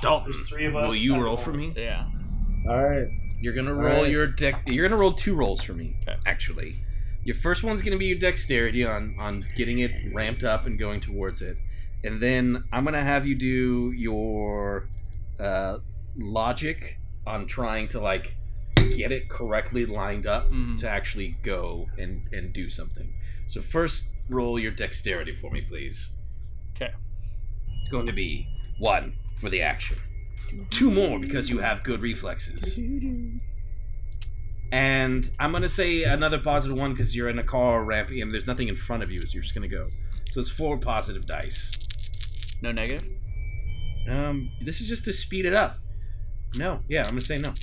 [SPEAKER 5] Dalton,
[SPEAKER 1] there's three of us.
[SPEAKER 5] will you
[SPEAKER 1] at the
[SPEAKER 5] roll for
[SPEAKER 1] moment.
[SPEAKER 5] me?
[SPEAKER 2] Yeah.
[SPEAKER 3] All right.
[SPEAKER 4] You're gonna
[SPEAKER 3] All
[SPEAKER 4] roll
[SPEAKER 3] right.
[SPEAKER 4] your deck. You're gonna roll two rolls for me,
[SPEAKER 2] Okay.
[SPEAKER 4] actually. Your first one's gonna be your dexterity on on getting it ramped up and going towards it, and then I'm gonna have you do your uh, logic on trying to like get it correctly lined up
[SPEAKER 3] Mm-hmm.
[SPEAKER 2] Mhm.
[SPEAKER 4] to actually go and and do something. So first, roll your dexterity for me, please.
[SPEAKER 2] 'Kay.
[SPEAKER 4] It's going to be one for the action, two more because you have good reflexes. And I'm gonna say another positive one because you're in a car ramp and there's nothing in front of you, so you're just gonna go. So it's four positive dice.
[SPEAKER 2] No negative.
[SPEAKER 4] Um, this is just to speed it up. No, yeah, I'm gonna say no.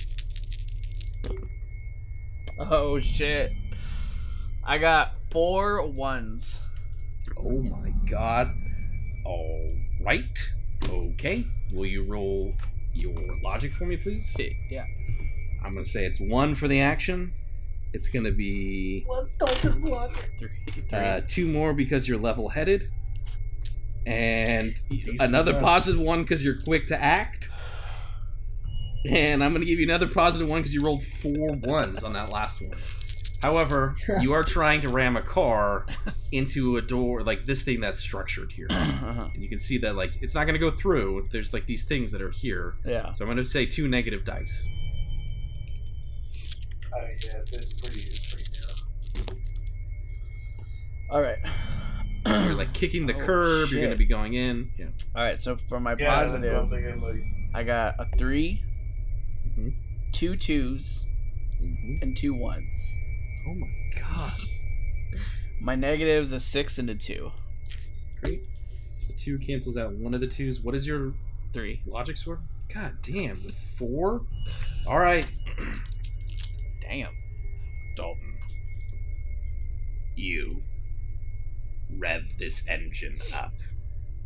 [SPEAKER 2] Oh shit. I got four ones.
[SPEAKER 4] Oh my god. All right. Okay. Will you roll your logic for me, please?
[SPEAKER 2] Shit, yeah.
[SPEAKER 4] I'm gonna say it's one for the action. It's gonna be
[SPEAKER 2] Three. three.
[SPEAKER 4] uh, two more because you're level-headed, and
[SPEAKER 1] Decent
[SPEAKER 4] another
[SPEAKER 1] roll.
[SPEAKER 4] positive one because you're quick to act. And I'm gonna give you another positive one because you rolled four ones on that last one. However, you are trying to ram a car into a door like this thing that's structured here, and
[SPEAKER 2] Uh-huh.
[SPEAKER 4] you can see that like it's not gonna go through. There's like these things that are here,
[SPEAKER 2] Yeah.
[SPEAKER 4] so I'm gonna say two negative dice.
[SPEAKER 1] Oh, yeah, it's, it's pretty. It's pretty down.
[SPEAKER 2] All right.
[SPEAKER 4] You're like kicking the
[SPEAKER 2] Oh,
[SPEAKER 4] curb. You're
[SPEAKER 2] shit.
[SPEAKER 4] gonna be going in. Yeah.
[SPEAKER 2] All right. So for my
[SPEAKER 1] Yeah, that's what I'm
[SPEAKER 2] positive,
[SPEAKER 1] thinking. Like,
[SPEAKER 2] I got a 3
[SPEAKER 4] Mhm.
[SPEAKER 2] two twos, and two ones.
[SPEAKER 4] Oh my Mm-hmm. god.
[SPEAKER 2] My negative's a six and a two.
[SPEAKER 4] Great. The two cancels out one of the twos. What is your
[SPEAKER 2] Three.
[SPEAKER 4] logic score? God damn, with four? Alright.
[SPEAKER 2] Damn.
[SPEAKER 5] Dalton. You rev this engine up.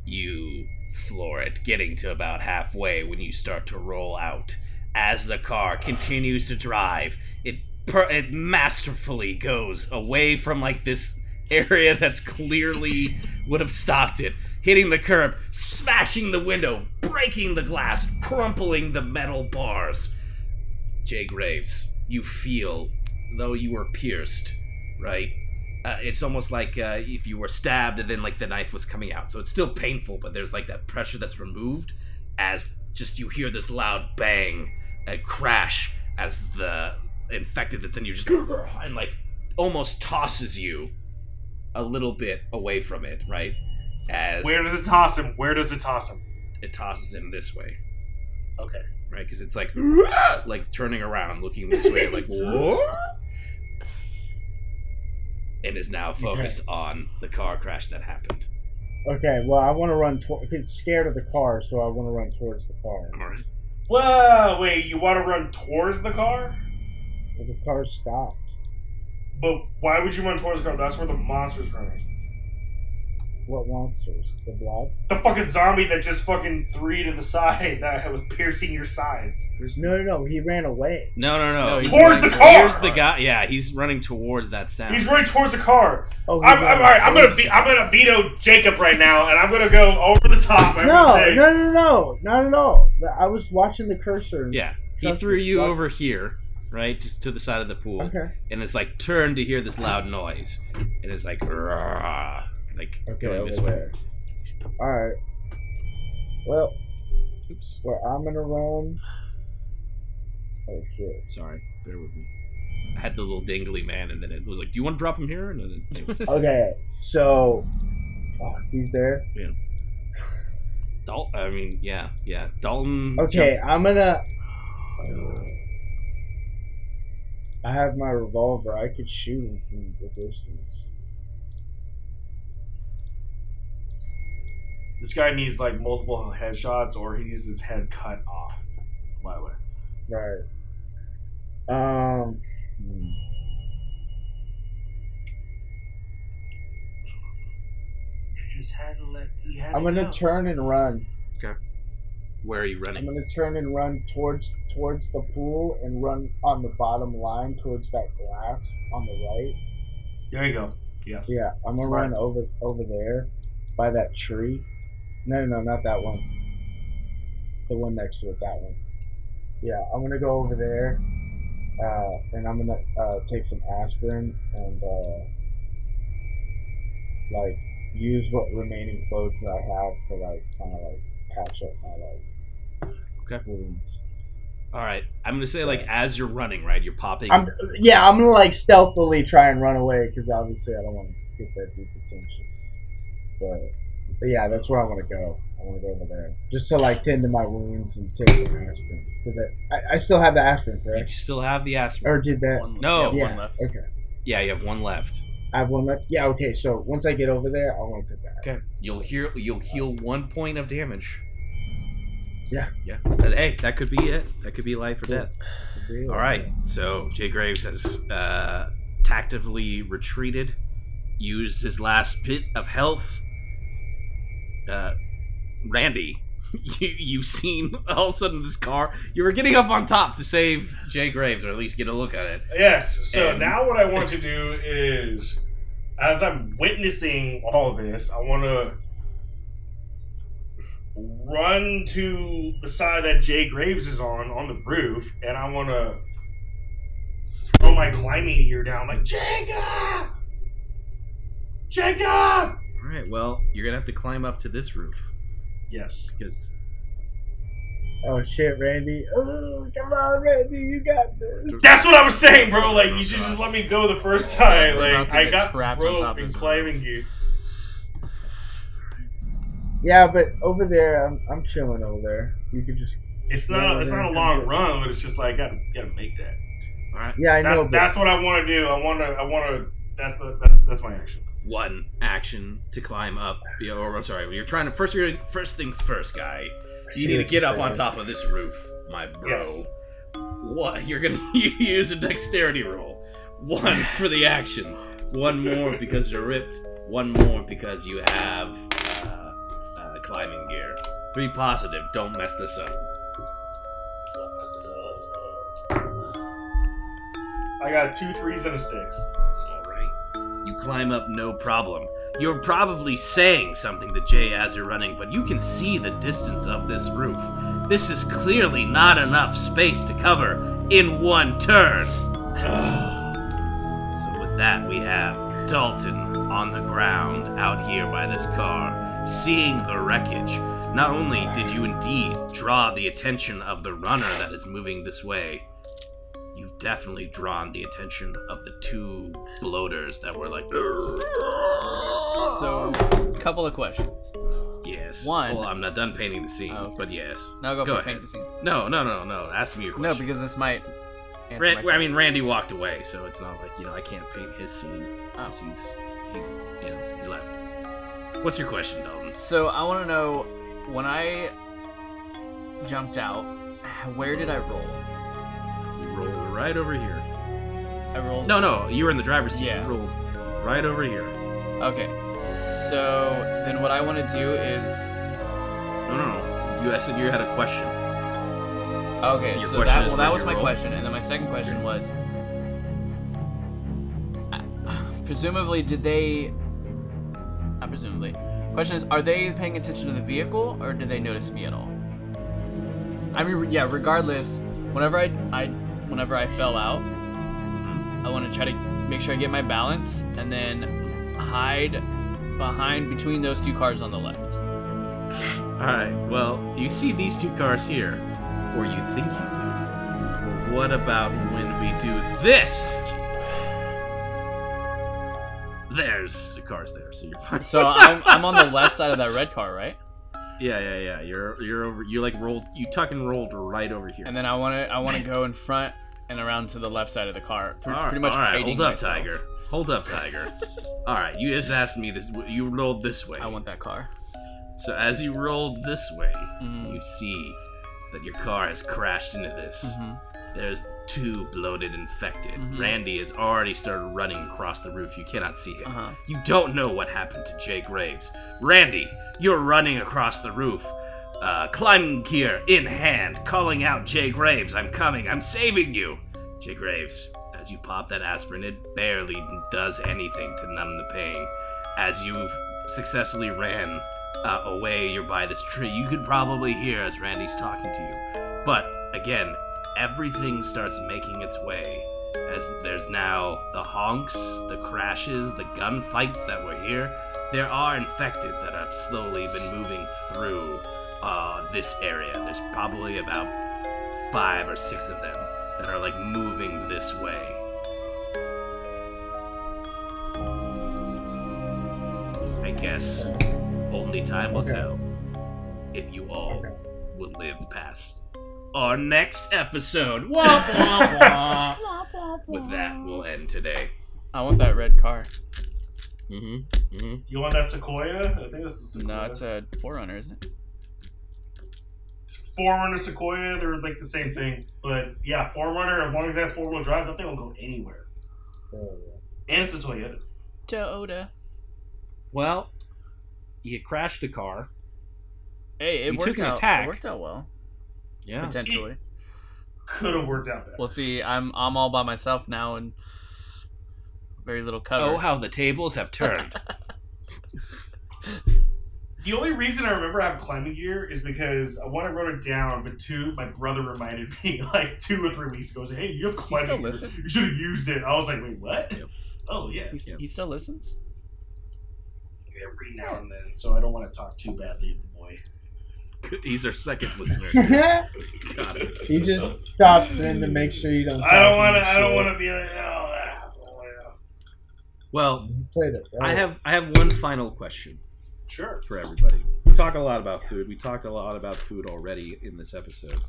[SPEAKER 5] You floor it, getting to about halfway when you start to roll out. As the car continues to drive, it per- it masterfully goes away from like this area that's clearly would have stopped it, hitting the curb, smashing the window, breaking the glass, crumpling the metal bars. Jay Graves, you feel though you were pierced, right? Uh, it's almost like uh, if you were stabbed and then like the knife was coming out. So it's still painful, but there's like that pressure that's removed as just you hear this loud bang and crash as the infected that's in you just and like almost tosses you a little bit away from it, right? As
[SPEAKER 1] where does it toss him? Where does it toss him?
[SPEAKER 5] it tosses him this way.
[SPEAKER 1] Okay.
[SPEAKER 5] right? Because it's like like turning around, looking this way, like "Whoa?" and is now focused on the car crash that happened.
[SPEAKER 3] Okay, well, I want to run. To- he's scared of the car, so I want to run towards the car.
[SPEAKER 5] All right.
[SPEAKER 1] Whoa, wait, you want to run towards the car?
[SPEAKER 3] Well, the car stopped.
[SPEAKER 1] But why would you run towards the car? That's where the monster's running.
[SPEAKER 3] What monsters? The blobs?
[SPEAKER 1] The fucking zombie that just fucking three to the side that was piercing your sides.
[SPEAKER 3] No, no, no. He ran away.
[SPEAKER 4] No, no, no.
[SPEAKER 2] No,
[SPEAKER 4] He's
[SPEAKER 1] Towards
[SPEAKER 4] running
[SPEAKER 1] the
[SPEAKER 3] Oh!
[SPEAKER 1] car!
[SPEAKER 4] Here's the guy. Yeah, he's running towards that sound.
[SPEAKER 1] He's running towards the car.
[SPEAKER 3] Oh, he
[SPEAKER 1] I'm, I'm
[SPEAKER 3] ran
[SPEAKER 1] all right. I'm
[SPEAKER 3] away.
[SPEAKER 1] gonna be, I'm gonna veto Jacob right now, and I'm gonna go over the top. I'm gonna
[SPEAKER 3] No,
[SPEAKER 1] say,
[SPEAKER 3] no, no, no, not at all. I was watching the cursor.
[SPEAKER 4] yeah. He
[SPEAKER 3] Trust
[SPEAKER 4] threw
[SPEAKER 3] me.
[SPEAKER 4] you
[SPEAKER 3] What?
[SPEAKER 4] over here, right? Just to the side of the pool.
[SPEAKER 3] Okay.
[SPEAKER 4] And it's like turn to hear this loud noise. And it's like "Rah," like
[SPEAKER 3] Okay.
[SPEAKER 4] going
[SPEAKER 3] Over
[SPEAKER 4] this way.
[SPEAKER 3] there. All right. Well,
[SPEAKER 4] Oops.
[SPEAKER 3] where I'm gonna run. Oh shit.
[SPEAKER 4] Sorry. Bear with me. I had the little dangly man and then it was like, Do you want to drop him here? And then it-
[SPEAKER 3] Okay. So, fuck. He's there.
[SPEAKER 4] Dal- I mean, yeah, yeah. Dalton.
[SPEAKER 3] Okay.
[SPEAKER 4] jumped-
[SPEAKER 3] I'm gonna. I have my revolver. I could shoot him from the distance.
[SPEAKER 1] this guy needs like multiple headshots, or he needs his head cut off. By the way,
[SPEAKER 3] Right. Um. hmm. I'm gonna turn and run.
[SPEAKER 4] Where are you
[SPEAKER 3] I'm
[SPEAKER 4] running?
[SPEAKER 3] gonna turn and run towards towards the pool and run on the bottom line towards that glass on the right.
[SPEAKER 1] there you go. Yes.
[SPEAKER 3] Yeah, I'm gonna
[SPEAKER 1] Smart.
[SPEAKER 3] run over over there by that tree. No, no, not that one. The one next to it, that one. Yeah, I'm gonna go over there, uh, and I'm gonna uh, take some aspirin and uh, like use what remaining clothes that I have to like kind of like patch up my like
[SPEAKER 4] Okay.
[SPEAKER 3] wounds.
[SPEAKER 4] All right. I'm gonna say like as you're running, right? You're popping.
[SPEAKER 3] I'm yeah, I'm gonna like stealthily try and run away because obviously I don't want to get that dude's attention. But, but yeah, that's where I want to go. I want to go over there just to like tend to my wounds and take some aspirin because I, I I still have the aspirin,
[SPEAKER 4] you
[SPEAKER 3] correct?
[SPEAKER 4] still have the aspirin.
[SPEAKER 3] Or did that?
[SPEAKER 2] One,
[SPEAKER 4] No.
[SPEAKER 2] yeah,
[SPEAKER 3] Yeah.
[SPEAKER 2] one left.
[SPEAKER 3] Okay,
[SPEAKER 4] Yeah, you have one left.
[SPEAKER 3] I have one left. Yeah, okay. So once I get over there, I want to take that.
[SPEAKER 4] Okay. You'll hear. You'll heal one point of damage. Yeah. But hey, that could be it. That could be life or death.
[SPEAKER 3] Real.
[SPEAKER 4] All right. So Jay Graves has uh, tactively retreated, used his last bit of health. Uh, Randy, you, you've seen all of a sudden this car. You were getting up on top to save Jay Graves, or at least get a look at it.
[SPEAKER 1] Yes. So
[SPEAKER 4] And-
[SPEAKER 1] now what I want to do is, as I'm witnessing all this, I want to run to the side that Jay Graves is on, on the roof, and I want to throw my climbing gear down, like Jacob, Jacob.
[SPEAKER 4] All right. Well, you're gonna have to climb up to this roof
[SPEAKER 1] Yes.
[SPEAKER 4] because
[SPEAKER 3] Oh shit, Randy. Oh, come on, Randy, you got this.
[SPEAKER 1] That's what I was saying, bro. Like you should just let me go the first time.
[SPEAKER 2] We're
[SPEAKER 1] Like
[SPEAKER 2] about to
[SPEAKER 1] I
[SPEAKER 2] get
[SPEAKER 1] got
[SPEAKER 2] trapped on top
[SPEAKER 1] rope
[SPEAKER 2] of
[SPEAKER 1] and
[SPEAKER 2] this
[SPEAKER 1] climbing
[SPEAKER 2] room.
[SPEAKER 1] gear.
[SPEAKER 3] Yeah, but over there, I'm, I'm chilling over there. You could just.
[SPEAKER 1] It's not. It's not a long run, but it's just like gotta gotta make that.
[SPEAKER 3] Yeah, I
[SPEAKER 1] that's,
[SPEAKER 3] know. but-
[SPEAKER 1] that's what I want to do. I want to. I want to. That's the. That, that's my action.
[SPEAKER 4] one action to climb up. you know, Or I'm sorry, you're trying to first. You're gonna- first things first, guy. You need to get up on top of this roof, my bro.
[SPEAKER 1] Yes.
[SPEAKER 4] What? You're gonna use a dexterity roll. One for the action. One more because you're ripped. One more because you have uh, uh, climbing gear. Three positive. Don't mess this up.
[SPEAKER 1] I got two threes and a six.
[SPEAKER 4] All right. You climb up no problem. You're probably saying something to Jay as you're running, but you can see the distance of this roof. This is clearly not enough space to cover in one turn. so, with that, we have Dalton on the ground out here by this car, seeing the wreckage. Not only did you indeed draw the attention of the runner that is moving this way, you've definitely drawn the attention of the two bloaters that were like,
[SPEAKER 2] So, couple of questions.
[SPEAKER 4] yes.
[SPEAKER 2] One-
[SPEAKER 4] Well, I'm not done painting the scene,
[SPEAKER 2] Oh.
[SPEAKER 4] but yes.
[SPEAKER 2] Now go,
[SPEAKER 4] Go
[SPEAKER 2] for
[SPEAKER 4] ahead.
[SPEAKER 2] paint the scene.
[SPEAKER 4] No, no, no, no. Ask me your
[SPEAKER 2] No,
[SPEAKER 4] question.
[SPEAKER 2] because this might. answer my
[SPEAKER 4] Ran- I
[SPEAKER 2] question.
[SPEAKER 4] mean, Randy walked away, so it's not like you know I can't paint his scene
[SPEAKER 2] Oh.
[SPEAKER 4] 'cause he's he's you know he left. What's your question, Dalton?
[SPEAKER 2] So I want to know when I jumped out, where did I roll?
[SPEAKER 4] You rolled right over here.
[SPEAKER 2] I rolled.
[SPEAKER 4] No, no, you were in the driver's seat.
[SPEAKER 2] Yeah.
[SPEAKER 4] You rolled right over here.
[SPEAKER 2] Okay. So then what I want to do is
[SPEAKER 4] No, no, no. You I said you had a question.
[SPEAKER 2] okay.
[SPEAKER 4] Your
[SPEAKER 2] so
[SPEAKER 4] question
[SPEAKER 2] that
[SPEAKER 4] is
[SPEAKER 2] well that
[SPEAKER 4] where'd
[SPEAKER 2] was
[SPEAKER 4] you
[SPEAKER 2] my
[SPEAKER 4] roll?
[SPEAKER 2] question, and then my second question was, presumably did they? Not presumably. Question is, are they paying attention to the vehicle, or did they notice me at all? I mean, yeah. Regardless, whenever I, I whenever I fell out, I want to try to make sure I get my balance and then hide behind between those two cars on the left.
[SPEAKER 4] All right. Well, you see these two cars here, or you think you do. Well, what about when we do this? There's the cars there, so you're fine.
[SPEAKER 2] So I'm, I'm on the left side of that red car, right?
[SPEAKER 4] yeah, yeah, yeah. You're you're over. You like rolled. You tuck and rolled right over here.
[SPEAKER 2] And then I want to I want to go in front and around to the left side of the car, pre- pretty much hiding
[SPEAKER 4] hold up,
[SPEAKER 2] myself.
[SPEAKER 4] Tiger. Hold up, Tiger. all right. You just asked me this. You rolled this way.
[SPEAKER 2] I want that car.
[SPEAKER 4] So as you rolled this way,
[SPEAKER 2] Mhm,
[SPEAKER 4] you see that your car has crashed into this.
[SPEAKER 2] mhm.
[SPEAKER 4] There's two bloated infected.
[SPEAKER 2] Mhm.
[SPEAKER 4] Randy has already started running across the roof. You cannot see him.
[SPEAKER 2] Uh-huh.
[SPEAKER 4] You don't know what happened to Jay Graves. Randy, you're running across the roof. Uh, climbing gear in hand, calling out Jay Graves, I'm coming, I'm saving you. Jay Graves, as you pop that aspirin, it barely does anything to numb the pain. As you've successfully ran uh, away, you're by this tree. You could probably hear as Randy's talking to you. But again, everything starts making its way as there's now the honks, the crashes, the gunfights that were here. There are infected that have slowly been moving through uh, this area. There's probably about five or six of them that are like moving this way. I guess only time will
[SPEAKER 3] Okay.
[SPEAKER 4] tell if you all will live past our next episode. Wah, wah, wah. With that, we'll end today.
[SPEAKER 2] I want that red car.
[SPEAKER 4] Mm-hmm. Mm-hmm.
[SPEAKER 1] You want that Sequoia? I think that's a Sequoia.
[SPEAKER 2] No, it's a Forerunner, isn't it?
[SPEAKER 1] Forerunner Sequoia, they're like the same thing. But yeah, Forerunner, as long as it has four wheel drive, that thing will go anywhere.
[SPEAKER 3] Oh, yeah.
[SPEAKER 1] And it's a Toyota.
[SPEAKER 2] Toyota.
[SPEAKER 4] Well, you crashed a car.
[SPEAKER 2] Hey, it
[SPEAKER 4] You
[SPEAKER 2] worked
[SPEAKER 4] took an
[SPEAKER 2] out.
[SPEAKER 4] attack.
[SPEAKER 2] It worked out well,
[SPEAKER 4] Yeah.
[SPEAKER 2] potentially.
[SPEAKER 1] Could have worked out better.
[SPEAKER 2] We'll see. I'm I'm all by myself now and very little cover.
[SPEAKER 4] Oh, how the tables have turned.
[SPEAKER 1] The only reason I remember having climbing gear is because uh, one, I wrote it down, but two, my brother reminded me like two or three weeks ago. He was like, hey, you have
[SPEAKER 2] he still
[SPEAKER 1] climbing gear.
[SPEAKER 2] listens.
[SPEAKER 1] You should have used it. I was like, wait, what?
[SPEAKER 2] Yep.
[SPEAKER 1] Oh, yeah.
[SPEAKER 2] He, he still listens.
[SPEAKER 1] Every now and then, so I don't want to talk too badly of the boy.
[SPEAKER 5] He's our second listener. Got it.
[SPEAKER 3] he just stops in to make sure you don't.
[SPEAKER 1] I don't want to. I don't want to be like, oh, that asshole. yeah."
[SPEAKER 4] well,
[SPEAKER 3] You played it. Right?
[SPEAKER 4] I have I have one final question
[SPEAKER 1] Sure.
[SPEAKER 4] for everybody. We talk a lot about food. We talked a lot about food already in this episode.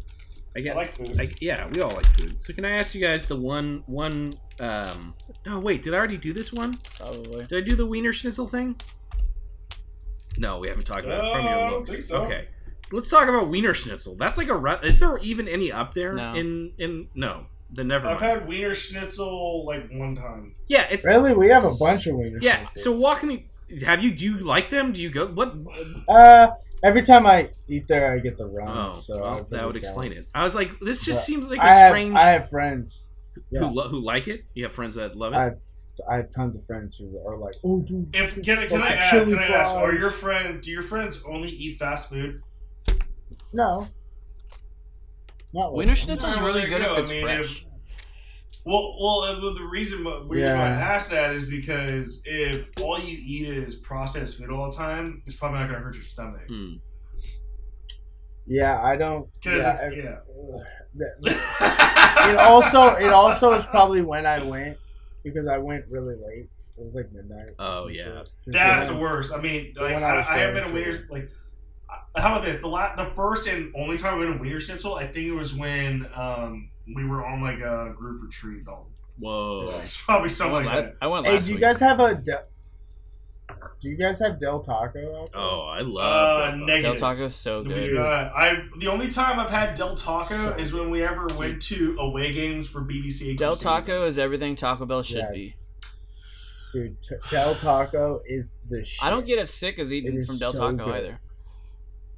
[SPEAKER 1] I
[SPEAKER 4] I get
[SPEAKER 1] like food.
[SPEAKER 4] I, yeah, we all like food. So can I ask you guys the one one um Oh wait, did I already do this one?
[SPEAKER 2] Probably.
[SPEAKER 4] Did I do the wiener schnitzel thing? No, we haven't talked about it from
[SPEAKER 1] Uh, I
[SPEAKER 4] your
[SPEAKER 1] don't
[SPEAKER 4] looks.
[SPEAKER 1] think so.
[SPEAKER 4] Okay. Let's talk about wiener schnitzel. That's like a ru- is there even any up there
[SPEAKER 2] No.
[SPEAKER 4] in in no. Then never
[SPEAKER 1] I've
[SPEAKER 4] mind.
[SPEAKER 1] had wiener schnitzel like one time.
[SPEAKER 4] yeah, it's
[SPEAKER 3] Really, we have a bunch of wieners.
[SPEAKER 4] yeah. So walk me have you do you like them? Do you go what
[SPEAKER 3] uh, every time I eat there, I get the
[SPEAKER 4] Oh,
[SPEAKER 3] runs. so
[SPEAKER 4] well, that would explain it. I was like, this just
[SPEAKER 3] But
[SPEAKER 4] seems like
[SPEAKER 3] I
[SPEAKER 4] a
[SPEAKER 3] have,
[SPEAKER 4] strange
[SPEAKER 3] I have friends. yeah.
[SPEAKER 4] who, lo- who like it. You have friends that love it.
[SPEAKER 3] I have, I have tons of friends who are like, "Oh, dude,
[SPEAKER 1] If can, I- can I
[SPEAKER 3] Like
[SPEAKER 1] ask?
[SPEAKER 3] chili
[SPEAKER 1] Can I ask? Are
[SPEAKER 3] fries.
[SPEAKER 1] your friend? Do your friends only eat fast food?
[SPEAKER 3] no." Not like
[SPEAKER 2] Wiener
[SPEAKER 3] that."
[SPEAKER 2] schnitzel's
[SPEAKER 1] No,
[SPEAKER 2] really
[SPEAKER 1] there
[SPEAKER 2] good
[SPEAKER 1] you go.
[SPEAKER 2] if
[SPEAKER 1] I
[SPEAKER 2] it's
[SPEAKER 1] mean,
[SPEAKER 2] fresh.
[SPEAKER 1] Well, well, uh, well, the reason wh- we
[SPEAKER 3] Yeah.
[SPEAKER 1] I ask that is because if all you eat is processed food all the time, it's probably not going to hurt your stomach.
[SPEAKER 4] Mm.
[SPEAKER 3] Yeah, I don't.
[SPEAKER 1] 'Cause
[SPEAKER 3] yeah,
[SPEAKER 1] if-
[SPEAKER 3] I-
[SPEAKER 1] yeah.
[SPEAKER 3] ugh, that- it also it also is probably when I went because I went really late. It was like midnight. or
[SPEAKER 4] Oh,
[SPEAKER 3] some
[SPEAKER 4] yeah.
[SPEAKER 3] shit.
[SPEAKER 1] That's the
[SPEAKER 3] Considering-
[SPEAKER 1] worst. I mean,
[SPEAKER 3] The
[SPEAKER 1] like,
[SPEAKER 3] one I
[SPEAKER 1] I,
[SPEAKER 3] was
[SPEAKER 1] I, have
[SPEAKER 3] going
[SPEAKER 1] been a
[SPEAKER 3] to.
[SPEAKER 1] waiter. Like, I- how about this? The la- the first and only time I've been a waiter schnitzel, I think it was when um, we were on like a group retreat. Though.
[SPEAKER 4] Whoa.
[SPEAKER 1] It's probably
[SPEAKER 2] I
[SPEAKER 1] something
[SPEAKER 2] went
[SPEAKER 1] like
[SPEAKER 2] last,
[SPEAKER 1] that.
[SPEAKER 2] I went
[SPEAKER 3] Hey,
[SPEAKER 2] last
[SPEAKER 3] do you
[SPEAKER 2] week.
[SPEAKER 3] guys have a Del? Do you guys have Del Taco? Out there?
[SPEAKER 4] Oh, I love
[SPEAKER 1] Uh,
[SPEAKER 4] Del Taco.
[SPEAKER 1] negative.
[SPEAKER 2] Del Taco's so
[SPEAKER 1] We
[SPEAKER 2] good.
[SPEAKER 1] do not. I've uh, the only time I've had Del Taco
[SPEAKER 3] Sorry.
[SPEAKER 1] is when we ever went to away games for BBC.
[SPEAKER 2] Del
[SPEAKER 1] Acoustic
[SPEAKER 2] Taco
[SPEAKER 1] Events.
[SPEAKER 2] is everything Taco Bell should
[SPEAKER 3] Yeah.
[SPEAKER 2] be.
[SPEAKER 3] dude, t- Del Taco is the shit.
[SPEAKER 2] I don't get as sick as eating
[SPEAKER 3] It is
[SPEAKER 2] from Del
[SPEAKER 3] so
[SPEAKER 2] Taco
[SPEAKER 3] good.
[SPEAKER 2] either.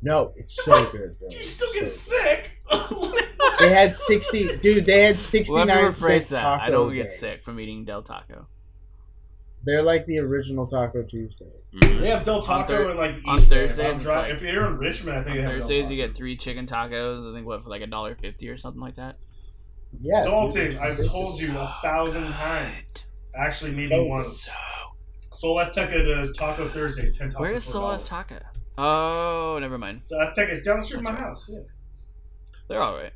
[SPEAKER 3] No, it's so good. Bro.
[SPEAKER 1] You still get
[SPEAKER 3] So
[SPEAKER 1] sick.
[SPEAKER 3] good. They had sixty, dude. They had
[SPEAKER 2] Let
[SPEAKER 3] sixty-nine
[SPEAKER 2] me rephrase
[SPEAKER 3] cent
[SPEAKER 2] that.
[SPEAKER 3] taco
[SPEAKER 2] I don't get
[SPEAKER 3] days.
[SPEAKER 2] sick from eating Del Taco.
[SPEAKER 3] They're like the original Taco Tuesday.
[SPEAKER 4] Hmm.
[SPEAKER 1] they have Del Taco
[SPEAKER 2] Thur-
[SPEAKER 1] and like
[SPEAKER 2] on
[SPEAKER 1] East Bay.
[SPEAKER 2] Thursdays,
[SPEAKER 1] I'm
[SPEAKER 2] it's
[SPEAKER 1] dri-
[SPEAKER 2] like-
[SPEAKER 1] if you're in Richmond, I think
[SPEAKER 2] On
[SPEAKER 1] they have Del
[SPEAKER 2] Thursdays, you
[SPEAKER 1] Taco.
[SPEAKER 2] get three chicken tacos. I think what for like a dollar fifty or something like that.
[SPEAKER 3] Yeah,
[SPEAKER 1] Dalton,
[SPEAKER 3] dude,
[SPEAKER 1] I've
[SPEAKER 3] it's
[SPEAKER 1] told you a thousand times. Actually, maybe
[SPEAKER 3] So-
[SPEAKER 1] once. So let's take it as Taco Thursdays. Ten tacos.
[SPEAKER 2] Where is
[SPEAKER 1] for a dollar.
[SPEAKER 2] Sola's Taco? Oh, never mind.
[SPEAKER 1] So let's take it. It's down the street from my
[SPEAKER 2] That's right.
[SPEAKER 1] house. Yeah.
[SPEAKER 2] They're all right.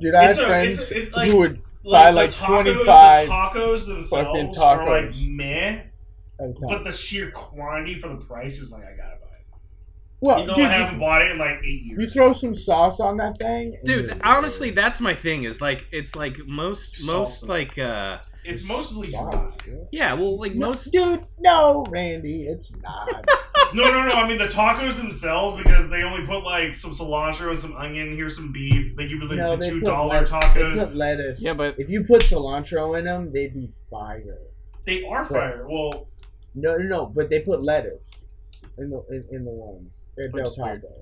[SPEAKER 3] Dude, I had
[SPEAKER 1] It's a- it's
[SPEAKER 3] friends
[SPEAKER 1] a- it's like-
[SPEAKER 3] who would Buy,
[SPEAKER 1] Like,
[SPEAKER 3] like,
[SPEAKER 1] the taco, the
[SPEAKER 3] 25
[SPEAKER 1] tacos themselves
[SPEAKER 3] fucking
[SPEAKER 1] are like
[SPEAKER 3] tacos.
[SPEAKER 1] meh,
[SPEAKER 3] at the
[SPEAKER 1] but
[SPEAKER 3] time.
[SPEAKER 1] the sheer quantity for the price is like I gotta buy it.
[SPEAKER 3] Well,
[SPEAKER 1] Even though
[SPEAKER 3] dude,
[SPEAKER 1] I haven't
[SPEAKER 3] you,
[SPEAKER 1] bought it in like eight years.
[SPEAKER 3] you throw some sauce on that thing, and
[SPEAKER 4] Dude,
[SPEAKER 3] you're
[SPEAKER 4] th- honestly, that's my thing. Is like it's like most most
[SPEAKER 1] Salsa.
[SPEAKER 4] like uh
[SPEAKER 1] it's mostly dry.
[SPEAKER 3] sauce, yeah.
[SPEAKER 4] yeah. Well, like
[SPEAKER 3] No,
[SPEAKER 4] most
[SPEAKER 3] dude, no, Randy, it's not.
[SPEAKER 1] No, no, no. I mean the tacos themselves because they only put like some cilantro and some onion. Here's some beef. They give you like
[SPEAKER 3] no,
[SPEAKER 1] the
[SPEAKER 3] they
[SPEAKER 1] two
[SPEAKER 3] put,
[SPEAKER 1] dollar
[SPEAKER 3] lettuce,
[SPEAKER 1] tacos.
[SPEAKER 3] they put lettuce.
[SPEAKER 2] Yeah, but
[SPEAKER 3] if you put cilantro in them, they'd be fire.
[SPEAKER 1] they are fire. Well,
[SPEAKER 3] No, no, no, but they put lettuce in the in, in the ones at
[SPEAKER 2] Which
[SPEAKER 3] Del
[SPEAKER 2] is weird.
[SPEAKER 3] Taco.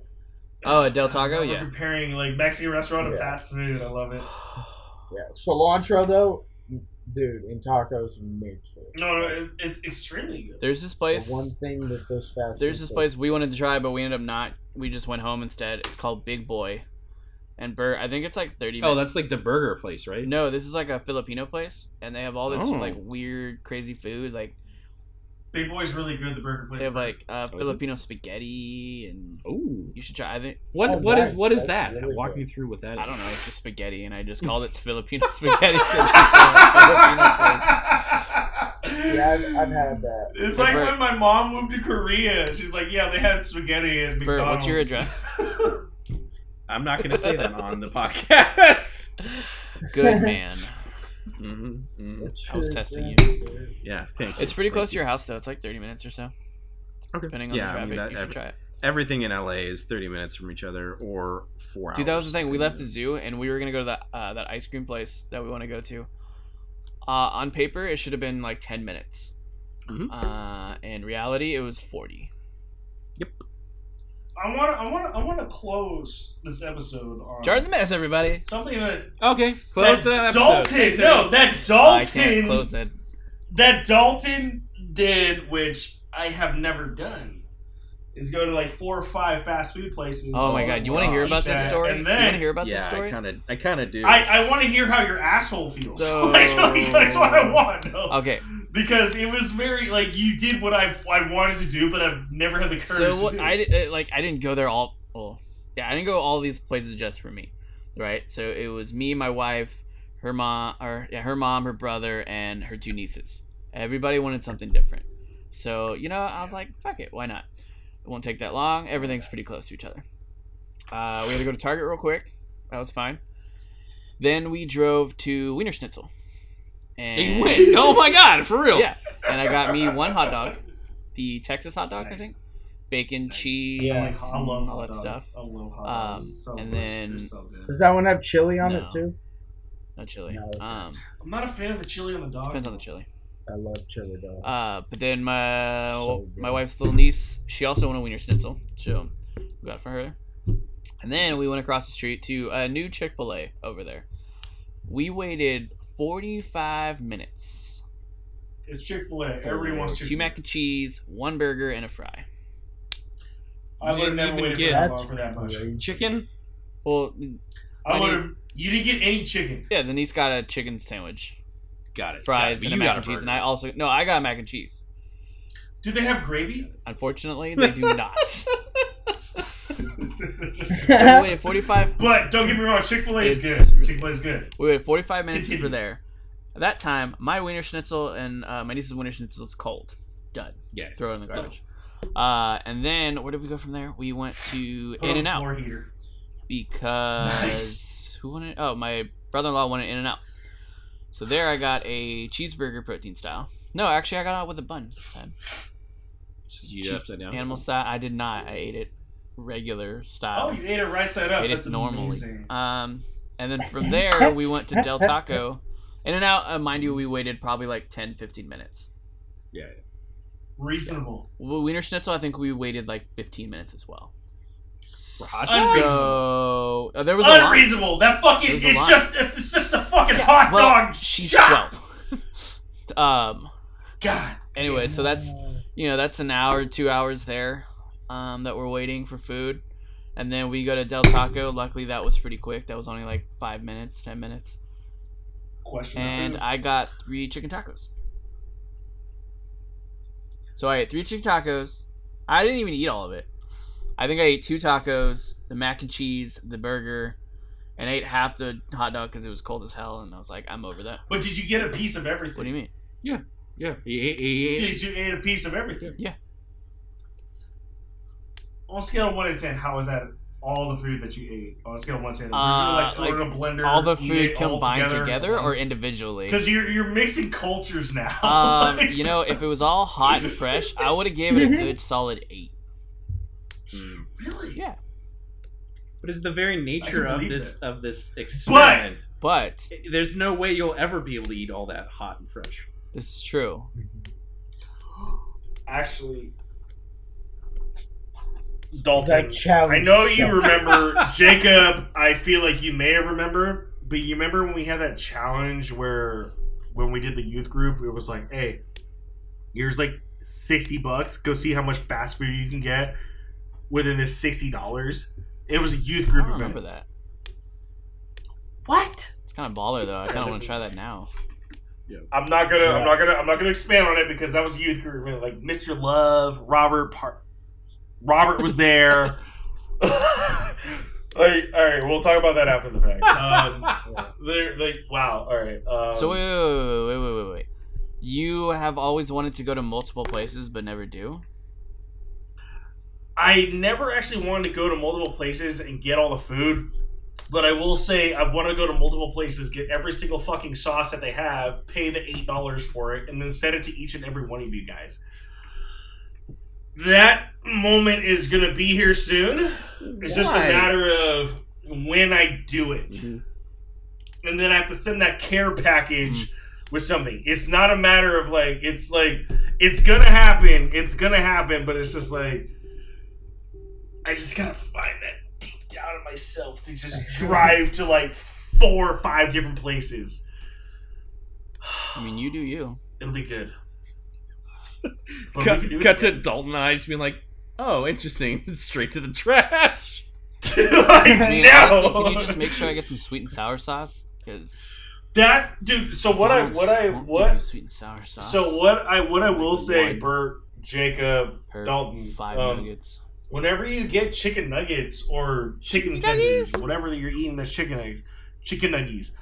[SPEAKER 2] oh, at Del Taco,
[SPEAKER 1] We're
[SPEAKER 2] yeah.
[SPEAKER 1] Comparing like Mexican restaurant to
[SPEAKER 3] Yeah.
[SPEAKER 1] fast food, I love it.
[SPEAKER 3] Yeah, cilantro though, dude, in tacos makes it.
[SPEAKER 1] No, no, it, it's extremely good.
[SPEAKER 2] There's this
[SPEAKER 3] It's
[SPEAKER 2] place.
[SPEAKER 3] the one thing that those fast.
[SPEAKER 2] There's
[SPEAKER 3] food
[SPEAKER 2] this
[SPEAKER 3] places-
[SPEAKER 2] place we wanted to try, but we ended up not. We just went home instead. It's called Big Boy, and Bert. I think it's like thirty.
[SPEAKER 4] oh,
[SPEAKER 2] minutes.
[SPEAKER 4] that's like the burger place, right?
[SPEAKER 2] No, this is like a Filipino place, and they have all this
[SPEAKER 4] Oh.
[SPEAKER 2] like weird, crazy food. Like
[SPEAKER 1] Big Boy's really good. The burger place.
[SPEAKER 2] they have like uh,
[SPEAKER 4] Oh, is it? Oh.
[SPEAKER 2] Filipino spaghetti, and
[SPEAKER 4] Ooh,
[SPEAKER 2] you should try. I think
[SPEAKER 4] what
[SPEAKER 3] Oh,
[SPEAKER 4] what is
[SPEAKER 3] nice.
[SPEAKER 4] what is
[SPEAKER 3] That's
[SPEAKER 4] that?
[SPEAKER 3] really
[SPEAKER 4] Walk
[SPEAKER 3] good.
[SPEAKER 4] me through what that is.
[SPEAKER 2] I don't know. It's just spaghetti, and I just called it Filipino spaghetti. 'cause it's a Filipino place.
[SPEAKER 3] Yeah, I've, I've had that.
[SPEAKER 1] It's
[SPEAKER 2] Hey,
[SPEAKER 1] like
[SPEAKER 2] Bert.
[SPEAKER 1] when my mom moved to Korea. She's like, yeah, they had spaghetti at
[SPEAKER 2] Bert,
[SPEAKER 1] McDonald's.
[SPEAKER 2] what's your address?
[SPEAKER 4] I'm not gonna say that on the podcast.
[SPEAKER 2] Good man.
[SPEAKER 4] hmm
[SPEAKER 3] It's
[SPEAKER 2] I was
[SPEAKER 3] true,
[SPEAKER 2] testing you.
[SPEAKER 3] dude.
[SPEAKER 4] Yeah, thank you.
[SPEAKER 2] It's pretty
[SPEAKER 4] Thank
[SPEAKER 2] close to
[SPEAKER 4] you.
[SPEAKER 2] your house though. It's like thirty minutes or so,
[SPEAKER 4] Okay.
[SPEAKER 2] depending on
[SPEAKER 4] yeah,
[SPEAKER 2] the
[SPEAKER 4] I mean,
[SPEAKER 2] traffic.
[SPEAKER 4] that-
[SPEAKER 2] you should
[SPEAKER 4] every-
[SPEAKER 2] try it.
[SPEAKER 4] everything in LA is 30 minutes from each other or four hours.
[SPEAKER 2] Dude, that was the thing. We
[SPEAKER 4] from
[SPEAKER 2] left the
[SPEAKER 4] it.
[SPEAKER 2] zoo and we were gonna go to that uh, that ice cream place that we want to go to. Uh, on paper, it should have been like ten minutes.
[SPEAKER 4] Mhm.
[SPEAKER 2] Uh, in reality, it was forty.
[SPEAKER 1] I want to. I want to. I want to close this episode on
[SPEAKER 2] Jar the mess, everybody.
[SPEAKER 1] something that
[SPEAKER 4] Okay,
[SPEAKER 1] that
[SPEAKER 4] close the episode.
[SPEAKER 1] Dalton.
[SPEAKER 4] Thanks,
[SPEAKER 1] No, that
[SPEAKER 2] I can't
[SPEAKER 1] Dalton.
[SPEAKER 2] close that.
[SPEAKER 1] That Dalton did, which I have never done, is go to like four or five fast food places.
[SPEAKER 2] Oh my god, you want to hear about this
[SPEAKER 1] that,
[SPEAKER 2] story?
[SPEAKER 1] And
[SPEAKER 2] you want to
[SPEAKER 1] then
[SPEAKER 2] hear about
[SPEAKER 4] yeah,
[SPEAKER 2] this story?
[SPEAKER 4] I kind of, I kind of do.
[SPEAKER 1] I, I want to hear how your asshole feels.
[SPEAKER 2] So-
[SPEAKER 1] like, like, that's what I want. to know.
[SPEAKER 2] Okay,
[SPEAKER 1] because it was very like you did what I I wanted to do, but I've never had the courage
[SPEAKER 2] so what
[SPEAKER 1] to do.
[SPEAKER 2] I did, uh, like I didn't go there all. Well, yeah, I didn't go all these places just for me, right? So it was me, my wife, her mom, or yeah, her mom, her brother, and her two nieces. Everybody wanted something different, so you know I was like, fuck it, why not? It won't take that long. Everything's pretty close to each other. Uh, we had to go to Target real quick. That was fine. Then we drove to Wiener Schnitzel. And
[SPEAKER 4] went- oh my god, for real?
[SPEAKER 2] Yeah. and I got me one hot dog, the Texas hot dog, I
[SPEAKER 1] Nice.
[SPEAKER 2] think, bacon,
[SPEAKER 1] Nice.
[SPEAKER 2] cheese,
[SPEAKER 3] Yes.
[SPEAKER 1] I love
[SPEAKER 2] all that
[SPEAKER 1] hot dogs.
[SPEAKER 2] stuff.
[SPEAKER 1] I love hot
[SPEAKER 2] Um,
[SPEAKER 1] dogs so
[SPEAKER 2] and
[SPEAKER 1] much.
[SPEAKER 2] then-
[SPEAKER 1] They're so good.
[SPEAKER 3] Does that one have chili on
[SPEAKER 2] No.
[SPEAKER 3] it too?
[SPEAKER 2] No chili.
[SPEAKER 3] No.
[SPEAKER 2] Um,
[SPEAKER 1] I'm not a fan of the chili on the dog.
[SPEAKER 2] depends on the chili.
[SPEAKER 3] I love chili dogs.
[SPEAKER 2] Uh, but then my
[SPEAKER 3] So good.
[SPEAKER 2] my wife's little niece, she also won a wiener schnitzel, so we got it for her. And then we went across the street to a new Chick Fil A over there. We waited forty five minutes.
[SPEAKER 1] It's Chick Fil A. Everybody wants Chick.
[SPEAKER 2] Two mac and cheese, one burger, and a fry.
[SPEAKER 1] I would have
[SPEAKER 4] Didn't
[SPEAKER 1] never
[SPEAKER 4] even
[SPEAKER 1] waited
[SPEAKER 4] get-
[SPEAKER 1] for that
[SPEAKER 3] That's
[SPEAKER 1] long for that much.
[SPEAKER 3] crazy.
[SPEAKER 4] Chicken?
[SPEAKER 2] Well,
[SPEAKER 1] I
[SPEAKER 2] I
[SPEAKER 1] would have. You didn't get any chicken.
[SPEAKER 2] yeah, the niece got a chicken sandwich,
[SPEAKER 4] Got it.
[SPEAKER 2] fries,
[SPEAKER 4] Got
[SPEAKER 2] and
[SPEAKER 4] it.
[SPEAKER 2] a
[SPEAKER 4] You
[SPEAKER 2] mac
[SPEAKER 4] got
[SPEAKER 2] and cheese, and
[SPEAKER 4] burger.
[SPEAKER 2] I also no, I got a mac and cheese.
[SPEAKER 1] Did they have gravy?
[SPEAKER 2] Unfortunately, they do not. so we waited 45.
[SPEAKER 1] but don't get me wrong, Chick Fil A is
[SPEAKER 2] It's
[SPEAKER 1] good.
[SPEAKER 2] really-
[SPEAKER 1] Chick Fil A is good.
[SPEAKER 2] We waited 45 minutes
[SPEAKER 1] Continue.
[SPEAKER 2] for there. At that time, my wiener schnitzel and uh, my niece's wiener schnitzel is cold. Done.
[SPEAKER 4] Yeah.
[SPEAKER 2] Throw it in the garbage. Uh, and then where did we go from there? We went to
[SPEAKER 1] Put
[SPEAKER 2] In
[SPEAKER 1] on
[SPEAKER 2] and
[SPEAKER 1] a
[SPEAKER 2] Out
[SPEAKER 1] Floor heater.
[SPEAKER 2] because
[SPEAKER 1] Nice.
[SPEAKER 2] who wanted? Oh, my brother-in-law wanted In and Out. So there, I got a cheeseburger protein style. No, actually, I got out with a bun this time.
[SPEAKER 4] Just eat it
[SPEAKER 2] Cheese-
[SPEAKER 4] upside down.
[SPEAKER 2] Animal style. I did not. I ate it regular style.
[SPEAKER 1] Oh, you ate it right side up.
[SPEAKER 2] Um, ate
[SPEAKER 1] That's
[SPEAKER 2] it normally.
[SPEAKER 1] amazing.
[SPEAKER 2] Um, and then from there, we went to Del Taco. In and out, uh, mind you, we waited probably like 10, 15 minutes.
[SPEAKER 1] Reasonable.
[SPEAKER 2] Well, Wiener Schnitzel, I think we waited like 15 minutes as well. For hot
[SPEAKER 1] dogs?
[SPEAKER 2] So, uh, there was a line.
[SPEAKER 1] Unreasonable. That
[SPEAKER 2] It
[SPEAKER 1] fucking
[SPEAKER 2] was a
[SPEAKER 1] it's
[SPEAKER 2] lot.
[SPEAKER 1] just it's, it's just a fucking
[SPEAKER 2] Yeah,
[SPEAKER 1] hot
[SPEAKER 2] well,
[SPEAKER 1] dog
[SPEAKER 2] She's
[SPEAKER 1] shop.
[SPEAKER 2] 12. um,
[SPEAKER 1] God.
[SPEAKER 2] anyway, so that's, you know, that's an hour, two hours there um, that we're waiting for food. And then we go to Del Taco. Luckily, that was pretty quick. That was only like five minutes, 10 minutes.
[SPEAKER 1] Question.
[SPEAKER 2] and I got three chicken tacos. So I ate three chicken tacos. I didn't even eat all of it. I think I ate two tacos, the mac and cheese, the burger, and I ate half the hot dog because it was cold as hell. And I was like, I'm over that.
[SPEAKER 1] But did you get a piece of everything?
[SPEAKER 2] What do you mean?
[SPEAKER 4] Yeah. He ate- he ate-
[SPEAKER 1] Did you ate a piece of everything?
[SPEAKER 2] Yeah.
[SPEAKER 1] On a scale of one to ten, how is that all the food that you ate? On a scale of one to ten,
[SPEAKER 2] Uh,
[SPEAKER 1] Did you, like throw it in a blender,
[SPEAKER 2] All the
[SPEAKER 1] eat
[SPEAKER 2] food
[SPEAKER 1] it all
[SPEAKER 2] combined together or individually?
[SPEAKER 1] because you're you're mixing cultures now.
[SPEAKER 2] Um,
[SPEAKER 1] Like,
[SPEAKER 2] you know, if it was all hot and fresh, I would have gave it a good solid eight.
[SPEAKER 4] Mm.
[SPEAKER 1] really?
[SPEAKER 2] Yeah.
[SPEAKER 4] But it's the very nature of
[SPEAKER 1] believe
[SPEAKER 4] this of this
[SPEAKER 1] But-
[SPEAKER 4] experiment.
[SPEAKER 2] But
[SPEAKER 4] There's no way you'll ever be able to eat all that hot and fresh.
[SPEAKER 2] this is true.
[SPEAKER 1] Actually,
[SPEAKER 3] It's like
[SPEAKER 1] Dalton,
[SPEAKER 3] challenge
[SPEAKER 1] I know you
[SPEAKER 3] yourself.
[SPEAKER 1] remember Jacob. I feel like you may have remember, but you remember when we had that challenge where when we did the youth group, it was like, hey, here's like sixty bucks. Go see how much fast food you can get within this sixty dollars. It was a youth
[SPEAKER 2] I
[SPEAKER 1] group
[SPEAKER 2] don't remember
[SPEAKER 1] event.
[SPEAKER 2] that.
[SPEAKER 1] What?
[SPEAKER 2] It's kind of baller though. I kind of
[SPEAKER 1] this
[SPEAKER 2] want
[SPEAKER 1] is-
[SPEAKER 2] to try that now.
[SPEAKER 1] I'm not gonna. I'm not gonna. I'm not gonna expand on it because that was a youth group event. Like Mr. Love, Robert. Par- Robert was there. like, all right, we'll talk about that after the fact. Um, they're like, wow. All right. Um,
[SPEAKER 2] so wait, wait, wait, wait, wait, wait, wait. You have always wanted to go to multiple places but never do.
[SPEAKER 1] I never actually wanted to go to multiple places and get all the food, but I will say I want to go to multiple places, get every single fucking sauce that they have, pay the eight dollars for it, and then send it to each and every one of you guys. That moment is gonna be here soon. It's just a
[SPEAKER 4] Why?
[SPEAKER 1] matter of when I do it. And then I have to send that care package with something. It's not a matter of like, it's like, it's gonna happen, it's gonna happen, but it's just like, I just gotta find that deep down in myself to just drive to like four or five different places.
[SPEAKER 2] I mean, you do you.
[SPEAKER 1] It'll be good. But we
[SPEAKER 4] Cut,
[SPEAKER 1] can do it
[SPEAKER 4] cut to Dalton and I just being like, oh, interesting. Straight to the trash.
[SPEAKER 1] like,
[SPEAKER 2] I mean,
[SPEAKER 1] no.
[SPEAKER 2] honestly, can you just make sure I get some sweet and sour sauce? Because
[SPEAKER 1] That's dude. So what I what I what
[SPEAKER 2] sweet and sour sauce.
[SPEAKER 1] so what I what I will say,
[SPEAKER 2] One.
[SPEAKER 1] Bert, Jacob,
[SPEAKER 2] Per
[SPEAKER 1] Dalton,
[SPEAKER 2] five
[SPEAKER 1] um,
[SPEAKER 2] nuggets.
[SPEAKER 1] whenever you get chicken nuggets or chicken tenders, whatever that you're eating, that's chicken eggs, chicken nuggies.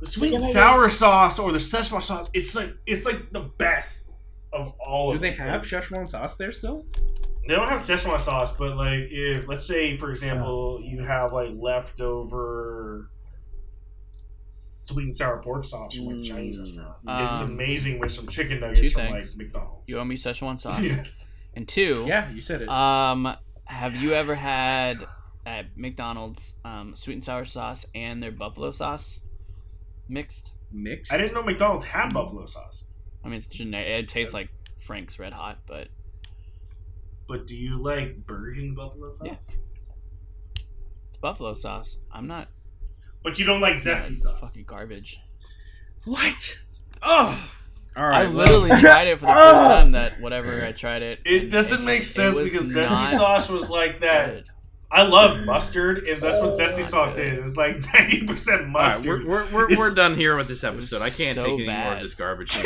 [SPEAKER 1] The sweet and sour sauce or the Szechuan sauce, it's like it's like the best of all
[SPEAKER 4] Do
[SPEAKER 1] of
[SPEAKER 4] they
[SPEAKER 1] it.
[SPEAKER 4] have Szechuan sauce there still?
[SPEAKER 1] They don't have Szechuan sauce, but like if let's say for example you have like leftover sweet and sour pork sauce from like Chinese
[SPEAKER 4] Mm.
[SPEAKER 1] restaurant,
[SPEAKER 2] Um,
[SPEAKER 1] it's amazing with some chicken nuggets from like
[SPEAKER 2] things.
[SPEAKER 1] McDonald's.
[SPEAKER 2] You owe me Szechuan sauce.
[SPEAKER 1] Yes.
[SPEAKER 2] And two,
[SPEAKER 4] Yeah, you said it.
[SPEAKER 2] um, have you ever had at McDonald's um, sweet and sour sauce and their buffalo sauce mixed?
[SPEAKER 4] Mixed.
[SPEAKER 1] I didn't know McDonald's had buffalo sauce,
[SPEAKER 2] I mean, it's generic. It tastes
[SPEAKER 1] Yes.
[SPEAKER 2] like Frank's Red Hot, but
[SPEAKER 1] but do you like Burger King buffalo sauce?
[SPEAKER 2] Yeah. it's buffalo sauce. I'm not
[SPEAKER 1] But you don't like zesty
[SPEAKER 2] it's
[SPEAKER 1] sauce.
[SPEAKER 2] Fucking garbage.
[SPEAKER 4] What? Oh. All
[SPEAKER 2] I
[SPEAKER 4] right. well,
[SPEAKER 2] literally tried it for the first time. That whatever I tried it. and
[SPEAKER 1] It doesn't
[SPEAKER 2] just-
[SPEAKER 1] make
[SPEAKER 2] it
[SPEAKER 1] sense
[SPEAKER 2] was
[SPEAKER 1] because zesty
[SPEAKER 2] not
[SPEAKER 1] sauce was like that.
[SPEAKER 2] good.
[SPEAKER 1] I love mustard, and that's what
[SPEAKER 2] Oh,
[SPEAKER 1] zesty
[SPEAKER 2] not
[SPEAKER 1] sauce
[SPEAKER 2] good.
[SPEAKER 1] is. It's like ninety percent
[SPEAKER 4] all right,
[SPEAKER 1] mustard.
[SPEAKER 4] we're, we're, we're,
[SPEAKER 1] It's-
[SPEAKER 4] we're done here with this
[SPEAKER 2] was
[SPEAKER 4] episode. I can't
[SPEAKER 2] so
[SPEAKER 4] take any more
[SPEAKER 2] bad.
[SPEAKER 4] of this garbage.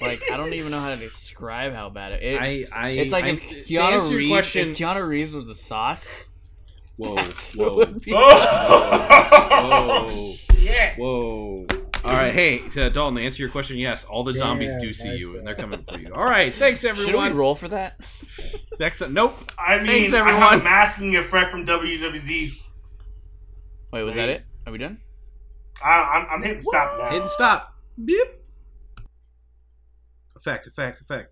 [SPEAKER 2] Like I don't even know how to describe how bad it. it
[SPEAKER 4] I, I,
[SPEAKER 2] it's like
[SPEAKER 4] I,
[SPEAKER 2] if
[SPEAKER 4] to answer
[SPEAKER 2] Keanu
[SPEAKER 4] your
[SPEAKER 2] Reeves,
[SPEAKER 4] question.
[SPEAKER 2] if Keanu Reeves was a sauce.
[SPEAKER 4] whoa,
[SPEAKER 2] that's what
[SPEAKER 4] whoa,
[SPEAKER 2] would be-
[SPEAKER 1] oh,
[SPEAKER 4] Whoa.
[SPEAKER 1] shit!
[SPEAKER 4] whoa. All right, hey, to Dalton, to answer your question. Yes, all the zombies
[SPEAKER 3] Yeah,
[SPEAKER 4] do see
[SPEAKER 3] that's
[SPEAKER 4] you, and
[SPEAKER 3] it.
[SPEAKER 4] they're coming for you. All right, thanks
[SPEAKER 2] Should we
[SPEAKER 4] everyone.
[SPEAKER 2] roll for that?
[SPEAKER 4] Next, nope.
[SPEAKER 1] I mean,
[SPEAKER 4] Thanks,
[SPEAKER 1] I have a
[SPEAKER 4] everyone.
[SPEAKER 1] masking effect from WWZ.
[SPEAKER 2] Wait, was that it? Are we done?
[SPEAKER 1] I, I'm, I'm hitting stop now.
[SPEAKER 4] Hit and stop. Beep. Effect, effect, effect.